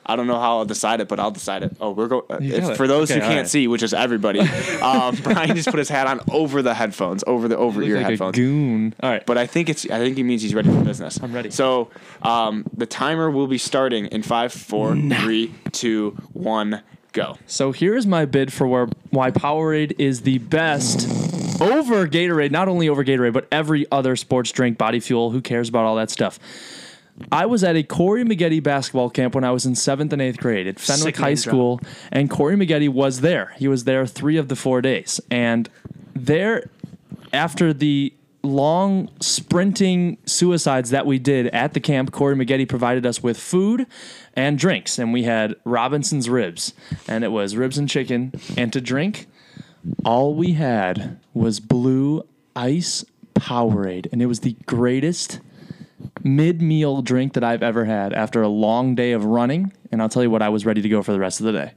A: I don't know how I'll decide it, but I'll decide it. Oh, we're going
G: got
A: if
G: it.
A: for those who
G: Okay, all
A: can't
G: right.
A: see, which is everybody. um, Brian just put his hat on over the headphones, over the over ear
C: like
A: headphones.
C: a goon. All right.
A: but I think it's I think he means he's ready for business. I'm
G: ready.
A: So um, the timer will be starting in five, four, three, two, one, go.
C: So here is my bid for where why Powerade is the best over Gatorade, not only over Gatorade, but every other sports drink, body fuel. Who cares about all that stuff? I was at a Corey Maggette basketball camp when I was in seventh and eighth grade at Fenwick
B: Sick
C: High
B: name drop.
C: School, and Corey Maggette was there. He was there three of the four days, and there after the long sprinting suicides that we did at the camp, Corey Maggette provided us with food and drinks, and we had Robinson's ribs, and it was ribs and chicken, and to drink, all we had was blue ice Powerade, and it was the greatest mid-meal drink that I've ever had after a long day of running, and I'll tell you what, I was ready to go for the rest of the day.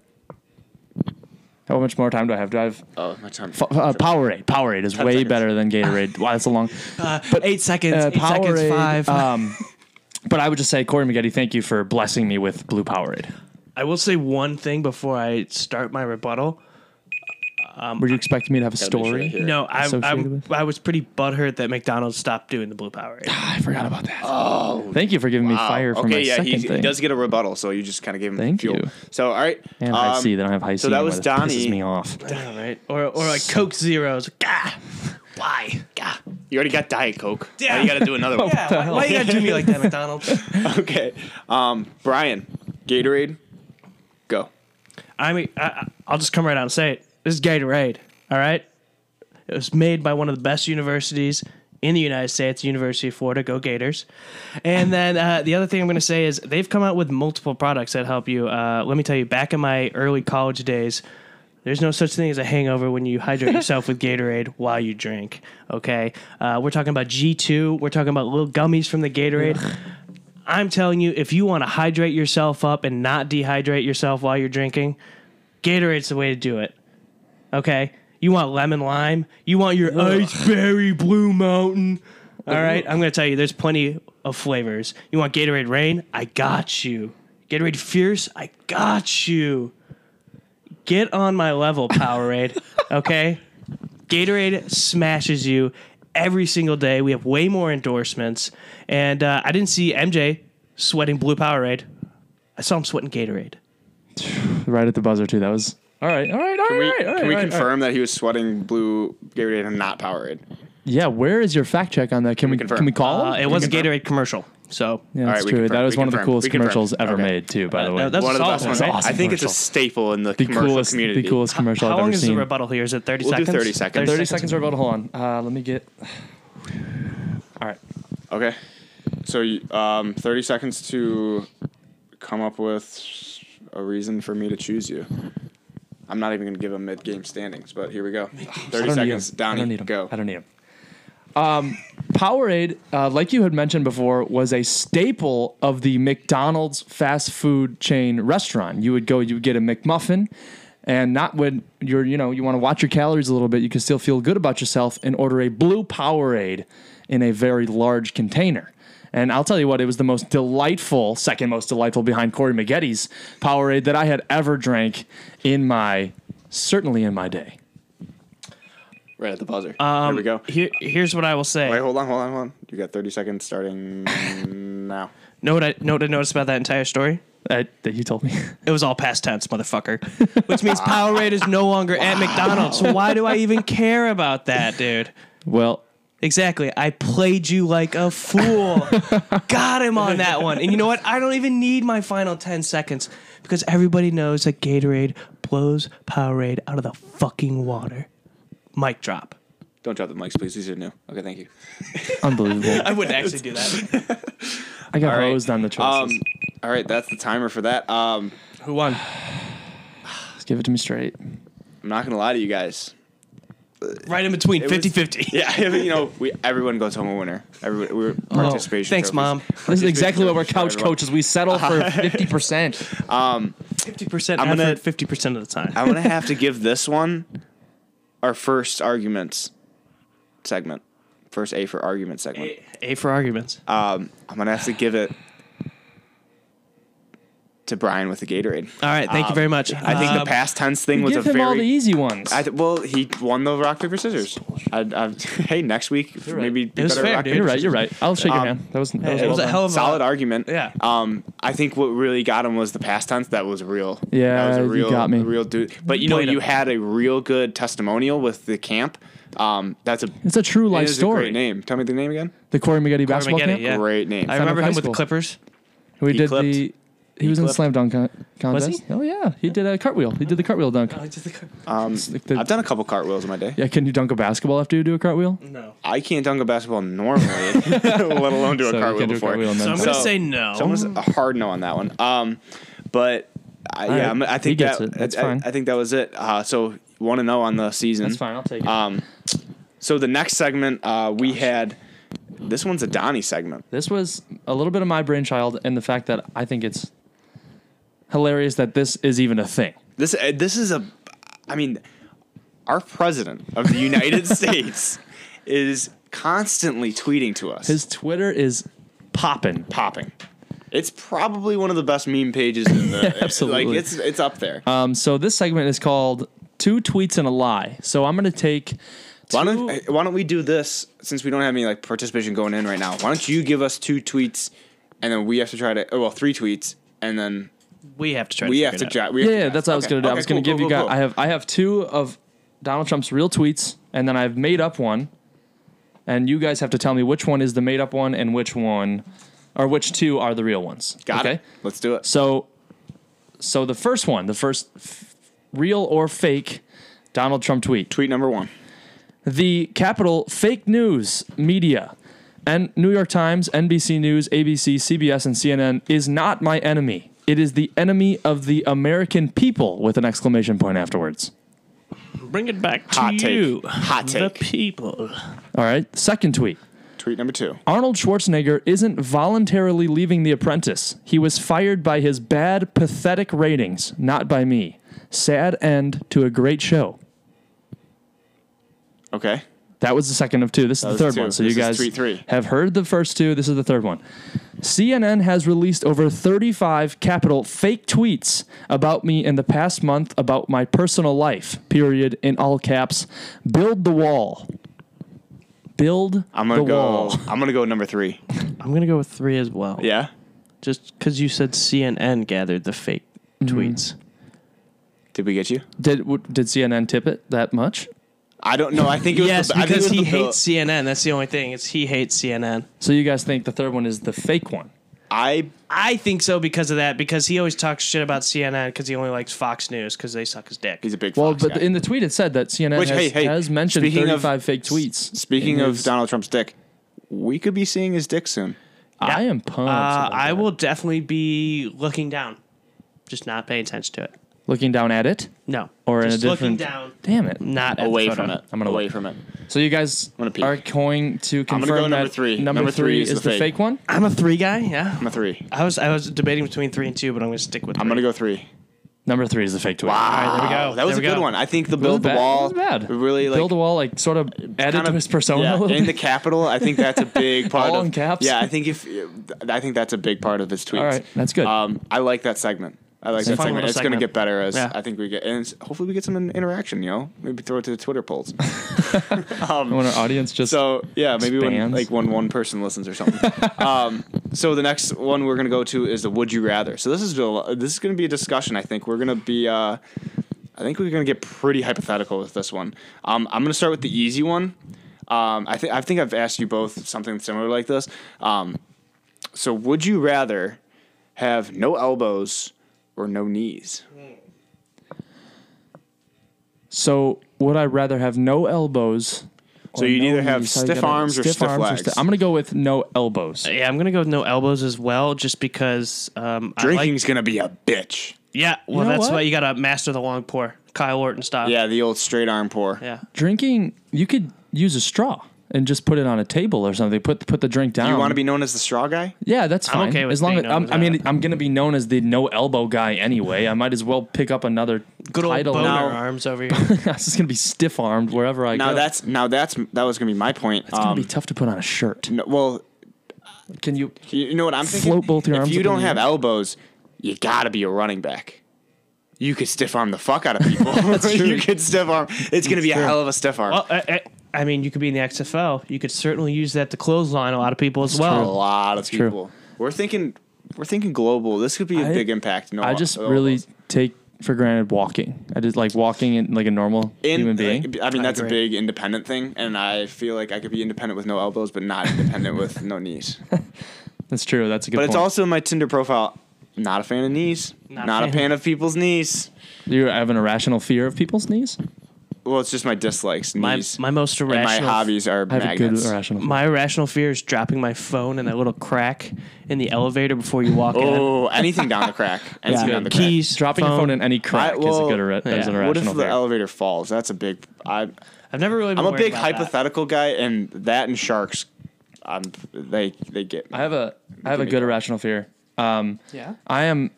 C: How much more time do I have? Do I have
A: Oh, my time.
C: F- uh, Powerade. Powerade is way
A: seconds.
C: better than Gatorade. wow, that's a long.
B: But eight seconds.
C: Uh,
B: eight seconds.
C: Powerade,
B: Five.
C: Um, but I would just say, Corey Maggette, thank you for blessing me with blue Powerade.
B: I will say one thing before I start my rebuttal.
A: Um,
C: Were you expecting me to have a story?
B: No, I,
C: Associated
B: I'm,
C: with?
B: I was pretty butthurt that McDonald's stopped doing the blue Powerade.
C: I forgot about that. Oh, thank you for giving me fire for my
A: okay, yeah,
C: second
A: he,
C: thing.
A: he does get a rebuttal, so you just kind of gave him
C: Thank
A: fuel.
C: you.
A: So all right,
C: and I
A: um,
C: see that I don't have high
A: so that
C: C anymore.
A: was Donnie.
C: pisses me off.
B: Damn, right? Or or like Coke Zeros. Gah. Why? Gah.
A: You already got Diet Coke.
B: Yeah.
A: Now you got to do another one.
B: Yeah, why, why you gotta do me like that, McDonald's?
A: Okay, um, Brian, Gatorade, go.
B: I mean, I- I, I'll just come right out and say it. This is Gatorade. All right, it was made by one of the best universities in the United States, University of Florida. Go Gators! And then uh, the other thing I'm going to say is they've come out with multiple products that help you. Uh, let me tell you, back in my early college days. There's no such thing as a hangover when you hydrate yourself with Gatorade while you drink. Okay, uh, we're talking about G2. We're talking about little gummies from the Gatorade. I'm telling you, if you want to hydrate yourself up and not dehydrate yourself while you're drinking, Gatorade's the way to do it. Okay? You want lemon lime? You want your iceberry blue mountain? All right? I'm going to tell you, there's plenty of flavors. You want Gatorade Rain? I got you. Gatorade Fierce? I got you. Get on my level, Powerade. Okay? Gatorade smashes you every single day. We have way more endorsements. And uh, I didn't see MJ sweating blue Powerade. I saw him sweating Gatorade.
C: Right at the buzzer too. That was all right. All right. All right.
A: Can we,
C: all right, all right,
A: can we
C: all right.
A: confirm that he was sweating blue Gatorade and not Powerade?
C: Yeah. Where is your fact check on that? Can we,
A: confirm.
C: can we call?
B: Uh, it was a Gatorade commercial. So
C: yeah, that's
A: right, we
C: true.
A: confirm.
C: That was
A: We
C: one of the
A: confirm.
C: coolest
A: We confirm.
C: commercials ever
A: Okay.
C: made too. By the way,
B: uh, that's
A: One of the
B: solid
A: best
B: one,
A: ones.
B: right?
A: I think it's a staple in the,
C: the
A: commercial
C: coolest,
A: community.
C: the coolest commercial
B: how
C: I've
B: long
C: ever
B: is
C: seen.
B: the rebuttal here? Is it 30
A: We'll do
B: seconds?
A: 30 seconds.
C: 30 seconds rebuttal. Hold on. Uh, let me get. All right.
A: Okay. So you- um, 30 seconds to come up with a reason for me to choose you. I'm not even going to give him mid game standings, but here we go. 30 seconds.
C: down.
A: Donnie,
C: I don't need 'em.
A: go.
C: I don't need 'em. Um, Powerade, uh, like you had mentioned before, was a staple of the McDonald's fast food chain restaurant. You would go, you would get a McMuffin, and not when you're, you know, you want to watch your calories a little bit, you can still feel good about yourself and order a blue Powerade in a very large container. And I'll tell you what, it was the most delightful, second most delightful behind Corey Maggetti's Powerade that I had ever drank in my, certainly in my day.
A: Right at the buzzer. Um, here we go.
B: Here, here's what I will say.
A: Wait, hold on, hold on, hold on. You got 30 seconds starting now.
B: Know what I know what I noticed about that entire story?
C: That, that you told me.
B: It was all past tense, motherfucker. Which means Powerade is no longer at McDonald's. So why do I even care about that, dude?
C: Well,
B: Exactly. I played you like a fool. Got him on that one. And you know what? I don't even need my final 10 seconds because everybody knows that Gatorade blows Powerade out of the fucking water. Mic drop.
A: Don't drop the mics, please. These are new. Okay, thank you.
C: Unbelievable.
B: I wouldn't actually do that.
C: I got
A: All right.
C: hosed on the choices.
A: Um, all right, that's the timer for that. Um,
B: Who won?
C: Let's give it to me straight.
A: I'm not gonna lie to you guys.
B: Right in between,
A: was-
B: 50 50.
A: Yeah, I mean, you know, we everyone goes home a winner. Everyone, we were
C: Oh,
A: participation.
B: Oh, thanks,
A: trophies.
B: Mom.
C: This is
A: Participation
C: exactly what we're
A: trophies for
C: couch
A: everyone.
C: coaches. We settle for 50%.
B: 50%
A: I'm gonna-
B: effort, 50% of the time.
A: I'm gonna have to give this one our first arguments segment, first A for argument segment.
B: A for arguments.
A: Um, I'm gonna have to give it to Brian with the Gatorade.
B: All right. Thank you very much.
A: I think
B: Uh,
A: the past tense thing was a
C: Uh, um, Give him
A: very.
C: all the easy ones.
A: I th- well, he won the rock paper scissors. I, I, hey, next week
C: right.
A: maybe be
B: It was
A: better
B: fair,
A: rock,
B: dude.
A: paper,
C: you're right. You're right. I'll shake your
A: Um,
C: hand. That was, that
B: it
C: was, well
B: was a
C: done.
B: hell of a
A: solid argument.
B: Yeah.
A: Um, I think what really got him was the past tense. That was real.
C: Yeah,
A: that was a
C: you
A: real,
C: got me.
A: real dude. But you know,
B: Played
A: you
B: him.
A: had a real good testimonial with the camp. Um, that's a
C: It's a true
A: it
C: life
A: is a
C: story.
A: great name. Tell me the name again.
C: The Corey McGetty basketball
B: McGetty,
C: camp.
B: yeah.
A: Great name.
B: I
C: Found
B: remember
C: him
B: him
C: high
B: with the
C: school.
B: Clippers.
C: We
A: He
C: did
A: clipped.
C: the. He was in the
A: clipped.
C: slam dunk con- contest.
B: he?
C: Oh yeah, he did a cartwheel. He did the cartwheel dunk.
B: Oh, Uh,
A: um,
C: Like the-
A: Uh, I've done a couple cartwheels in my day.
C: yeah, can you dunk a basketball after you do a cartwheel?
B: No.
A: I can't dunk a basketball normally, let alone do a
C: So you
A: cartwheel
C: can do a
A: before.
C: cartwheel and then
B: So I'm
C: dunk.
B: going to
A: So-
B: say no.
A: It's almost a hard no on that one. Um, but I,
C: right.
A: yeah, I'm, I
C: He
A: think
C: gets
A: that
C: it. That's
A: I,
C: fine.
A: I think that was it. Uh, so one and zero on the season.
C: That's fine. I'll take it.
A: Um, so the next segment uh, we had. This one's a Donnie segment.
C: this was a little bit of my brainchild, and the fact that I think it's hilarious that this is even a thing.
A: This uh, this is a, I mean, our president of the United States is constantly tweeting to us.
C: His Twitter is popping.
A: popping. It's probably one of the best meme pages in the
C: absolutely.
A: Like it's it's up there.
C: Um, so this segment is called Two Tweets and a Lie. So I'm gonna take.
A: Why
C: two-
A: don't eh, Why don't we do this since we don't have any like participation going in right now? Why don't you give us two tweets, and then we have to try to oh, well three tweets, and then
B: we have to try
A: we
B: to
A: have to
B: figure it out.
A: try. We
C: Yeah,
A: have to
C: yeah,
A: guess.
C: that's what I was
A: Okay,
C: gonna do. I
A: okay,
C: was gonna
A: cool,
C: give
A: cool,
C: you guys.
A: cool.
C: I have I have two of Donald Trump's real tweets, and then I've made up one, and you guys have to tell me which one is the made up one and which one, or which two are the real ones.
A: got it. Let's do it.
C: So, so the first one, the first f- real or fake Donald Trump tweet.
A: Tweet number one.
C: the capital fake news media and New York Times, NBC News, ABC, CBS, and CNN is not my enemy. It is the enemy of the American people with an exclamation point afterwards.
B: Bring it back to
A: Hot take.
B: you.
A: Hot
B: The
A: take.
B: people.
C: All right. Second tweet.
A: Tweet number two.
C: Arnold Schwarzenegger isn't voluntarily leaving The Apprentice. He was fired by his bad, pathetic ratings, not by me. Sad end to a great show.
A: Okay.
C: That was the second of two. This is the
A: was
C: third
A: two.
C: one. So
A: This
C: you
A: is
C: guys
A: tweet three.
C: have heard the first two. This is the third one. CNN has released over 35 capital fake tweets about me in the past month about my personal life. Period. In all caps. Build the wall. Build
A: I'm gonna
C: the
A: go.
C: wall.
A: I'm gonna go number three.
B: I'm going to go with three as well.
A: Yeah.
B: Just because you said CNN gathered the fake
A: Mm-hmm.
B: tweets.
A: Did we get you?
C: Did w- did CNN tip it that much?
A: I don't know. I think it was
B: Yes,
A: the, I think it
B: because
A: was
B: he
A: the-
B: hates CNN. That's the only thing. It's he hates CNN.
C: So you guys think the third one is the fake one?
A: I
B: I think so because of that. Because he always talks shit about CNN because he only likes Fox News because they suck his dick.
A: he's a big.
C: Well,
A: Fox
C: but
A: guy.
C: in the tweet it said that CNN
A: Which,
C: has,
A: hey, hey,
C: has mentioned
A: speaking of-
C: 35 fake tweets.
A: speaking
C: in
A: of
C: his-
A: Donald Trump's dick, we could be seeing his dick soon.
C: I am pumped.
B: uh,
C: about
B: I
C: that.
B: will definitely be looking down, just not paying attention to it.
C: looking down at it.
B: No,
C: Or in
B: just
C: a different-
B: looking down,
C: Damn it.
B: not at
A: Away
B: the photo.
A: from it.
C: I'm gonna
A: away
C: look.
A: from it.
C: So you guys
A: gonna peek.
C: are going to
A: I'm gonna
C: confirm
A: go
C: that
A: number three.
C: Number, three, is, the fake, one.
B: I'm a three guy. Yeah,
A: I'm a three.
B: I was I was debating between three and two, but I'm gonna stick with.
A: I'm gonna go three. Ah,
C: Number three is the fake tweet. Wow,
B: All right, there we go.
A: That was
B: There we
A: a good
B: go.
A: one. I think the
C: it was
A: build the
C: bad.
A: wall
C: It was bad.
A: really like
C: build a wall, like sort of added
A: kind
C: to
A: of-
C: his persona.
A: yeah,
C: a little
A: in the
C: bit.
A: capital. I think that's a big part
C: All
A: of
C: in caps?
A: Yeah, I think if I think that's a big part of his tweets.
C: All right, that's good.
A: Um, I like that segment. I like that
C: fun
A: segment.
C: little
A: It's going
C: segment.
A: to get better as
B: Yeah.
A: I think we get, and it's, hopefully we get some in- interaction. You know, maybe throw it to the Twitter polls.
C: when our audience just
A: So yeah, maybe when
C: Expands.
A: like when one person listens or something. um, so the next one we're gonna go to is the Would You Rather. So this is a- this is gonna be a discussion. I think we're gonna be. Uh, I think we're gonna get pretty hypothetical with this one. Um, I'm gonna start with the easy one. Um, I think I think I've asked you both something similar like this. Um, so would you rather have no elbows or no knees?
C: So would I rather have no elbows?
A: So
C: or
A: you'd
C: no
A: either have
C: knees? How you
A: stiff
C: gotta-
A: arms or stiff legs.
C: sti- I'm gonna go with no elbows.
B: Yeah, I'm gonna go with no elbows as well, just because um, I like-
A: Drinking's gonna be a bitch.
B: yeah, well,
C: know
B: that's
C: what?
B: why you gotta master the long pour, Kyle Orton style.
A: Yeah, the old straight arm pour.
B: yeah.
C: Drinking, you could use a straw and just put it on a table or something. Put put the drink down.
A: You want to be known as the straw guy?
C: Yeah, that's fine.
B: okay with
C: as long
B: being
C: as I'm,
B: known
C: I
B: as
C: mean, I'm gonna be known as the no elbow guy anyway. I might as well pick up another
B: Good old
C: title.
B: boner
A: Now-
B: arms over here.
C: It's just gonna be stiff armed wherever I
A: Now
C: go.
A: that's now that's that was gonna be my point. um,
C: it's gonna be tough to put on a shirt.
A: no, well,
C: Can you?
A: you know what I'm thinking.
C: Float both your
A: if
C: arms
A: you
C: up in
A: don't
C: the
A: have
C: air.
A: elbows, you gotta be a running back. You could stiff arm the fuck out of people. you could stiff arm. It's gonna be a hell of a stiff arm.
B: well, I, Uh, I, I mean, you could be in the XFL. You could certainly use that to clothesline a lot of people as
A: a
B: well.
A: lot of
C: true.
A: people. We're thinking. We're thinking global. This could be a
C: I-
A: big impact. No,
C: I just
A: no
C: really
A: elbows.
C: take for granted walking. I just like walking in like a normal
A: In- uh,
C: human being.
A: I mean, that's a
B: agree.
A: big independent thing, and I feel like I could be independent with no elbows, but not independent with no knees.
C: That's true. That's a good.
A: But
C: point.
A: it's also in my Tinder profile. Not a fan of knees. Not, a
B: a fan.
A: fan of people's knees.
C: you have an irrational fear of people's knees.
A: Well, it's just my dislikes.
B: My,
A: knees.
B: my most
A: and
B: irrational
A: my hobbies are
C: I have
A: magnets.
C: a good irrational.
B: My irrational fear is dropping my phone in that little crack in the elevator before you walk
A: Oh, anything down the crack. Anything
B: in.
A: down the crack.
B: Keys,
C: Dropping your phone in any crack
A: I-
C: is a
A: well,
C: good irra- is an
B: yeah.
C: irrational
A: What if the
C: fear.
A: elevator falls? That's a big. I,
B: I've never really. Been
A: I'm a
B: worried
A: big
B: about that.
A: hypothetical guy, and that and sharks, um, they they get. Me.
C: I have a I have a
A: me
C: good
A: go.
C: irrational fear.
B: Yeah.
C: I am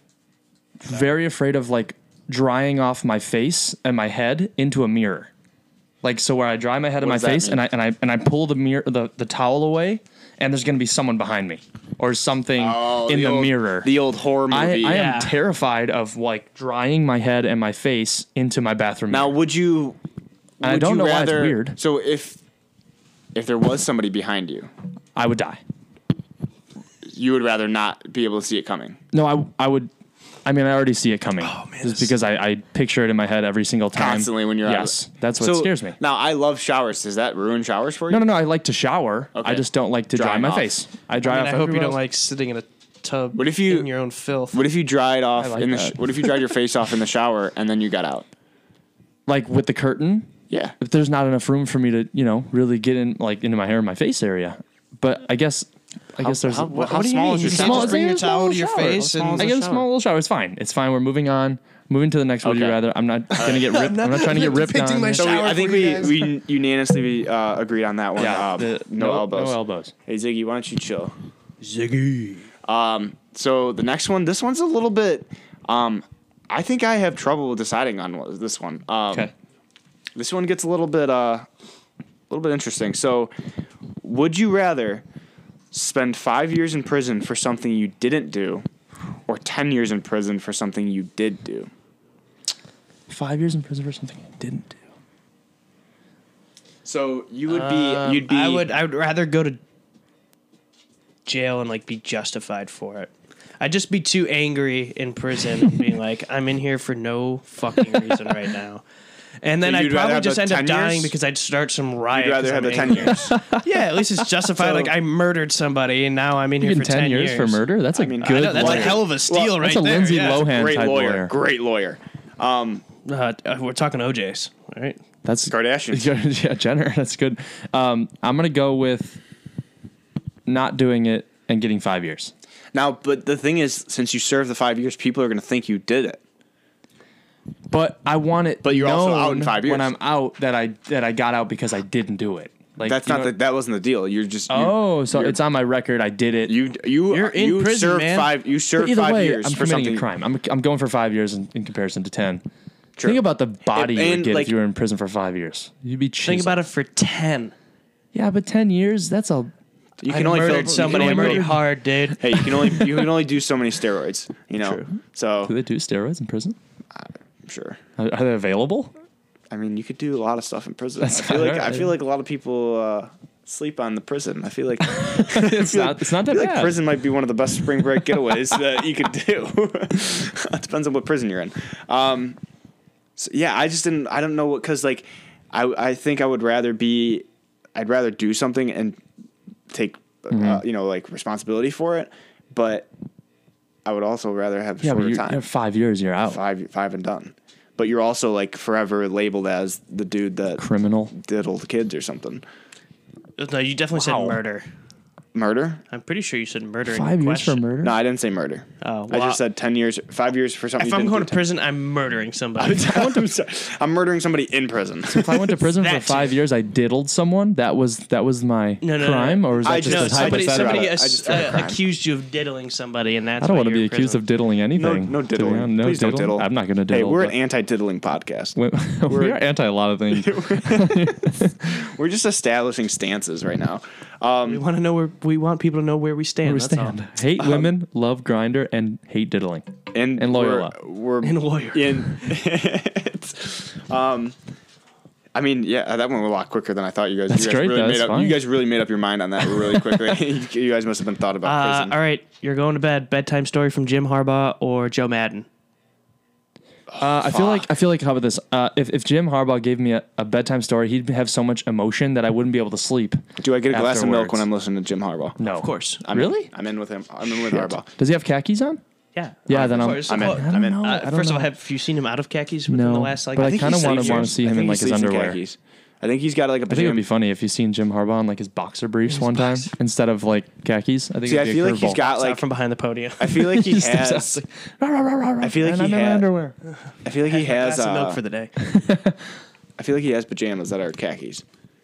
C: very afraid of like drying off my face and my head into a mirror. Like so where I dry my head and my
A: does that
C: face and I
A: mean?
C: and I and I pull the mirror the, the towel away and there's gonna be someone behind me or something
A: Oh,
C: in the,
A: old-
C: mirror.
A: The old horror
C: I, I
A: movie.
B: Yeah.
C: am terrified of like drying my head and my face into my bathroom.
A: now,
C: mirror.
A: would you? Would
C: I don't
A: you
C: know why it's
A: rather,
C: weird.
A: So if if there was somebody behind you,
C: I would die.
A: you would rather not be able to see it coming.
C: No, I I would I mean I already see it coming. Oh
B: man, this-
C: Just because I, I picture it in my head every single time.
A: Constantly when you're out of
C: Yes.
A: it.
C: That's what
A: So,
C: scares me.
A: Now I love showers. Does that ruin showers for you?
C: No, no, no. I like to shower. I
A: Okay.
C: just don't like to dry
A: Drying
C: my
A: off.
C: face. I dry
B: I, mean,
C: off.
B: I hope you
C: everywhere
B: don't
C: else.
B: like sitting in a tub.
A: What if you-
B: in your own filth?
A: What if you dried off
C: like
A: in the?
C: that.
A: Sh- what if you dried your face off in the shower and then you got out?
C: like with the curtain.
A: Yeah.
C: If there's not enough room for me to, you know, really get in like into my hair and my face area. But I guess, I guess there's.
A: how-
C: a,
A: how small is your
C: Small-
A: shower?
C: it's like a little shower. I
A: is
C: get
A: a
C: a small little shower. It's fine. It's fine. We're moving on. Moving to the next. Would you
A: Okay.
C: rather? I'm not gonna get ripped. I'm not trying to get ripped
B: depicting
C: on.
B: my
C: this.
A: So we,
B: Shower
A: I
B: for
A: think
B: you
A: we,
B: guys.
A: we unanimously uh, agreed on that one.
C: Yeah,
A: um,
C: the-
A: no, elbows.
C: No elbows.
A: Hey Ziggy, why don't you chill? Ziggy. Um. So the next one, this one's a little bit. Um, I think I have trouble deciding on what- this one. Um,
C: Okay.
A: This one gets a little bit uh, a little bit interesting. So, would you rather spend five years in prison for something you didn't do, or ten years in prison for something you did do?
C: Five years in prison for something I didn't do.
A: So you would be
C: Uh,
B: Um,
A: you'd be
B: I would. I would rather go to jail and like be justified for it. I'd just be too angry in prison, being like, I'm in here for no fucking reason right now. And then
A: So
B: I'd
A: you'd rather
B: probably
A: have
B: just
A: the
B: end up
A: 10 years?
B: dying because I'd start some riot.
A: you'd rather
B: 'cause
A: have
B: I'm
A: the ten
B: angry.
A: years.
B: Yeah, at least it's justified.
A: So-
B: like I murdered somebody, and now I'm in here
C: Even
B: for
C: ten, years, for murder. That's a
A: mean, I
C: good.
B: No, that's
C: lawyer.
B: a hell of a steal,
A: Well,
B: right
C: That's a
B: there.
C: Lindsay
B: yeah.
C: Lohan
A: Great
C: type
A: lawyer,
C: lawyer.
A: great lawyer.
B: Uh, uh, we're talking OJ's, all right?
C: That's
A: Kardashians.
C: yeah, Jenner. That's good. Um, I'm gonna go with not doing it and getting five years.
A: Now, but the thing is, since you served the five years, people are going to think you did it.
C: But I want it.
A: But you're also
C: known
A: out in five
C: When
A: years.
C: I'm out, that I that I got out because I didn't do it. Like
A: That's
C: you
A: not
C: know-
A: the, that wasn't the deal. You're just you,
C: Oh, so
A: you're-
C: it's on my record. I did it.
A: you you
B: You're in
A: you
B: prison,
A: served
B: man.
A: five you
C: But
A: served
C: either
A: five
C: way,
A: years
C: I'm
A: for
C: committing
A: something
C: a crime. I'm I'm going for five years in, in comparison to ten.
A: Sure.
C: Think about the body you would
A: and,
C: get
A: like-
C: if you were in prison for five years. You'd be chiseled.
B: Think about it for 10.
C: yeah, but ten years. That's a
A: You
B: I
A: can only
B: murdered
A: fill,
B: somebody.
A: You
B: I
A: can only
B: murdered
A: fill-
B: hard, dude.
A: hey, you can only you can only do so many steroids. You know,
C: True. Do
A: so
C: they do steroids in prison?
A: sure.
C: Are, are they available?
A: I mean, you could do a lot of stuff in prison.
C: That's
A: I feel like
C: alright.
A: I feel like a lot of people uh, sleep on the prison. I feel like I
C: It's
A: feel
C: not.
A: like-
C: It's not
A: I
C: that
A: feel like
C: bad.
A: prison might be one of the best spring break getaways that you could do. it depends on what prison you're in. Um, so, yeah, I just didn't. I don't know what because like I I think I would rather be I'd rather do something and take
C: Mm-hmm.
A: uh, you know like responsibility for it, but I would also rather have
C: Yeah, but
A: shorter
C: you're,
A: time
C: you're five years, you're out.
A: five five and done. But you're also like forever labeled as the dude that
C: Criminal.
A: diddled kids or something.
B: No, you definitely
C: Wow.
B: said murder.
A: Murder?
B: I'm pretty sure you said murder. in
C: Five
B: your
C: years for
B: question.
C: murder?
A: No, I didn't say murder.
B: Oh,
A: I
B: well,
A: just said ten years, five years for something.
B: If
A: you
B: I'm
A: didn't
B: going
A: do
B: to prison, I'm murdering somebody.
A: ten- I'm, sorry. I'm murdering somebody in prison.
C: If I went to prison for
B: That-
C: five years, I diddled someone. That was that was my
B: No, no, no.
C: crime, or was that
A: I
C: just
A: just-
C: a
B: no,
C: type of
B: somebody,
A: hypothetical.
B: somebody
C: crime?
A: I
B: ac-
A: just threw a
B: uh,
A: crime.
B: accused you of diddling somebody, and that's
C: I don't
B: want to
C: be accused of diddling
A: No,
C: anything.
A: no
C: to be
A: diddling.
C: honest. No
A: Please
C: diddle.
A: don't diddle.
C: I'm not going to diddle.
A: Hey, we're an
C: but-
A: anti-diddling podcast.
C: we we
A: we're-
C: are anti a lot of things.
A: We're just establishing stances right now. Um,
B: We want to know where we want people to know where we stand.
C: We
B: that's
C: stand.
B: all.
C: Hate women, love grinder, and hate diddling.
A: and
C: And Loyola.
A: We're, we're
B: And lawyer.
A: in. it's, um, I mean, yeah, that went a lot quicker than I thought. You guys,
C: That's
A: you guys
C: great,
A: Really
C: that's
A: made up,
C: fine.
A: you guys really made up your mind on that really quickly. you you guys must have been thought about
B: Uh,
A: prison.
B: all right, you're going to bed. Bedtime story from Jim Harbaugh or Joe Madden.
C: Uh, I feel like I feel like how about this? Uh, if if Jim Harbaugh gave me a, a bedtime story, he'd have so much emotion that I wouldn't be able to sleep.
A: Do I get a glass of milk
C: afterwards.
A: when I'm listening to Jim Harbaugh?
C: No,
B: Of course.
A: I'm
C: Really?
A: I'm in with him. I'm in with
C: Shit.
A: Harbaugh.
C: Does he have khakis on?
B: Yeah.
C: Yeah, then
B: of
C: I'm-
B: course.
A: I'm in.
B: Oh,
C: I
A: I'm
C: don't
A: in.
C: know.
B: uh,
C: I don't
B: first
C: know.
B: of all, have you seen him out of khakis within
C: no,
B: the last like?
C: but I,
A: think
C: kind
A: he
C: of want
A: sleeps
C: to want
A: in-
C: to see
A: I
C: him
A: think
C: in
A: he
C: like his
A: sleeps in
C: underwear.
A: khakis. I think he's got like a
C: I think it would
A: pajama.
C: be funny if you seen Jim Harbaugh in like his boxer briefs one time instead of like khakis. I think
A: See, I
C: it'd be
A: feel
C: a
A: like he's
C: curveball.
A: got
B: like
A: like.
B: from behind the podium.
A: I feel like he
C: He steps out, it's
A: has.
C: like, "Rah, rah, rah, rah, rah,"
A: I feel like
C: and
A: he
C: I'm in
A: had-
C: underwear.
A: I feel like he has.
B: Glass of milk
A: uh,
B: for the day.
A: I feel like he has pajamas that are khakis.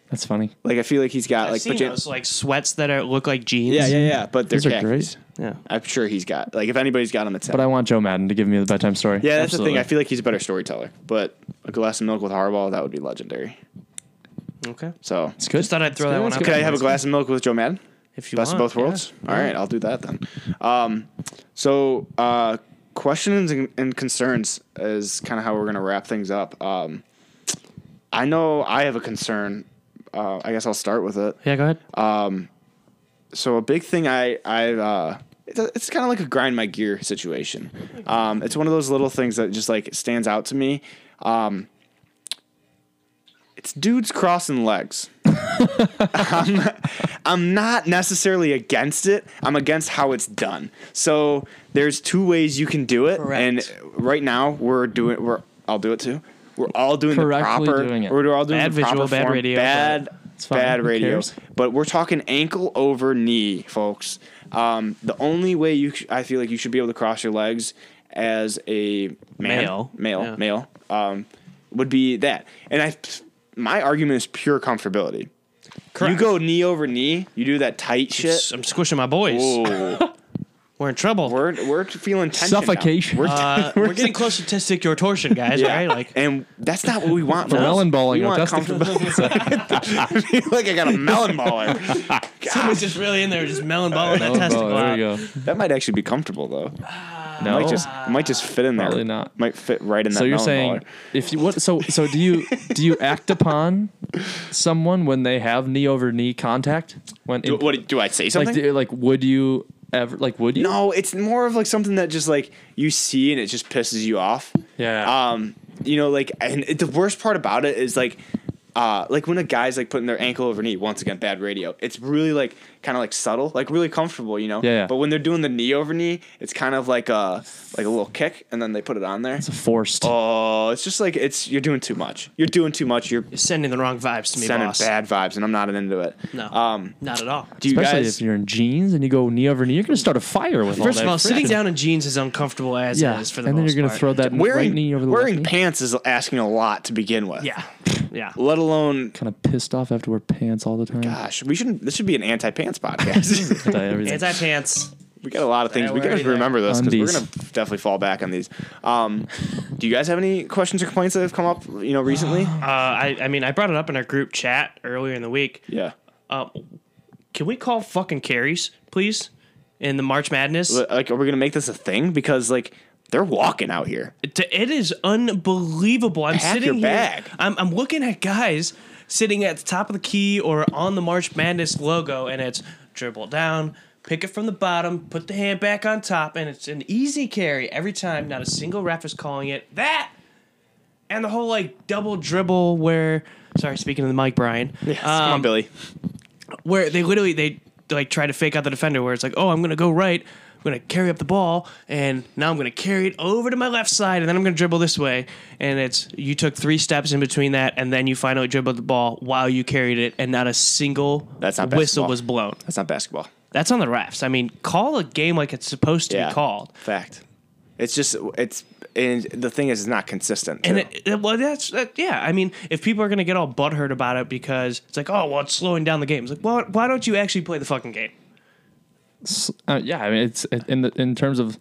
C: That's funny.
A: Like I feel like he's got
B: I've
A: like
B: seen
A: pajamas.
B: those like sweats that are look like jeans.
A: Yeah, yeah, yeah. But they're
C: Those are
A: khakis.
C: great.
B: yeah.
A: I'm sure he's got like if anybody's got him, it's him.
C: But I want Joe Madden to give me the bedtime story.
A: yeah, that's the
C: Absolutely.
A: thing. I feel like he's a better storyteller. But a glass of milk with Harbaugh that would be legendary.
B: Okay.
A: So
C: it's good.
B: Just thought I'd throw
C: It's
B: that
C: good,
B: one
C: it's
B: out.
C: good.
A: could I
B: there.
A: have a glass of milk with Joe Madden?
B: If you
A: Best of
B: want,
A: both worlds. All right, I'll do that then. Um, so uh, questions and, and concerns is kind of how we're gonna wrap things up. Um, I know I have a concern. Uh, I guess I'll start with it.
B: Yeah, go ahead.
A: so a big thing I I uh, it's, it's kind of like a grind my gear situation. Um, it's one of those little things that just like stands out to me. Um, it's dudes crossing legs. I'm not necessarily against it. I'm against how it's done. So there's two ways you can do it,
B: Correct.
A: and right now we're doing we're I'll do it too. We're all doing
C: Correctly
A: the proper.
C: doing it.
A: We're all doing
B: Bad
A: the
B: visual,
A: proper
B: bad
A: form.
B: radio,
A: Bad,
C: fine.
A: bad
C: Who
A: radio
C: cares?
A: but we're talking ankle over knee, folks. Um, the only way you, sh- I feel like you should be able to cross your legs as a man,
B: Male.
A: male,
B: Yeah.
A: male, um, would be that. And I, my argument is pure comfortability. You go knee over knee, you do that tight shit.
B: I'm squishing my boys.
A: Whoa.
B: We're in trouble.
A: we're we're feeling tension. now.
C: Suffocation.
A: We're
B: Uh, we're getting closer to testicular torsion, guys.
A: Yeah.
B: All right, like
A: and that's not what we want.
C: Pharrell
A: folks.
C: and bowling
A: We
C: are
A: want
C: testicles.
A: comfortability. I feel like I got a melon baller.
B: somebody's just really in there, just melon balling that testicle.
C: Oh, there
B: out.
C: we go.
A: That might actually be comfortable though.
C: No,
A: Might Uh, just might just fit in there.
C: Oh. Probably not.
A: Might fit right in that.
C: so you're
A: melon
C: saying
A: baller.
C: if you what? So so do you do you act upon someone when they have knee over knee contact? When in,
A: Do- what do I say something?
C: like do, like would you ever like would you?
A: no, it's more of like something that just like you see and it just pisses you off.
C: Yeah.
A: Um, you know, like and it, the worst part about it is like. Uh, like when a guy's like putting their ankle over knee, once again, bad radio. It's really like kind of like subtle, like really comfortable, you know.
C: Yeah, yeah.
A: But when they're doing the knee over knee, it's kind of like a like a little kick, and then they put it on there.
C: Forced.
A: Oh, it's just like it's you're doing too much. You're doing too much. You're
B: You're sending the wrong vibes to me,
A: sending
B: boss.
A: bad vibes, and I'm not into it.
B: No,
A: Um,
B: not at all.
A: do you
C: Especially
A: guys?
C: if you're in jeans and you go knee over knee, you're gonna start a fire with all
B: First
C: that.
B: of all, sitting
C: friction.
B: down in jeans is uncomfortable as
C: yeah,
B: it is for the
C: and then
B: most
C: you're gonna
B: part.
C: throw that
A: wearing
C: right knee over the
A: wearing
C: left knee.
A: pants is asking a lot to begin with.
B: Yeah, yeah.
A: Let alone,
C: Kind of pissed off after wear pants all the time.
A: gosh, we shouldn't. This should be an anti-pants podcast.
C: Anti everything.
B: Anti pants.
A: we got a lot of things.
B: Yeah,
A: we
B: we're
A: got
B: already
A: to remember this because we're
C: Undies.
A: gonna definitely fall back on these. Um, do you guys have any questions or complaints that have come up, you know, recently?
B: Uh, I, I mean, I brought it up in our group chat earlier in the week.
A: yeah.
B: Um, can we call fucking carries, please? In the March Madness,
A: But, Like, are we gonna make this a thing? Because like, they're walking out here.
B: It- it is unbelievable. I'm
A: Pack
B: sitting
A: your
B: here.
A: bag.
B: I'm, I'm looking at guys sitting at the top of the key or on the March Madness logo, and it's dribble down, pick it from the bottom, put the hand back on top, and it's an easy carry every time. Not a single ref is calling it that. And the whole like double dribble where Sorry, speaking of the mic, Brian.
A: Come
B: Um,
A: on, Billy.
B: where they literally they like try to fake out the defender where it's like oh i'm gonna go right i'm gonna carry up the ball and now i'm gonna carry it over to my left side and then i'm gonna dribble this way and it's you took three steps in between that and then you finally dribbled the ball while you carried it and not a single
A: That's not
B: whistle
A: basketball.
B: was blown
A: That's not basketball.
B: that's on the refs i mean call a game like it's supposed to
A: Yeah.
B: be called
A: Fact. It's just it's and the thing is, it's not consistent.
B: and
A: too.
B: it, it- well, that's that, yeah. I mean, if people are gonna get all butthurt about it because it's like, oh, well, it's slowing down the game. It's like, well, why don't you actually play the fucking game?
C: Uh, yeah, I mean, it's it- in the, in terms of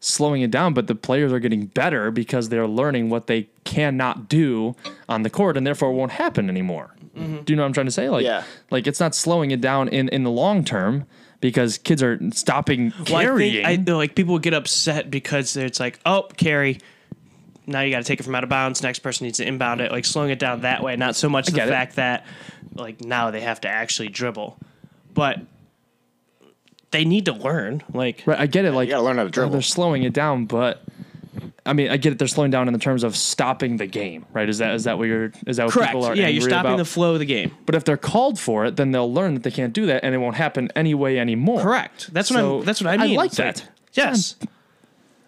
C: slowing it down, but the players are getting better because they're learning what they cannot do on the court, and therefore it won't happen anymore.
B: Mm-hmm.
C: Do you know what I'm trying to say? Like,
A: Yeah.
C: like it's not slowing it down in in the long term because kids are stopping
B: Well,
C: carrying.
B: I think I, like people get upset because it's like, oh, carry. Now you got to take it from out of bounds. Next person needs to inbound it, like slowing it down that way. Not so much the
C: get it.
B: fact that like now they have to actually dribble, but they need to learn. Like
C: right, I get it. Like,
A: you gotta learn how to dribble.
C: they're slowing it down, but. I mean, I get it. They're slowing down in the terms of stopping the game, right? Is that is that what you're? Is that what
B: correct,
C: people are?
B: yeah, you're
C: angry
B: stopping
C: about?
B: the flow of the game.
C: But if they're called for it, then they'll learn that they can't do that, and it won't happen anyway anymore.
B: Correct. That's what
C: So,
B: I'm. That's what I
C: I
B: mean.
C: like
B: It's
C: that.
B: yes,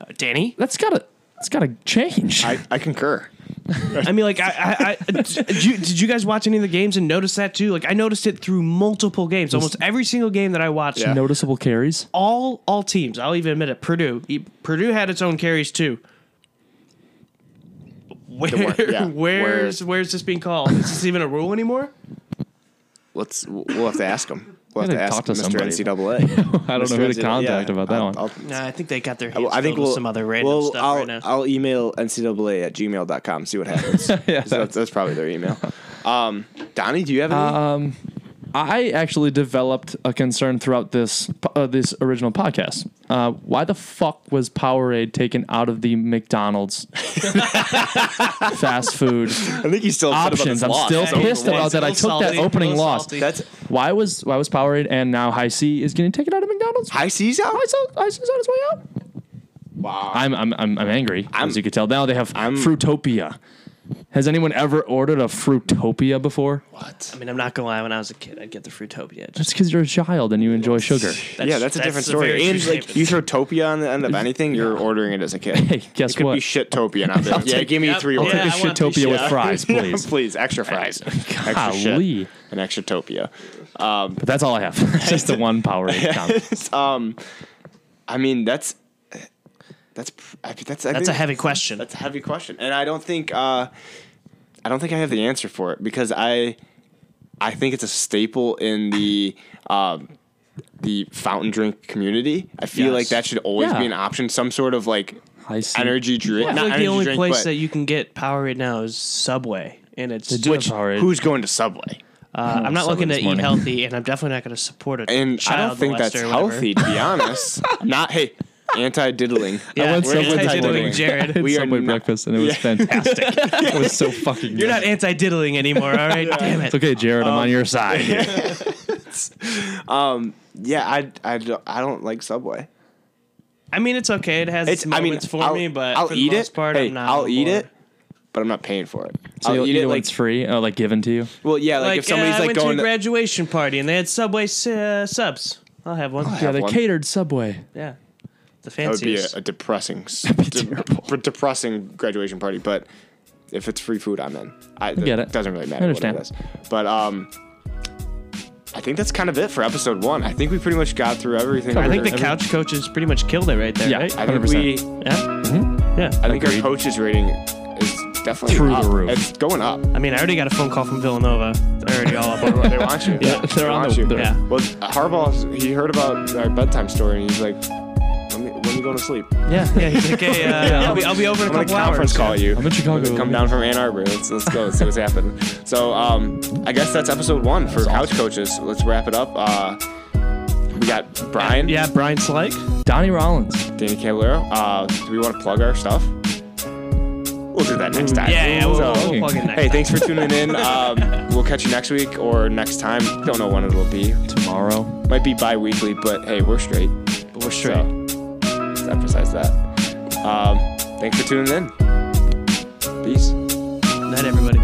B: Uh, Danny.
C: That's gotta that's gotta change.
A: I, I concur.
B: I mean, like, I, I, I did, you, did you guys watch any of the games and notice that too? Like, I noticed it through multiple games, almost every single game that I watched.
A: Yeah.
C: Noticeable carries.
B: all all teams. I'll even admit it. Purdue. e- Purdue had its own carries too. Where,
A: wor- yeah,
B: where's where's this being called? Is this even a rule anymore?
A: Let's we'll have to ask him. We'll have
C: Gotta
A: to ask
C: talk to
A: Mr.
C: somebody.
A: NCAA.
C: I don't know who to contact about that one.
A: I'll,
B: Nah, I think they got their hands
A: Well, I think
B: filled with
A: we'll
B: some other random
A: well,
B: stuff
A: I'll,
B: right now.
A: I'll email ncaa at gmail.com, see what happens. yeah, that's, that's probably their email. Um, Donnie, do you have any?
C: Uh, I actually developed a concern throughout this po- uh, this original podcast. Uh, why the fuck was Powerade taken out of the McDonald's fast food
A: I think he's still upset about
C: options?
A: this
C: I'm
A: loss.
C: still
A: So-
C: pissed
B: Still
C: about that. I took
B: salty,
C: that opening
B: still
C: loss.
B: salty.
A: That's
C: Why was why was Powerade and now High C is getting taken out of McDonald's?
A: high seas out?
C: High C's on his way out.
A: Wow.
C: I'm I'm I'm, I'm angry as you can tell. Now they have
A: I'm-
C: Fruitopia. Has anyone ever ordered a Fruitopia before?
B: I mean, I'm not gonna lie. When I was a kid, I'd get the Fruitopia. Just,
C: That's because you're a child and you enjoy sugar.
A: yeah, that's a different
B: very
A: story.
B: true
A: And like
B: statement.
A: you throw Topia on the end of anything, you're ordering it as a kid. Hey,
C: guess
A: it could
C: what?
A: Be shit Topia now. Like, yeah, give me
B: Yep.
A: three.
B: I'll
A: or
B: take
C: Take
B: Yeah,
C: a
B: I want these-
C: shitopia with
A: yeah.
C: fries,
A: Yeah,
C: please.
A: please, extra fries, extra shit,
C: Golly.
A: and extra Topia.
C: But that's all I have. It's Just the one Powerade. comment.
A: I mean, that's that's pr- I, that's I
B: that's a
A: think-
B: heavy question.
A: That's a heavy question, and I don't think uh, I don't think I have the answer for it because I I think it's a staple in the um, the fountain drink community. I feel
C: Yes.
A: like that should always
C: Yeah.
A: be an option, some sort of like
C: I see.
A: energy drink.
B: I
A: not
B: feel like
A: energy
B: the only
A: drink,
B: place
A: but
B: that you can get Powerade now is Subway, and it's
C: do have
B: which uh,
C: Powerade.
A: who's going to Subway?
B: I'm not
C: Subway
B: looking to
C: this
B: eat
C: morning.
B: healthy, and I'm definitely not going to support a
A: And
B: child
A: I don't think
B: molester
A: that's
B: or whatever.
A: healthy, to be honest. not hey, anti diddling.
B: Yeah,
C: went
B: we're
C: Subway this
B: anti-diddling,
A: morning.
B: Jared.
C: we
A: we are
C: Subway
A: not-
C: breakfast and it was fantastic. it was so fucking
B: You're not anti-diddling anymore, all right? Damn it.
C: It's okay, Jared.
A: Um,
C: I'm on your side.
A: Yeah, I, I, don't- I don't like Subway.
B: I mean, it's okay. It has its,
A: I mean,
B: moments for
A: I'll-
B: me, but
A: I'll
B: for the
A: eat
B: most
A: it.
B: part,
A: hey,
B: I'm not.
A: I'll
B: on
A: eat
B: board.
A: it, but I'm not paying for it.
C: So
A: I'll
C: you'll
A: eat it
C: when
A: like
C: it's free, or like given to you.
A: well, yeah, like,
B: Like,
A: if somebody's
B: uh, I
A: like
B: went
A: going
B: to a
A: to-
B: graduation party and they had Subway uh, subs. I'll have one.
C: Yeah,
A: have
C: the
A: one.
C: catered Subway.
B: Yeah,
A: Oh,
B: the
A: That would be a,
B: fanciest.
A: a depressing, de- for depressing graduation party. But if it's free food, I'm in. I,
C: get
A: it
C: it.
A: doesn't really matter
C: I
A: what it is.
C: understand.
A: But um, I think that's kind of it for episode one. I think we pretty much got through everything.
B: I think the
A: Every-
B: couch coaches pretty much killed it right there.
C: Yeah,
B: right?
A: I think
C: 100%.
A: we.
B: yeah. yeah.
A: I think
C: Agreed.
A: our coach's rating is definitely
C: Through the
A: up.
C: roof.
A: It's going up.
B: I mean, I already got a phone call from Villanova. They're already all up. on
A: They want you.
C: Yeah, they're
A: They
C: on
A: want
C: the-
A: you.
C: they're-
B: Yeah.
A: Well, Harbaugh, he heard about our bedtime story, and he's like, "Let me, let me go to sleep."
C: Yeah,
B: Yeah, he's like, hey, uh, I'll, be, I'll be over in a
A: I'm gonna
B: couple
A: conference
B: hours.
A: call you.
C: I'm in Chicago.
A: Come down from Ann Arbor. Let's let's go. Let's see what's happening. So um, I guess that's episode one for couch coaches. Let's wrap it up. Uh, we got Brian,
B: Yeah, Brian Slake.
C: Donnie Rollins.
A: Danny Cavalero. Uh, do we want to plug our stuff? We'll do that next time.
B: Yeah, yeah, we'll,
A: So-
B: we'll plug in next
A: Hey, thanks for tuning in. Um, we'll catch you next week or next time. Don't know when it'll be.
C: Tomorrow.
A: Might be bi-weekly, but hey, we're straight.
B: time. We're straight.
A: So, let's emphasize that. Um, thanks for tuning in. Peace.
B: Night, everybody.